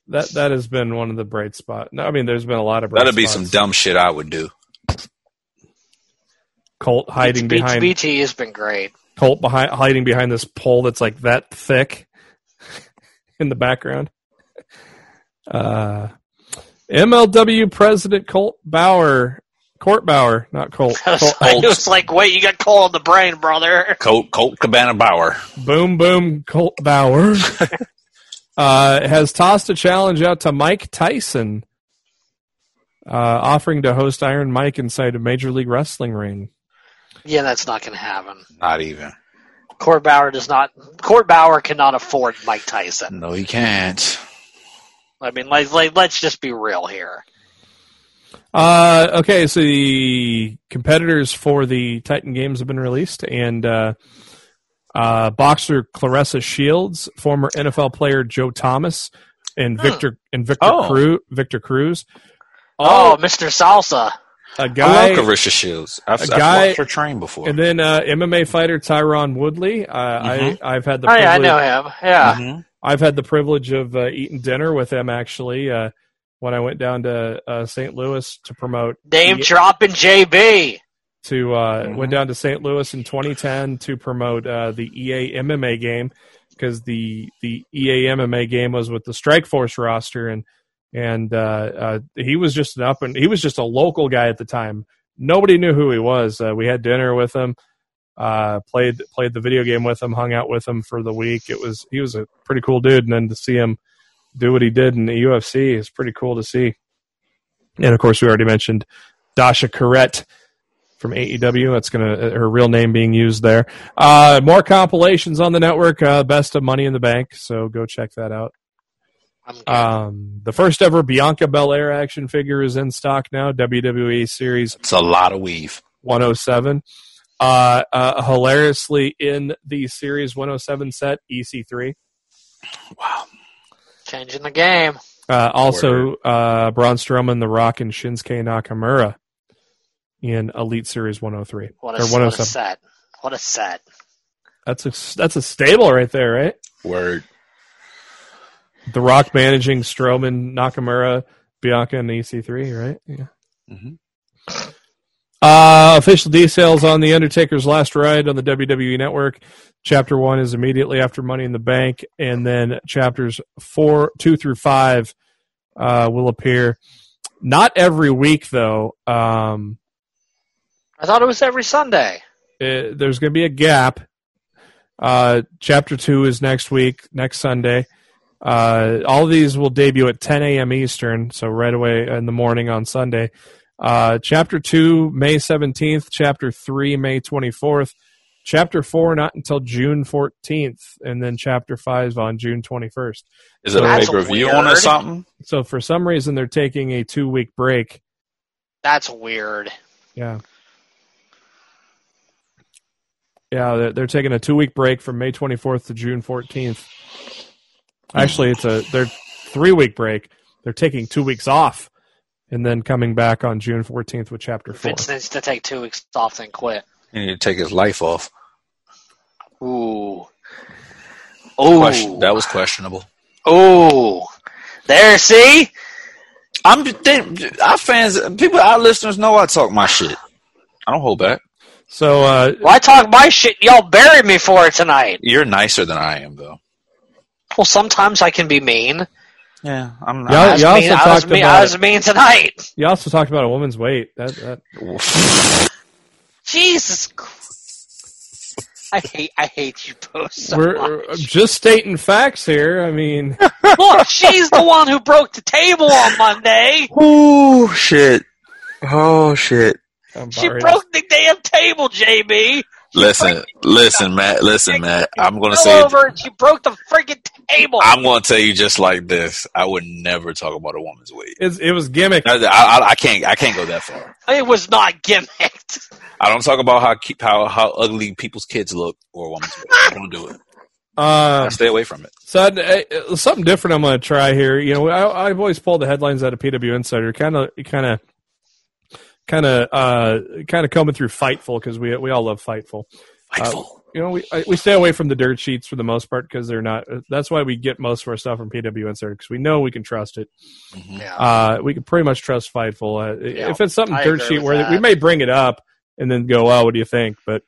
That that has been one of the bright spots. No, I mean, there's been a lot of bright
that'd be some
spots.
dumb shit I would do.
Colt hiding
B-
behind
BT has been great.
Colt behind hiding behind this pole that's like that thick in the background. Uh, MLW president Colt Bauer, Court Bauer, not Colt.
I was,
Colt
I was like, wait, you got cold on the brain, brother.
Colt, Colt Cabana Bauer.
boom, boom, Colt Bauer uh, has tossed a challenge out to Mike Tyson, uh, offering to host Iron Mike inside a Major League Wrestling ring.
Yeah, that's not going to happen.
Not even.
Court Bauer does not. Court Bauer cannot afford Mike Tyson.
No, he can't.
I mean, like, like, let's just be real here.
Uh, okay, so the competitors for the Titan Games have been released, and uh, uh, boxer Clarissa Shields, former NFL player Joe Thomas, and
Huh.
Victor and Victor
Oh.
Cruz, Victor Cruz.
Oh, Mr. Salsa.
a
I
guy,
love Carisha Shields. I've,
a
I've
guy-
watched her train before.
and then uh, MMA fighter Tyron Woodley. Uh, I I've had the
Oh, yeah, I
privilege,
know him. Yeah.
Mhm.
I've had the privilege of uh, eating dinner with him actually uh, when I went down to uh, St. Louis to promote
Name
Mm-hmm. Yeah.
dropping JB.
to uh,
Mhm.
went down to St. Louis in 2010 to promote uh, the EA MMA game because the the E EA MMA game was with the Strikeforce roster and and uh, uh, he was just an up and he was just a local guy at the time. Nobody knew who he was. Uh, we had dinner with him, uh, played played the video game with him, hung out with him for the week. It was he was a pretty cool dude, and then to see him do what he did in the UFC is pretty cool to see. And of course, we already mentioned Dasha Corette from AEW. That's gonna uh, her real name being used there. Uh, more compilations on the network. Uh, best of Money in the Bank. So go check that out.
I'm good.
Um, the first ever Bianca Belair action figure is in stock now. WWE Series
It's a lot of weave.
107. Uh, uh, hilariously in the Series 107 set, E EC3.
Wow.
Changing the game.
Uh, also, uh, Braun Strowman, The Rock, and Shinsuke Nakamura in Elite Series 103.
What
Or
a, what a
107.
set. What a set.
That's a that's a stable right there, right?
Word.
The Rock managing Strowman, Nakamura, Bianca, and EC3, right? Yeah.
Mhm.
Uh, official details on The Undertaker's Last Ride on the WWE Network. Chapter one is immediately after Money in the Bank, and then chapters four, two through five uh, will appear. Not every week, though. Um,
I thought it was every Sunday.
uh, there's going to be a gap. Uh, chapter two is next week, next Sunday. Uh, all of these will debut at 10 a.m. Eastern, so right away in the morning on Sunday. Uh, chapter two, May 17th. Chapter three, May 24th. Chapter four, not until June 14th, and then chapter five on June 21st.
Is it a pay
That's
per view on or
weird.
something?
So for some reason, they're taking a two week break.
That's weird.
Yeah. Yeah, they're, they're taking a two week break from May 24th to June 14th. Actually, it's a they're three week break. They're taking two weeks off and then coming back on June 14th with chapter four.
Vince needs to take two weeks off then quit.
He need to take his life off.
Ooh. Ooh.
Question- that was questionable.
Ooh. There, see?
I'm just think- our fans, people, our listeners know I talk my shit. I don't hold back.
So, uh,
Well, I talk my shit. Y'all buried me for it tonight.
You're nicer than I am, though.
Well, sometimes I can be mean.
Yeah, I'm
Y'all-
not.
I was,
Oh, you
mean,
also
I, was
talked
mean,
about-
I was mean tonight.
You also talked about a woman's weight. That, that
Jesus Christ. I hate I hate you both so
we're uh,
much.
just stating facts here. I mean,
Look, she's the one who broke the table on Monday.
Oh shit! Oh shit!
I'm
She
sorry.
broke the damn table, JB.
Listen, listen, Matt. Listen, Matt. I'm gonna
Fell
say.
over and she broke the freaking table.
I'm gonna tell you just like this. I would never talk about a woman's weight.
It's, it was gimmick.
I, I, I can't. I can't go that far.
It was not gimmicked.
I don't talk about how ki- how how ugly people's kids look or a woman's weight. I don't do it. I
Um,
stay away from it.
So I'd- uh, something different I'm going to try here. You know, I, I've always pulled the headlines out of PW Insider, kind of, kind of, kind of, uh, kind of coming through Fightful because we we all love Fightful.
Fightful.
You know, we I, we stay away from the dirt sheets for the most part because they're not. uh, That's why we get most of our stuff from PW Insider because we know we can trust it.
Mhm.
Yeah.
Uh, we can pretty much trust Fightful. Uh,
Yeah,
if it's something
I
dirt
agree
sheet
with
where
that.
we may bring it up and then go, "Oh, what do you think?" But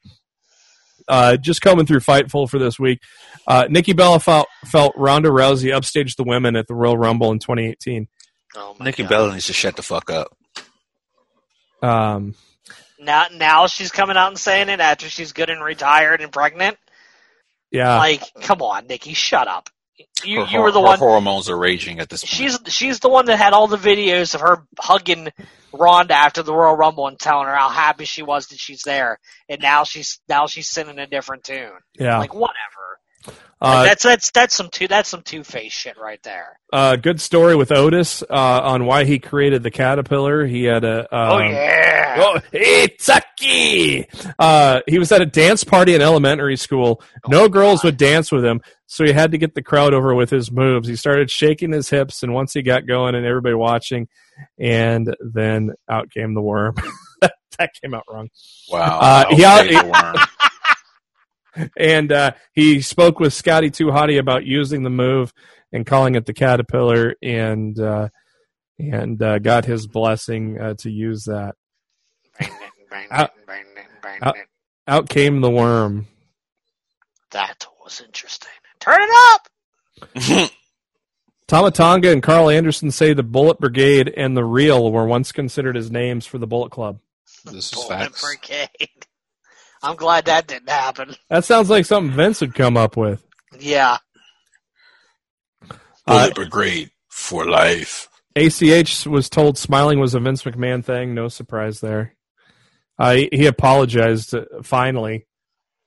uh, just coming through Fightful for this week, uh, Nikki Bella felt, felt Ronda Rousey upstaged the women at the Royal Rumble in 2018.
Oh my
Nikki
God.
Bella needs to shut the fuck up.
Um,
Now now she's coming out and saying it after she's good and retired and pregnant.
yeah,
like, come on, Nikki, shut up. You
her,
you were the
her
one
hormones are raging at this point.
she's she's the one that had all the videos of her hugging Ronda after the Royal Rumble and telling her how happy she was that she's there, and now she's now she's singing a different tune.
yeah.
Like whatever. Like,
Oh. uh,
that's that's that's some two that's some two face shit right there.
uh, good story with Otis uh, on why he created the caterpillar. He had a um,
oh yeah.
Oh, it's a key. Uh, he was at a dance party in elementary school.
Oh,
No girls would dance with him, so he had to get the crowd over with his moves. He started shaking his hips, and once he got going, and everybody watching, and then out came the worm. that came out wrong.
Wow.
Uh,
I'll
yeah,
take the worm.
And uh, he spoke with Scotty Too Hottie about using the move and calling it the caterpillar, and uh, and uh, got his blessing uh, to use that. Out- out- Out came the worm.
That was interesting. Turn it up.
Tomatonga and Carl Anderson say the Bullet Brigade and the Real were once considered as names for the Bullet Club.
this is
Bullet
facts.
Brigade. I'm glad that didn't happen.
That sounds like something Vince would come up with.
Yeah.
Uh,
Bullet Brigade for life.
ACH was told smiling was a Vince McMahon thing. No surprise there. Uh, he- he apologized uh, finally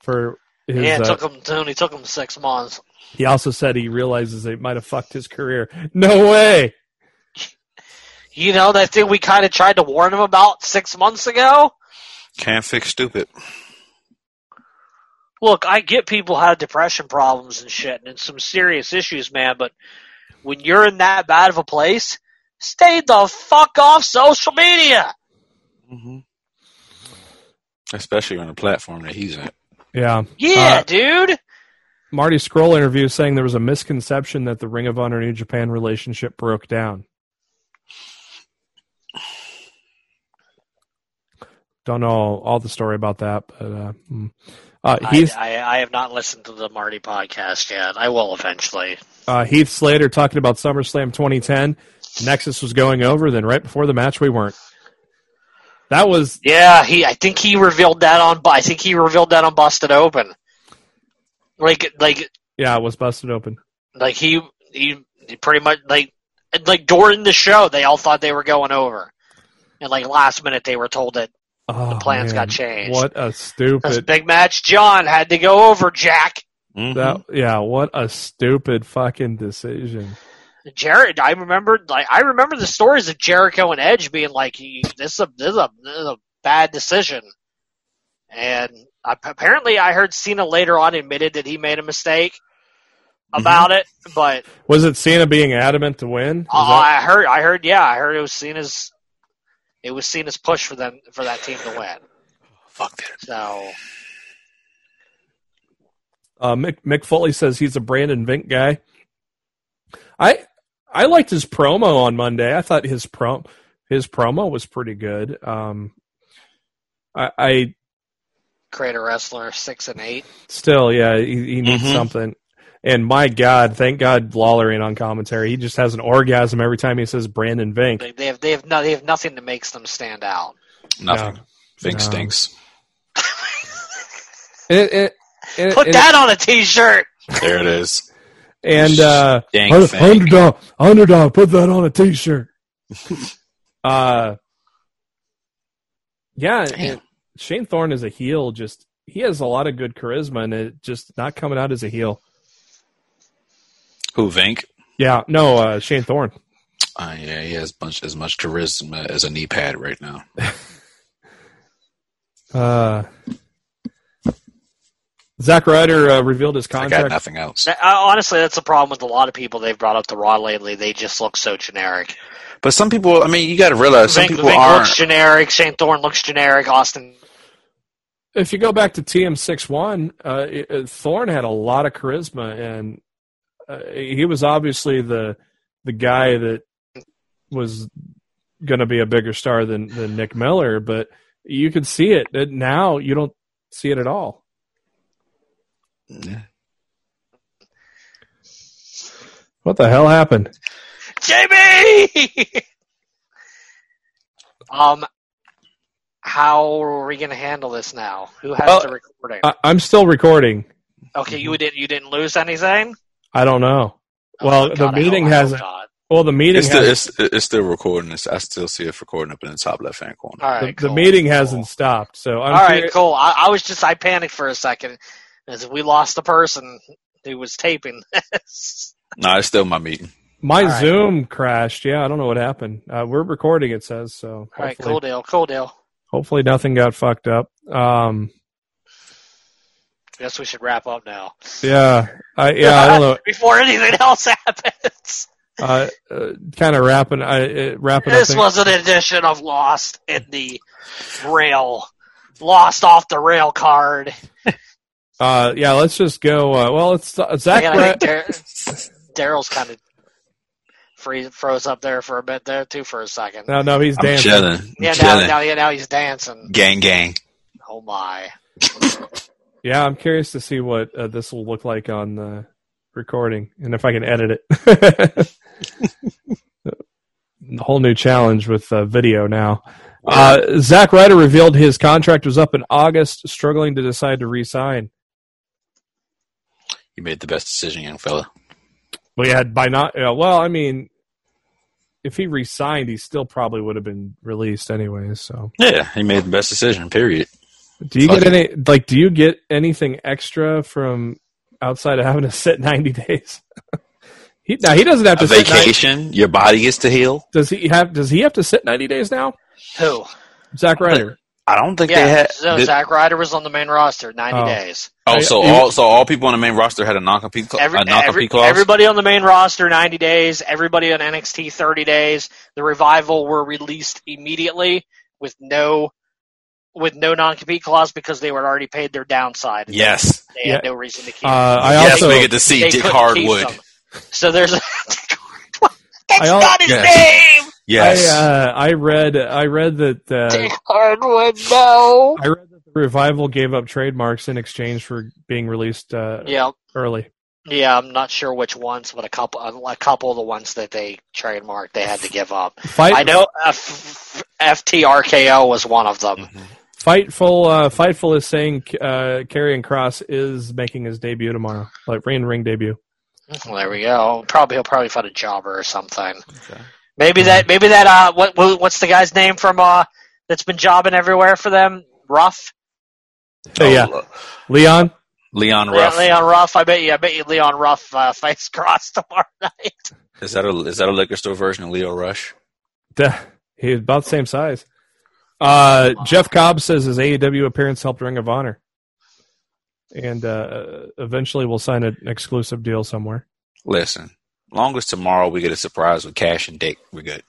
for his.
yeah, it
uh,
took him Tony took him six months.
he also said he realizes it might have fucked his career. No way.
You know that thing we kind of tried to warn him about six months ago.
Can't fix stupid.
Look, I get people have depression problems and shit, and it's some serious issues, man. But when you're in that bad of a place, stay the fuck off social media.
hmm Especially on the platform that he's in.
Yeah.
Yeah,
Uh,
dude.
Marty Scroll interview saying there was a misconception that the Ring of Honor New Japan relationship broke down. Don't know all the story about that, but uh, mm. uh,
I,
Heath
I, I have not listened to the Marty podcast yet. I will eventually.
uh, Heath Slater talking about SummerSlam 2010. Nexus was going over, then right before the match, we weren't. That was
Yeah, he. I think he revealed that on. I think he revealed that on Busted Open. Like, like
yeah, it was busted open.
Like he, he, he pretty much like like during the show, they all thought they were going over, and like last minute they were told that
Oh,
the plans
man.
got changed.
What a
This
stupid
big match, John had to go over Jack.
Mm-hmm.
Mhm.
that yeah, what a stupid fucking decision.
Jared, I remember like I remember the stories of Jericho and Edge being like, "You- "This is a this is a, this is a bad decision," and I, apparently I heard Cena later on admitted that he made a mistake
Mm-hmm.
about it, but
Was it Cena being adamant to win?
Uh,
Was that-
I heard. I heard. Yeah, I heard it was seen as it was seen as push for them for that team to win.
Fuck that.
So
Uh, Mick, Mick Foley says he's a Brandon Vink guy. I I liked his promo on Monday. I thought his prom his promo was pretty good. Um, I, I
create a wrestler six and eight.
still, yeah, he, he needs
Mm-hmm.
Mhm.
something. And my God, thank God Lawler ain't on commentary. He just has an orgasm every time he says Brandon Vink.
They, they have they have no, they have nothing that makes them stand out.
Nothing.
No.
Vink
No.
stinks.
And it- it- and it-
Put
and-
that on a T-shirt.
There it is.
and uh,
Dang
Under-
Vink.
Underdog, underdog, put that on a t-shirt. uh, yeah,
Damn.
Shane Thorne is a heel. Just he has a lot of good charisma, and it just not coming out as a heel.
Who Vink?
Yeah, no, uh, Shane Thorne.
Uh, yeah, he has bunch as much charisma as a knee pad right now.
Uh, Zack Ryder uh, revealed his
I got
contract.
nothing else.
That- uh, honestly, that's the problem with a lot of people they've brought up to Raw lately. They just look so generic.
But some people, I mean, you got to realize some
Vink,
people
Vink
aren't.
looks generic. Shane Thorne looks generic. Austin
If you go back to TM61, uh, it- it- Thorne had a lot of charisma, and uh, he was obviously the the guy that was going to be a bigger star than than Nick Miller. But you could see it that now you don't see it at all.
Yeah.
What the hell happened?
Jamie. um, how are we going to handle this now? Who has
Well, uh,
the recording?
I, I'm still recording.
okay, you didn't you didn't lose anything. Oh
I don't know. Well, the
I hope-
meeting
I hope
hasn't-
not.
Well, the meeting
It's,
has,
still, it's, it's still recording. It's, I still see it recording up in the top left hand corner.
All
the,
right,
the
cool,
meeting
cool.
hasn't stopped. So I'm
All right,
curi-
cool. I, I was just I panicked for a second as we lost the person who was taping this.
No, it's still my meeting.
my
all right.
Zoom crashed. Yeah, I don't know what happened. Uh, we're recording. It says so.
All right,
hopefully-
cool deal, cool deal.
hopefully nothing got fucked up. Um,
Guess we should wrap up now
yeah, I, yeah, I don't know.
before anything else happens.
Uh, uh, kind of wrapping, I, uh, wrapping up.
This
thing-
was an edition of Lost in the Rail, Lost off the rail card.
uh, yeah, let's just go. Uh, well, it's uh, Zach.
Man, I
Ry-
think Dar- Daryl's kind of free- froze up there for a bit there too for a second.
no, no, he's
I'm
dancing.
chilling. I'm
Yeah, now,
chilling.
now, yeah, now he's dancing.
Gang, gang.
Oh my.
Yeah, I'm curious to see what uh, this will look like on the recording and if I can edit it. Whole new challenge with uh, video now. Uh, Zach Ryder revealed his contract was up in August, struggling to decide to re-sign.
You made the best decision, young fella.
Well, yeah, by not. Uh, well, I mean, if he resigned, he still probably would have been released anyway. So,
Yeah, he made the best decision, period.
do you
Fuck
get any? Like, do you get anything extra from outside of having to sit ninety days? he now he doesn't have to
A
sit 90
vacation, your body gets to heal.
does he have? Does he have to sit ninety days now?
Who?
Zach Ryder.
I don't think they
Yeah,
had.
so
did-
Zack Ryder was on the main roster 90
Oh.
days.
oh, so
I-
all so all people on the main roster had a non compete clause.
Every,
a non
every-
compete clause.
Everybody on the main roster 90 days. Everybody on NXT 30 days. The revival were released immediately with no with no non compete clause because they were already paid their downside.
yes,
They had
Yeah.
no reason to
Uh,
keep. them.
I
yes,
also
we get to see
They
Dick
couldn't keep
Hardwood.
them. So there's. a- That's
I al-
not his
Yes.
name.
Yes,
I, uh, I read I read that uh,
Dick Hardwood. No.
I read that the revival gave up trademarks in exchange for being released uh,
Yeah,
early.
yeah. I'm not sure which ones, but a couple, a couple of the ones that they trademarked, they had to give up.
Fight
I know F- FTRKO was one of them.
Mm-hmm.
Fightful, uh, Fightful is saying uh, Karrion Cross is making his debut tomorrow, like ring ring debut.
Mm-hmm.
Well, there we go. Probably he'll probably find a jobber or something. Maybe
Mm-hmm.
that maybe that uh what what- what's the guy's name from uh that's been jobbing everywhere for them? Ruff.
Oh, yeah,
uh,
Oh,
Leon.
Leon
Leon,
Ruff.
Leon Ruff. I bet you. I bet you Leon Ruff uh, fights Cross tomorrow night.
Is that a is that a liquor store version of Leo Rush?
Duh. He's about the same size. Uh, Jeff Cobb says his AEW appearance helped Ring of Honor, and uh, eventually we'll sign an exclusive deal somewhere.
Listen, long as tomorrow we get a surprise with Cash and Dick, we're good.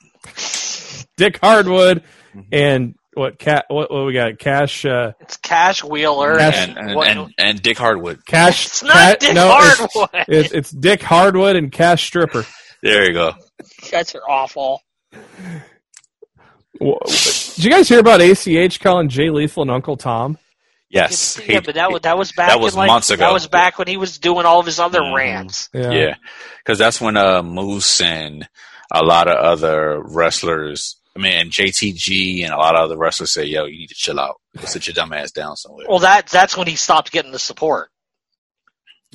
Dick Hardwood
Mhm.
and what cat? What, what we got? Cash. Uh,
It's Cash Wheeler.
Cash-
And and,
what-
and, and Dick Hardwood.
Cash.
it's not
Cat-
Dick
no, it's-
Hardwood.
It's, it's Dick Hardwood and Cash Stripper.
There you go.
You guys are awful.
Wh- wh- Did you guys hear about ACH calling Jay Lethal and Uncle Tom?
Yes.
Yeah,
He-
but that was that was back.
That was
in, like,
months ago.
That was back when he was doing all of his other
Mhm.
rants.
Yeah.
Yeah, because that's when uh, Moose and a lot of other wrestlers, I mean, and JTG and a lot of other wrestlers say, "Yo, you need to chill out. Go sit your dumb ass down somewhere."
Well, that that's when he stopped getting the support.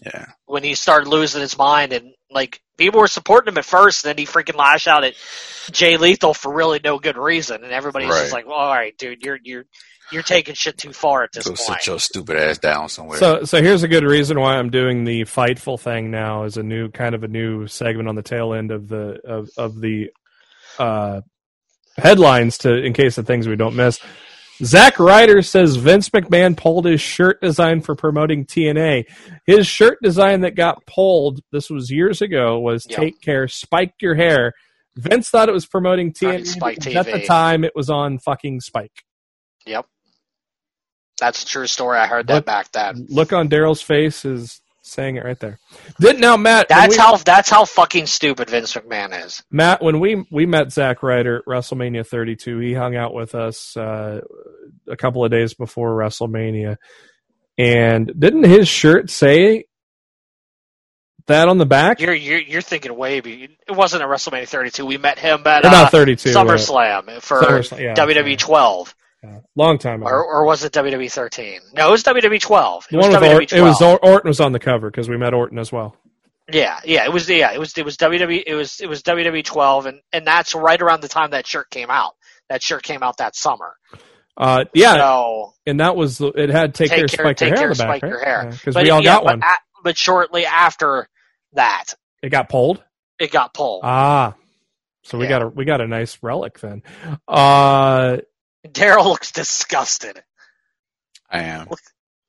yeah,
When he started losing his mind and like people were supporting him at first, then he freaking lashed out at Jay Lethal for really no good reason, and everybody's just
Right.
like, well, "All right, dude, you're you're you're taking shit too far at this
go
point."
sit your stupid ass down somewhere.
So, so here's a good reason why I'm doing the fightful thing now is a new kind of a new segment on the tail end of the of of the uh, headlines to in case of things we don't miss. Zack Ryder says Vince McMahon pulled his shirt design for promoting TNA. His shirt design that got pulled, this was years ago, was
Yeah.
"Take care, spike your hair." Vince thought it was promoting TNA.
Spike
because at the
TV.
time, it was on fucking Spike.
That's a true story. I heard that
What-
back then.
look on Daryl's face is saying it right there. Didn't now Matt? when
That's
we-
how that's how fucking stupid Vince McMahon is.
Matt when we we met Zack Ryder at WrestleMania 32. He hung out with us uh, a couple of days before WrestleMania, and didn't his shirt say that on the back?
You're you're, you're thinking way. Be- it wasn't at WrestleMania 32. We met him at
Or
uh,
not 32. uh,
SummerSlam for
SummerSlam, yeah,
WWE 12,
yeah. long time ago.
or, or was it WWE 13? No, it was WWE 12. It
the
was E
one with
WWE
Orton,
12.
it was Or- Orton was on the cover because we met Orton as well.
yeah, yeah, it was yeah, it was it was WWE it was it was WWE 12, and and that's right around the time that shirt came out. That shirt came out that summer.
Uh, yeah,
So,
and that was the- it had take,
Take
care,
Care-
spike
Take
your hair on
Care,
the back
Spike Your Hair.
because
but
we all
yeah,
got
but
one.
at- but shortly after that,
it got pulled.
it got pulled.
Ah, so we
Yeah.
got a we got a nice relic then. Uh,
Daryl looks disgusted.
I am.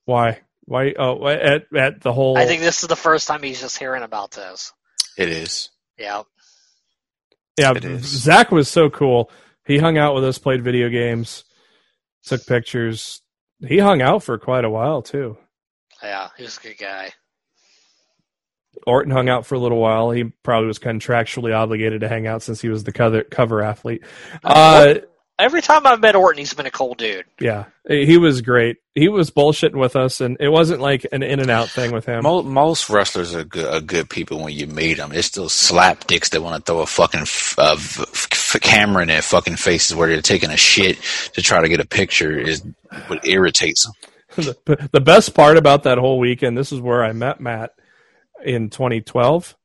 why? Why? Oh, at at the whole.
I think this is the first time he's just hearing about this.
It is.
Yeah.
yeah,
it is.
Zach was so cool. He hung out with us, played video games, took pictures. He hung out for quite a while too.
Yeah, he's a good guy.
Orton hung out for a little while. He probably was contractually obligated to hang out since he was the cover cover athlete.
Oh,
Uh,
Every time I've met Orton, he's been a cool dude.
yeah, he was great. He was bullshitting with us, and it wasn't like an in and out thing with
Um,
him.
Mo- most wrestlers are good, are good people when you meet them. It's still slap dicks that want to throw a fucking f- uh, f- f- camera in their fucking faces where they're taking a shit to try to get a picture is what irritates them.
the, the best part about that whole weekend, this is where I met Matt in 2012.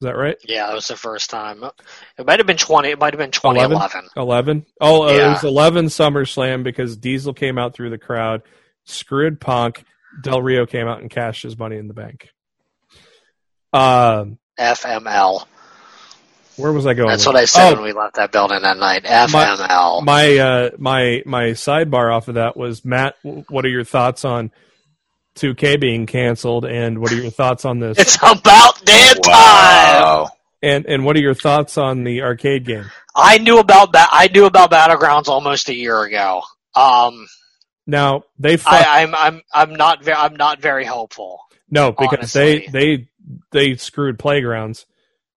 Is that right?
Yeah, it was the first time. It might have been twenty. It might have been twenty eleven.
11? Oh, uh, it
Yeah.
was 11 SummerSlam because Diesel came out through the crowd, screwed Punk, Del Rio came out and cashed his money in the bank. Um,
FML.
where was I going?
That's
with
what I said
Oh,
when we left that building that night. FML.
my uh my my sidebar off of that was Matt. w- What are your thoughts on 2K being canceled, and what are your thoughts on this?
it's about damn time.
Wow.
And and what are your thoughts on the arcade game?
I knew about that. I knew about battlegrounds almost a year ago. Um,
Now they fuck,
I, I'm I'm I'm not very I'm not very hopeful.
no because
honestly.
they they they screwed playgrounds.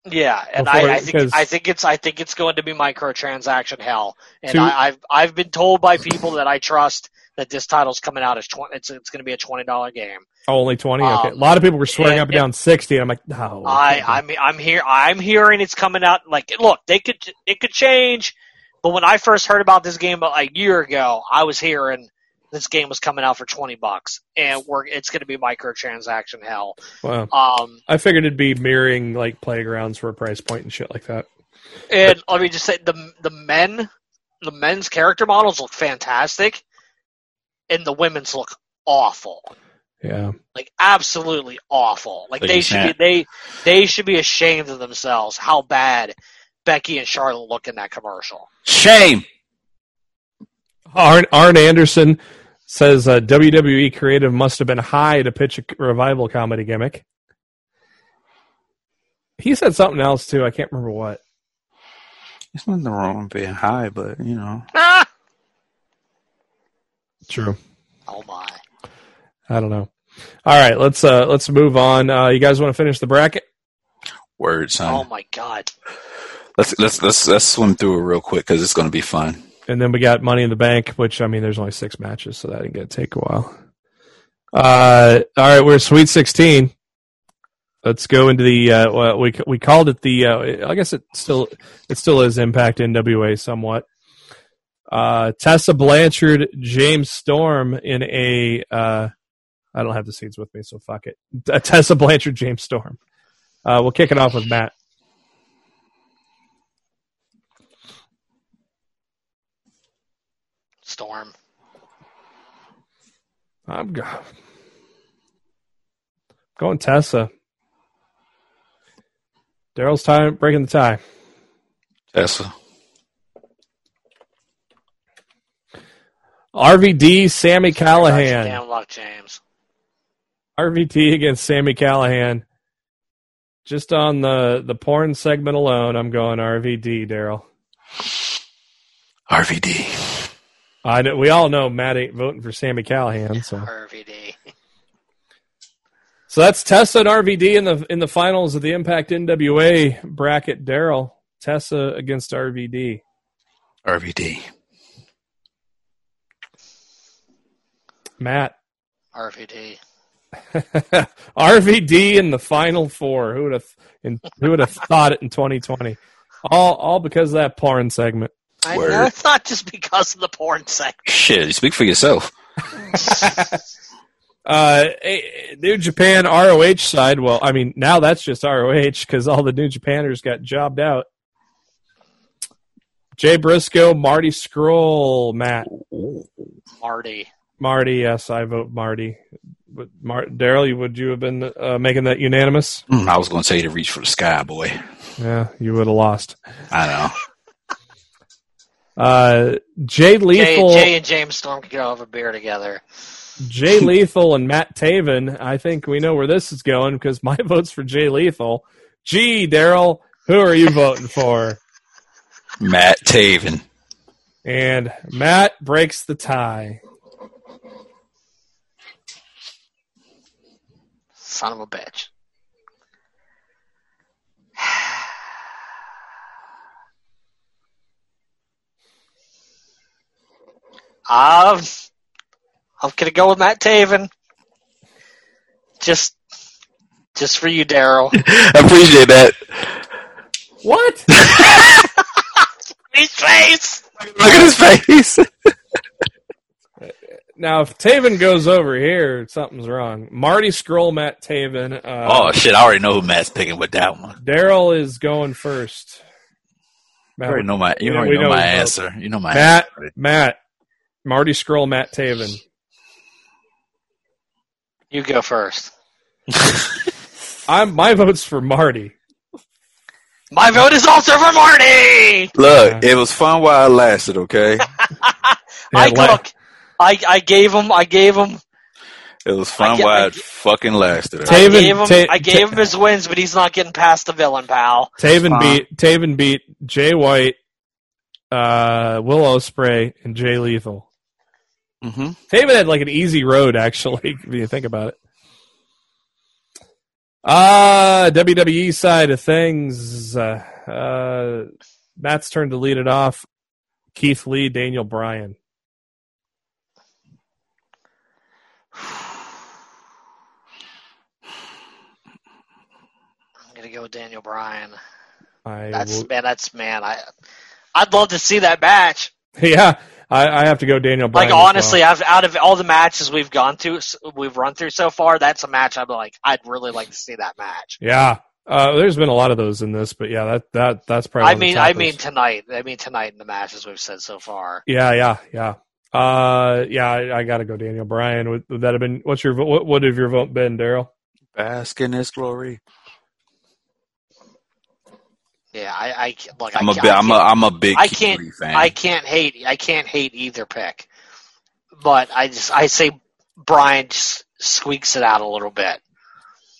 Yeah, and
Before-
I, I
because-
think I think it's I think it's going to be microtransaction hell. And
To-
I, I've I've been told by people that I trust that this title's coming out as twenty. It's it's going to be a twenty dollar game.
Oh, only twenty.
Um,
okay, a lot of people were swearing
yeah,
up and down sixty. And I'm like, no.
I I mean I'm here I'm hearing it's coming out like look they could it could change, but when I first heard about this game a year ago, I was hearing this game was coming out for twenty bucks, and we're it's going to be microtransaction hell.
Wow.
Um,
I figured it'd be mirroring like playgrounds for a price point and shit like that.
And let me just say the the men, the men's character models look fantastic, and the women's look awful,
Yeah,
like absolutely awful. Like
Like
they
you
should be
can't-
they they should be ashamed of themselves how bad Becky and Charlotte look in that commercial.
Shame.
Arn, Arn Anderson says uh, WWE creative must have been high to pitch a revival comedy gimmick. He said something else too. I can't remember what.
There's nothing wrong with being high, but you know.
Ah!
True.
Oh my!
I don't know. All right, let's uh let's move on. Uh you guys want to finish the bracket?
Word, son.
Oh my God!
Uh.
Let's let's let's let's swim through it real quick because it's gonna be fun.
And then we got Money in the Bank, which I mean, there's only six matches, so that ain't gonna take a while. Uh, all right, we're Sweet Sixteen. Let's go into the uh, well, we we called it the. Uh, I guess it still it still is Impact NWA somewhat. Uh, Tessa Blanchard, James Storm in a. Uh, I don't have the seeds with me, so fuck it. T- Tessa Blanchard, James Storm. Uh, we'll kick it off with Matt.
Storm.
I'm go- going Tessa. Daryl's time breaking the tie.
Tessa.
RVD, Sammy Callahan.
Damn luck, James.
RVT against Sammy Callahan. Just on the the porn segment alone, I'm going RVD, Daryl.
RVD.
I know, we all know Matt ain't voting for Sammy Callahan, so
RVD.
so that's Tessa and RVD in the in the finals of the Impact NWA bracket. Daryl Tessa against RVD.
RVD.
Matt
RVD.
RVD in the final four. Who would have in, who would have thought it in 2020? All all because of that porn segment.
I
Word.
know it's not just because of the porn segment.
Shit, you speak for yourself.
Uh, eh, New Japan ROH side. Well, I mean, now that's just ROH because all the New Japaners got jobbed out. Jay Briscoe, Marty Scroll, Matt,
Marty.
Marty. Yes, I vote Marty. But Mar- Daryl, you would you have been uh, making that unanimous?
Mm, I was going to tell you to reach for the sky, boy.
Yeah, you would have lost.
I know.
Uh, Jay
Jay,
Lethal, Jay,
Jay and James Storm could go have a beer together.
Lethal, and Matt Taven. I think we know where this is going because my vote's for Jay Lethal. Gee, Daryl, who are you voting for?
Matt Taven.
And Matt breaks the tie.
Son of a bitch. Um, I'm gonna go with Matt Taven. Just, just for you, Daryl.
Appreciate that.
What?
His face.
Look at his face.
now, if Taven goes over here, something's wrong. Marty Scroll, Matt Taven. Uh,
Oh, shit. I already know who Matt's picking with that one.
Daryl is going first.
You
Matt,
already know my, you
Yeah,
already
we
know
know
my
his vote.
answer. You know my
Matt,
answer. already.
Matt, Marty Scroll, Matt Taven.
You go first.
I'm my vote's for Marty.
My vote is also for Marty.
Look, it was fun while it lasted, okay?
Yeah,
I
la-
look. I I gave him. I gave him.
It was fun
I get-
while
I
it fucking lasted.
Taven-
I gave him,
Ta-
I gave
Ta-
him his wins, but he's not getting past the villain, pal.
Taven
Fine.
beat Taven beat Jay White, uh, Will Ospreay, and Jay Lethal.
Mm-hmm.
Taven had like an easy road, actually, if you think about it. Uh, WWE side of things. Uh, uh, Matt's turn to lead it off. Keith Lee, Daniel Bryan.
I'm gonna go with Daniel Bryan.
I
That's
will,
man. That's man. I I'd love to see that match.
yeah, I, I have to go Daniel Bryan.
like
as well.
honestly, I've out of all the matches we've gone to, s- we've run through so far, that's a match I'm like I'd really like to see that match.
yeah. Uh, there's been a lot of those in this, but yeah, that that that's probably. one
I
of the
mean, I
toppers.
mean tonight. I mean tonight in the matches we've said so far.
Yeah, yeah, yeah. Uh, yeah, I, I got to go, Daniel Bryan. Would, would that have been what's your vo- what would have your vote been, Daryl?
Bask in his glory.
Yeah, I, I ca- look. I
I'm a,
ca-
bi-
I
I'm a,
can't-
I'm a big
I
Keith
can't-
Lee fan.
I can't hate. I can't hate either pick, but I just I say Brian just squeaks it out a little bit.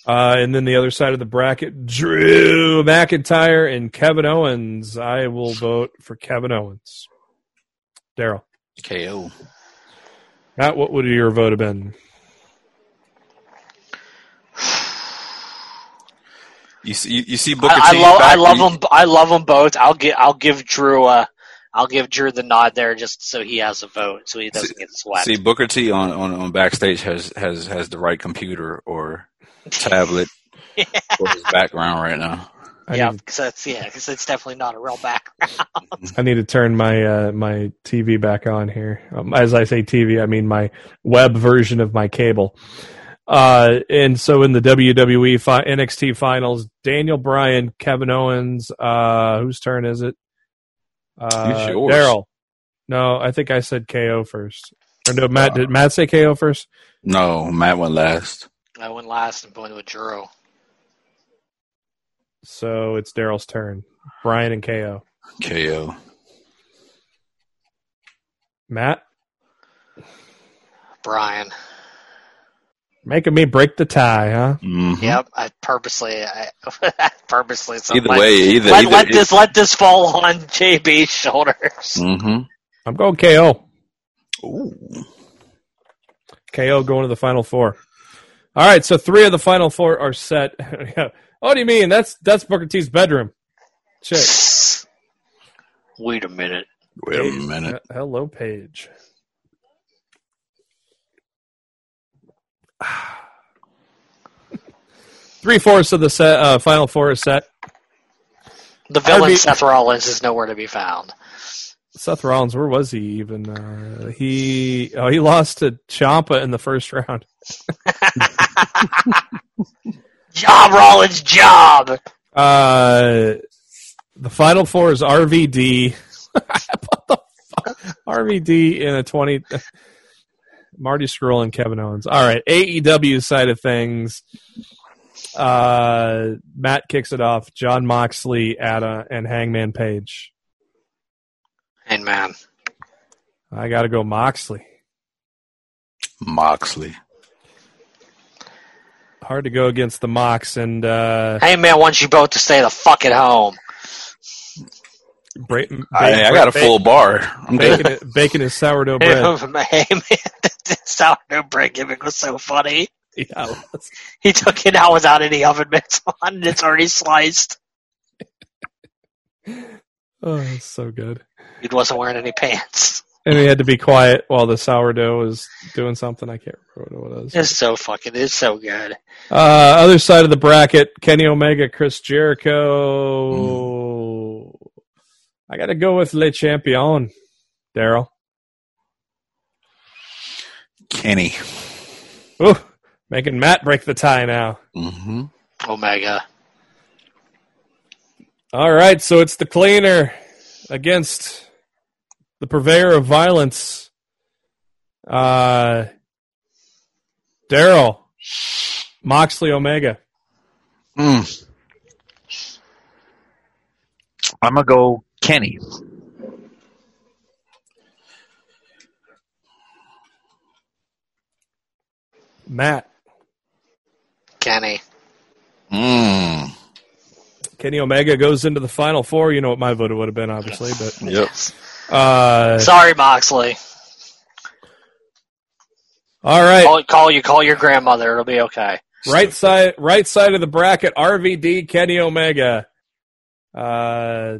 Uh, and then the other side of the bracket, Drew McIntyre and Kevin Owens. I will vote for Kevin Owens. Daryl,
KO.
Matt, what would your vote have been?
You see, you, you see Booker
I, I
T.
love I
back-
love them I love them both. I'll get I'll give Drew a I'll give Drew the nod there just so he has a vote, so he doesn't get swept.
See, Booker T on, on, on backstage has, has, has the right computer or tablet
Yeah.
for his background right now.
I,
yeah,
need,
because that's yeah, 'cause it's definitely not a real background.
I need to turn my uh, my TV back on here. Um, as I say TV, I mean my web version of my cable. Uh, and so in the WWE fi- NXT finals, Daniel Bryan, Kevin Owens, uh, whose turn is it? Uh,
It's yours.
Daryl. No, I think I said KO first. Or no, Matt,
Uh.
did Matt say KO first?
No, Matt went last.
I went last and went with Drew.
So it's Daryl's turn. Bryan and KO.
KO.
Matt,
Brian.
making me break the tie, huh?
Mhm.
Yep, I purposely, I purposely. So
Either
let-
way, either
let,
either.
let this let this fall on JB's shoulders.
Mm-hmm.
I'm going KO.
Ooh.
KO going to the final four. All right, so three of the final four are set. what do you mean? That's that's Booker T's bedroom. Check.
Mm.
Wait a minute.
Wait a
Paige.
minute.
Uh, Hello, Paige. Three fourths of the set, uh, final four is set.
The villain
be-
Seth Rollins is nowhere to be found.
Seth Rollins, where was he even? Uh, he oh, he lost to Champa in the first round.
Job Rollins, job.
Uh, the final four is RVD. what the fuck? RVD in a 20. Marty Skrull and Kevin Owens. All right, AEW side of things. Uh, Matt kicks it off. John Moxley, Ada, and Hangman Page.
And man,
I got to go Moxley.
Moxley.
Hard to go against the Mox, and uh,
hey man wants you both to stay the fuck at home.
Bra- Ba-
I, I got a
Ba-
full oh. bar. I'm good.
bacon, bacon is sourdough
hey
bread.
man, the sourdough bread gimmick was so funny.
Yeah,
He took it out without any oven mitts on, and it's already sliced.
oh, that's so good.
Dude wasn't wearing any pants.
And he had to be quiet while the sourdough was doing something. I can't remember what it was.
It's so fucking. It's so good.
Uh, other side of the bracket: Kenny Omega, Chris Jericho. I got to go with Le Champion, Daryl.
Kenny.
Ooh, making Matt break the tie now.
Mm-hmm.
Omega.
All right, so it's the cleaner against the purveyor of violence, uh, Daryl Moxley Omega.
Mm. I'm gonna go Kenny.
Matt.
Kenny.
Mm.
Kenny Omega goes into the final four. You know what my vote would have been, obviously, but
Yep.
uh,
Sorry, Moxley.
all right,
Call, call you. Call your grandmother. It'll be okay.
right side, right side of the bracket. RVD, Kenny Omega. Uh,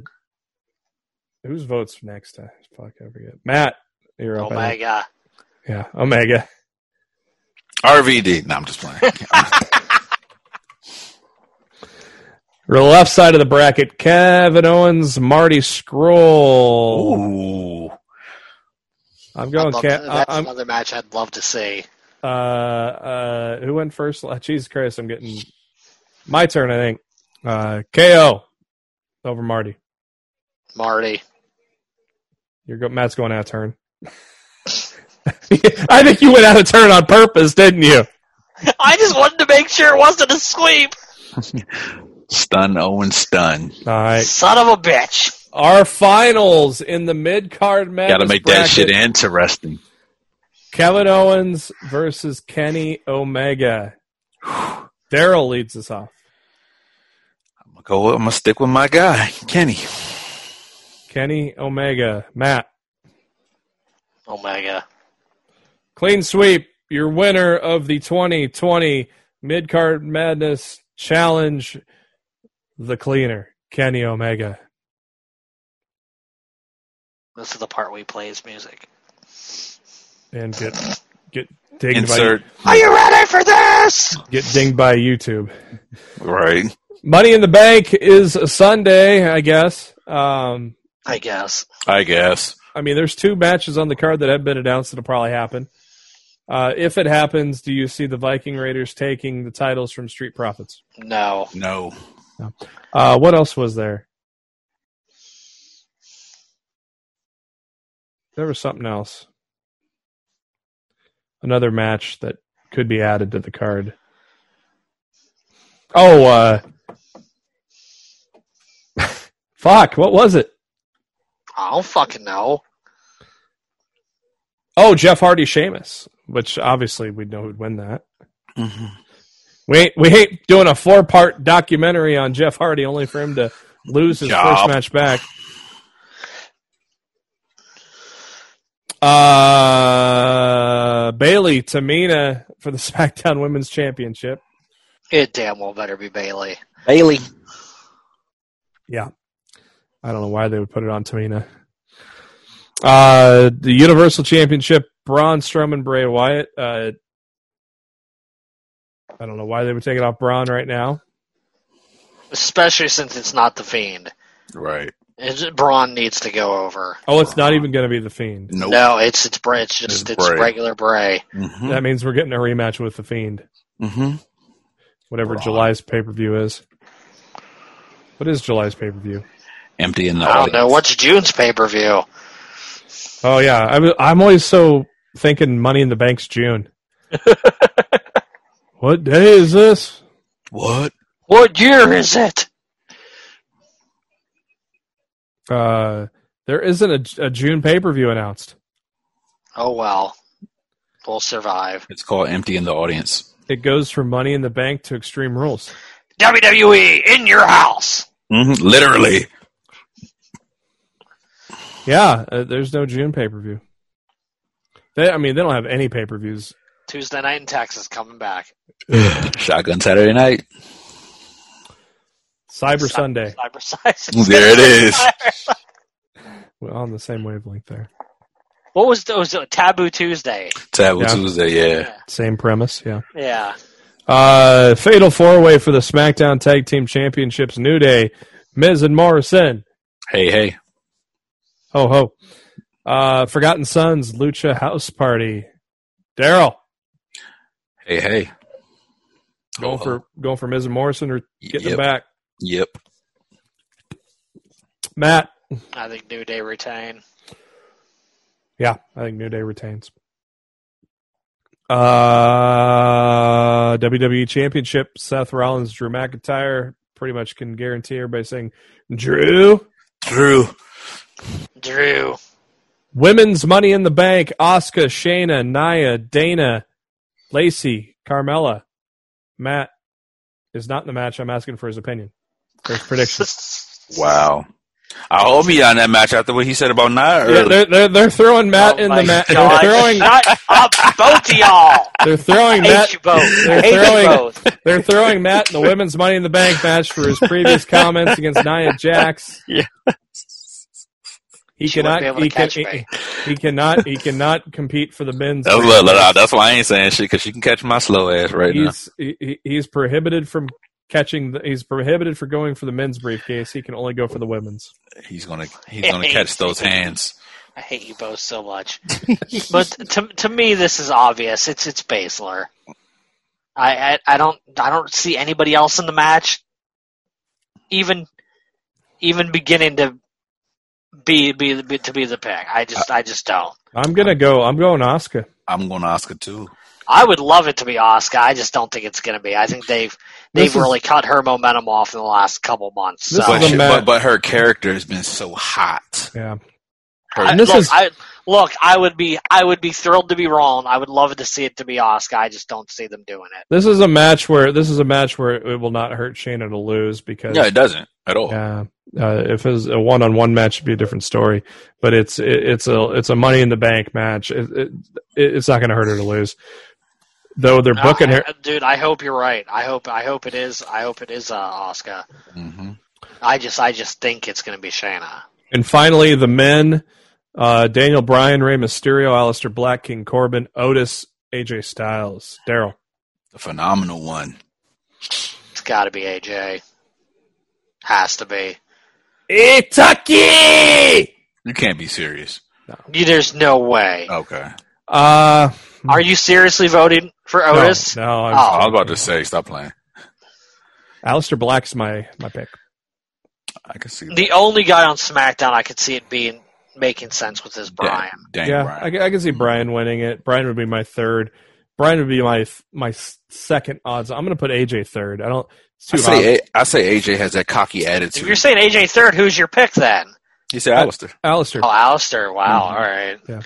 whose votes next? Uh, Fuck, I forget. Matt, you're up. I think.
Omega.
Yeah, Omega.
RVD. No, I'm just playing.
The left side of the bracket. Kevin Owens, Marty Scroll.
Ooh.
I'm
I'd
going.
love
Ke-
to-
I-
that's
I'm.
another match I'd love to see.
Uh, uh, who went first? Uh, Jesus Christ, I'm getting my turn. I think. Uh, KO over Marty.
Marty.
You're go- Matt's going out of turn. I think you went out of turn on purpose, didn't you?
I just wanted to make sure it wasn't a sweep.
Stun Owen stun.
All right.
Son of a bitch.
Our finals in the mid card match.
Gotta make that shit interesting.
Kevin Owens versus Kenny Omega. Daryl leads us off.
I'm gonna go I'm gonna stick with my guy, Kenny.
Kenny Omega. Matt.
Omega.
Clean sweep. Your winner of the 2020 mid card madness challenge. The cleaner. Kenny Omega.
This is the part where he plays music.
and get get dinged
Insert
Are you ready for this?
by get dinged by YouTube.
right.
Money in the Bank is a Sunday, I guess. Um,
I guess.
I guess.
I mean, there's two matches on the card that have been announced that'll probably happen. Uh, if it happens, do you see the Viking Raiders taking the titles from Street Profits?
No.
No.
Uh, what else was there? There was something else. Another match that could be added to the card. Oh, uh, fuck! What was it?
I don't fucking know.
Oh, Jeff Hardy, Sheamus, which obviously we know who'd win that.
Mm-hmm.
We ain't, we ain't doing a four part documentary on Jeff Hardy only for him to lose his
Job.
first match back. Uh, Bailey Tamina for the SmackDown Women's Championship.
It damn well better be Bailey.
Bailey.
I don't know why they would put it on Tamina. Uh, the Universal Championship, Braun Strowman, Bray Wyatt. Uh, I don't know why they would take it off Braun right now.
Especially since it's not the Fiend.
Right.
It's, Braun needs to go over.
Oh, it's not even going to be the Fiend.
Nope.
No, it's it's Bray. It's just
It's
it's,
Bray.
regular Bray.
Mm-hmm.
That means we're getting a rematch with the Fiend,
mm-hmm.
whatever
Braun.
July's pay per view is. What is July's pay per view?
Empty in the
I don't know
audience.
what's June's pay per view.
Oh yeah, I'm I'm always so thinking Money in the Bank's June. what day is this?
What?
What year is it?
Uh, there isn't a, a June pay per view announced.
Oh well, we'll survive.
It's called Empty in the Audience.
It goes from Money in the Bank to Extreme Rules.
WWE E, in your house.
Mm-hmm. Literally.
Yeah, uh, there's no June pay per view. They, I mean, they don't have any pay per views.
Tuesday night in Texas coming back.
Shotgun Saturday night.
Cyber Sunday,
Cyber Size.
There it is.
we're on the same wavelength there.
What was the, was it Taboo Tuesday?
Taboo
Yeah.
Tuesday. Yeah.
Same premise, yeah.
Yeah.
Uh, fatal four way for the SmackDown Tag Team Championships. New Day, Miz and Morrison.
Hey, hey.
Ho ho. Uh, Forgotten Sons, Lucha House Party. Daryl,
Hey, hey. Uh,
going for going for Miz and Morrison or getting
yep.
them back.
Yep.
Matt,
I think New Day retain.
Yeah, I think New Day retains. Uh, WWE Championship: Seth Rollins, Drew McIntyre. Pretty much can guarantee everybody saying Drew.
Drew.
Drew.
Women's Money in the Bank: Oscar, Shayna, Nia, Dana, Lacey, Carmella. Matt is not in the match. I'm asking for his opinion, for his prediction.
Wow. I hope he on that match after what he said about Nia
Yeah,
earlier.
they're, they're, they're throwing Matt
Oh
in
my
the match. They're
God.
throwing
Shut up, both of y'all.
they're
I
throwing Matt
hate you both. I
they're
hate
throwing-
you both.
They're throwing Matt in the women's Money in the Bank match for his previous comments against Nia Jax.
Yeah.
He
She won't be
cannot.
able
He,
to
can,
catch
he,
me.
he cannot. He cannot compete for the men's.
That's, what, that- that's why I ain't saying shit because she can catch my slow ass right now.
he's he, he- he's prohibited from catching. The, he's prohibited for going for the men's briefcase. He can only go for the women's.
He's gonna he's gonna catch those hands.
I hate you both so much. but to to me, this is obvious. It's it's Baszler. I, I I don't I don't see anybody else in the match, even even beginning to be be, the- be to be the pick. I just I just don't.
I'm gonna go. I'm going Oscar.
I'm going to Oscar too.
I would love it to be Oscar. I just don't think it's going to be. I think they've they've
This is-
really cut her momentum off in the last couple months.
This
So.
But,
is a
she-
match.
but but her character has been so hot.
Yeah.
Her,
I,
And this
look,
is-
I, look, I would be, I would be thrilled to be wrong. I would love to see it to be Oscar. I just don't see them doing it.
This is a match where this is a match where it will not hurt Shayna to lose because
yeah, it doesn't at all.
Yeah, uh, if it was a one-on-one match, it'd be a different story. But it's it, it's a it's a Money in the Bank match. It, it, it- it's not going to hurt her to lose, though. They're booking
I-
her.
I- Uh, dude. I hope you're right. I hope, I hope it is. I hope it is uh, Oscar.
hmm
I just, I just think it's going to be Shayna.
And finally, the men Uh, Daniel Bryan, Rey Mysterio, Alistair Black, King Corbin, Otis, AJ Styles, Daryl.
The phenomenal one.
It's got to be AJ. Has to be.
Itucky!
You can't be serious.
You- There's no way.
Um,
Okay.
Uh,
Are you seriously voting for
no,
Otis?
No, I'm
Oh.
I was about to say, stop playing. Oh.
Alistair Black's my my pick.
I can see
The only guy on SmackDown I could see it being making sense with is Brian.
Dang
yeah,
Bryan.
I, can- I can see Brian winning it. Brian would be my third. Brian would be my my s- second odds. I'm going to put AJ third. I don't. It's
I
too hot.
say, A- I say AJ has that cocky
If
attitude.
you're saying AJ third, who's your pick then?
He said Alistair.
Alistair.
Oh, Alistair. Wow.
Mhm.
all right.
Mm-hmm. Yeah.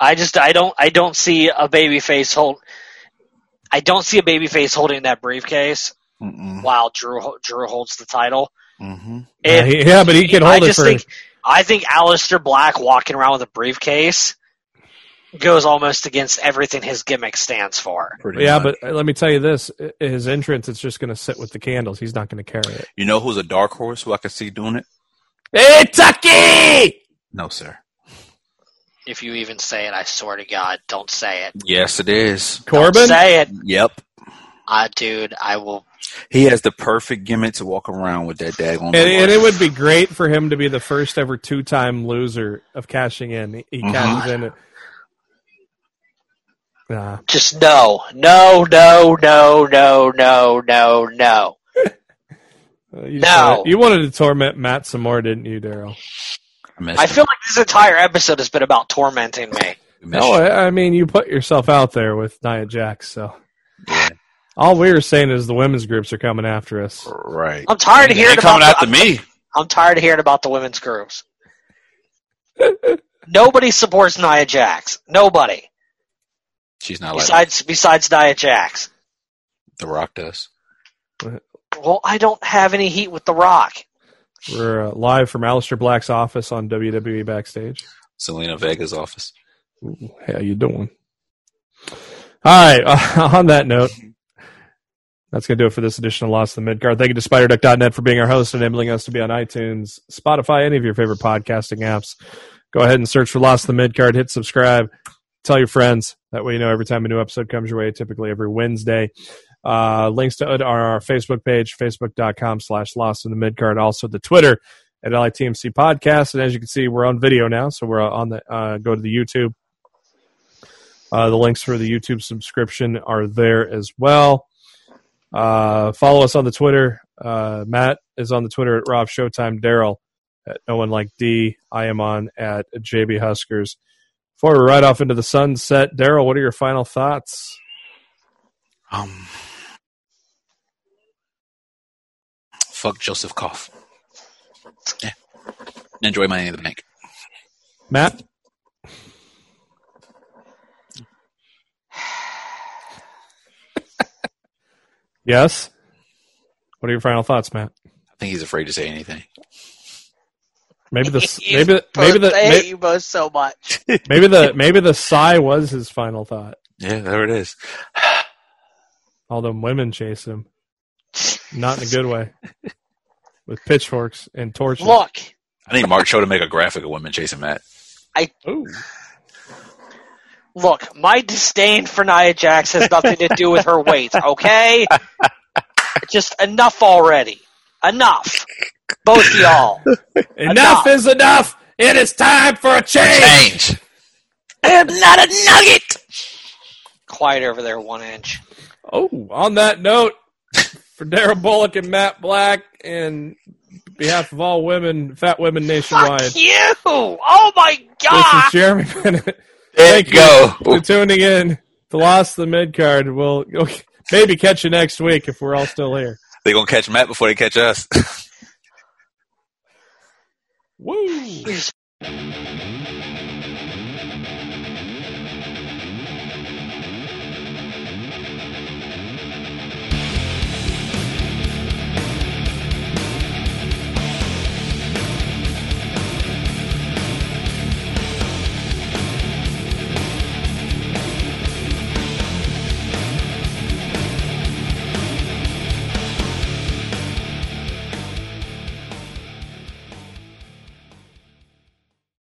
I just I don't I don't see a baby face hold. I don't see a baby face holding that briefcase
Mm-mm.
while Drew ho- Drew holds the title.
Mm-hmm.
Mm-hmm. yeah,
If-
he- yeah, but he can hold
I
it
just
for.
think I think Alistair Black walking around with a briefcase goes almost against everything his gimmick stands for.
Pretty
yeah,
much.
but uh, let me tell you this: i- his entrance, it's just going to sit with the candles. He's not going to carry it.
you know who's a dark horse who I could see doing it?
Hey, Tucky!
No, sir.
If you even say it, I swear to God, don't say it.
Yes, it is.
Corbin.
Say it,
Yep.
uh, dude. I will.
He has the perfect gimmick to walk around with that daggone.
And, and it
belt.
would be great for him to be the first ever two-time loser of cashing in. He, he
Mhm.
cashes in it. Nah.
Just no, no, no, no, no, no, no, no.
Uh, You,
No.
you wanted to torment Matt some more, didn't you, Daryl?
I missed
I
it.
feel like this entire episode has been about tormenting me.
We missed
No,
it.
I, I mean you put yourself out there with Nia Jax, so
Yeah.
all we were saying is the women's groups are coming after us.
Right.
I'm tired of
They
hearing about.
coming
The,
after
I'm,
me.
I'm tired of hearing about the women's groups. Nobody supports Nia Jax. Nobody
She's not like
besides besides Nia Jax.
The Rock does.
Well, I don't have any heat with The Rock.
We're uh, live from Alistair Black's office on WWE backstage.
Selena Vega's office.
Ooh, how you doing? All right. uh, on that note, that's going to do it for this edition of Lost in the Midcard. Thank you to SpiderDuck.net for being our host and enabling us to be on iTunes, Spotify, any of your favorite podcasting apps. Go ahead and search for Lost in the Midcard. Hit subscribe. Tell your friends. That way you know every time a new episode comes your way, typically every Wednesday. Uh, links to it are our Facebook page, facebook.com slash Lost in the Midcard. Also the Twitter at LITMC Podcast. And as you can see, we're on video now, so we're on the uh, go to the YouTube. Uh, the links for the YouTube subscription are there as well. Uh, follow us on the Twitter. Uh, Matt is on the Twitter at Rob Showtime. Daryl at No One Like D. I am on at JB Huskers. Before we ride off into the sunset, Daryl, what are your final thoughts?
Um. Fuck Joseph Koff. Yeah. Enjoy Money in the Bank.
Matt, yes. What are your final thoughts, Matt?
I think he's afraid to say anything.
Maybe the maybe maybe the
I hate
may-
you both so much.
maybe the maybe the sigh was his final thought.
Yeah, there it is.
All them women chase him, not in a good way, with pitchforks and torches.
Look,
I need Mark Show to make a graphic of women chasing Matt.
Ooh.
look. My disdain for Nia Jax has nothing to do with her weight. Okay, just enough already. Enough, both y'all.
Enough
Enough.
is enough. It is time for a change.
Change. I am not a nugget.
Quiet over there, one inch.
Oh, on that note, for Daryl Bullock and Matt Black, and on behalf of all women, fat women nationwide,
Fuck you! Oh my
this is
god!
Jeremy Bennett
There
Thank
you go.
for tuning in to Lost the Midcard. We'll okay, maybe catch you next week if we're all still here.
They're going to catch Matt before they catch us.
Woo!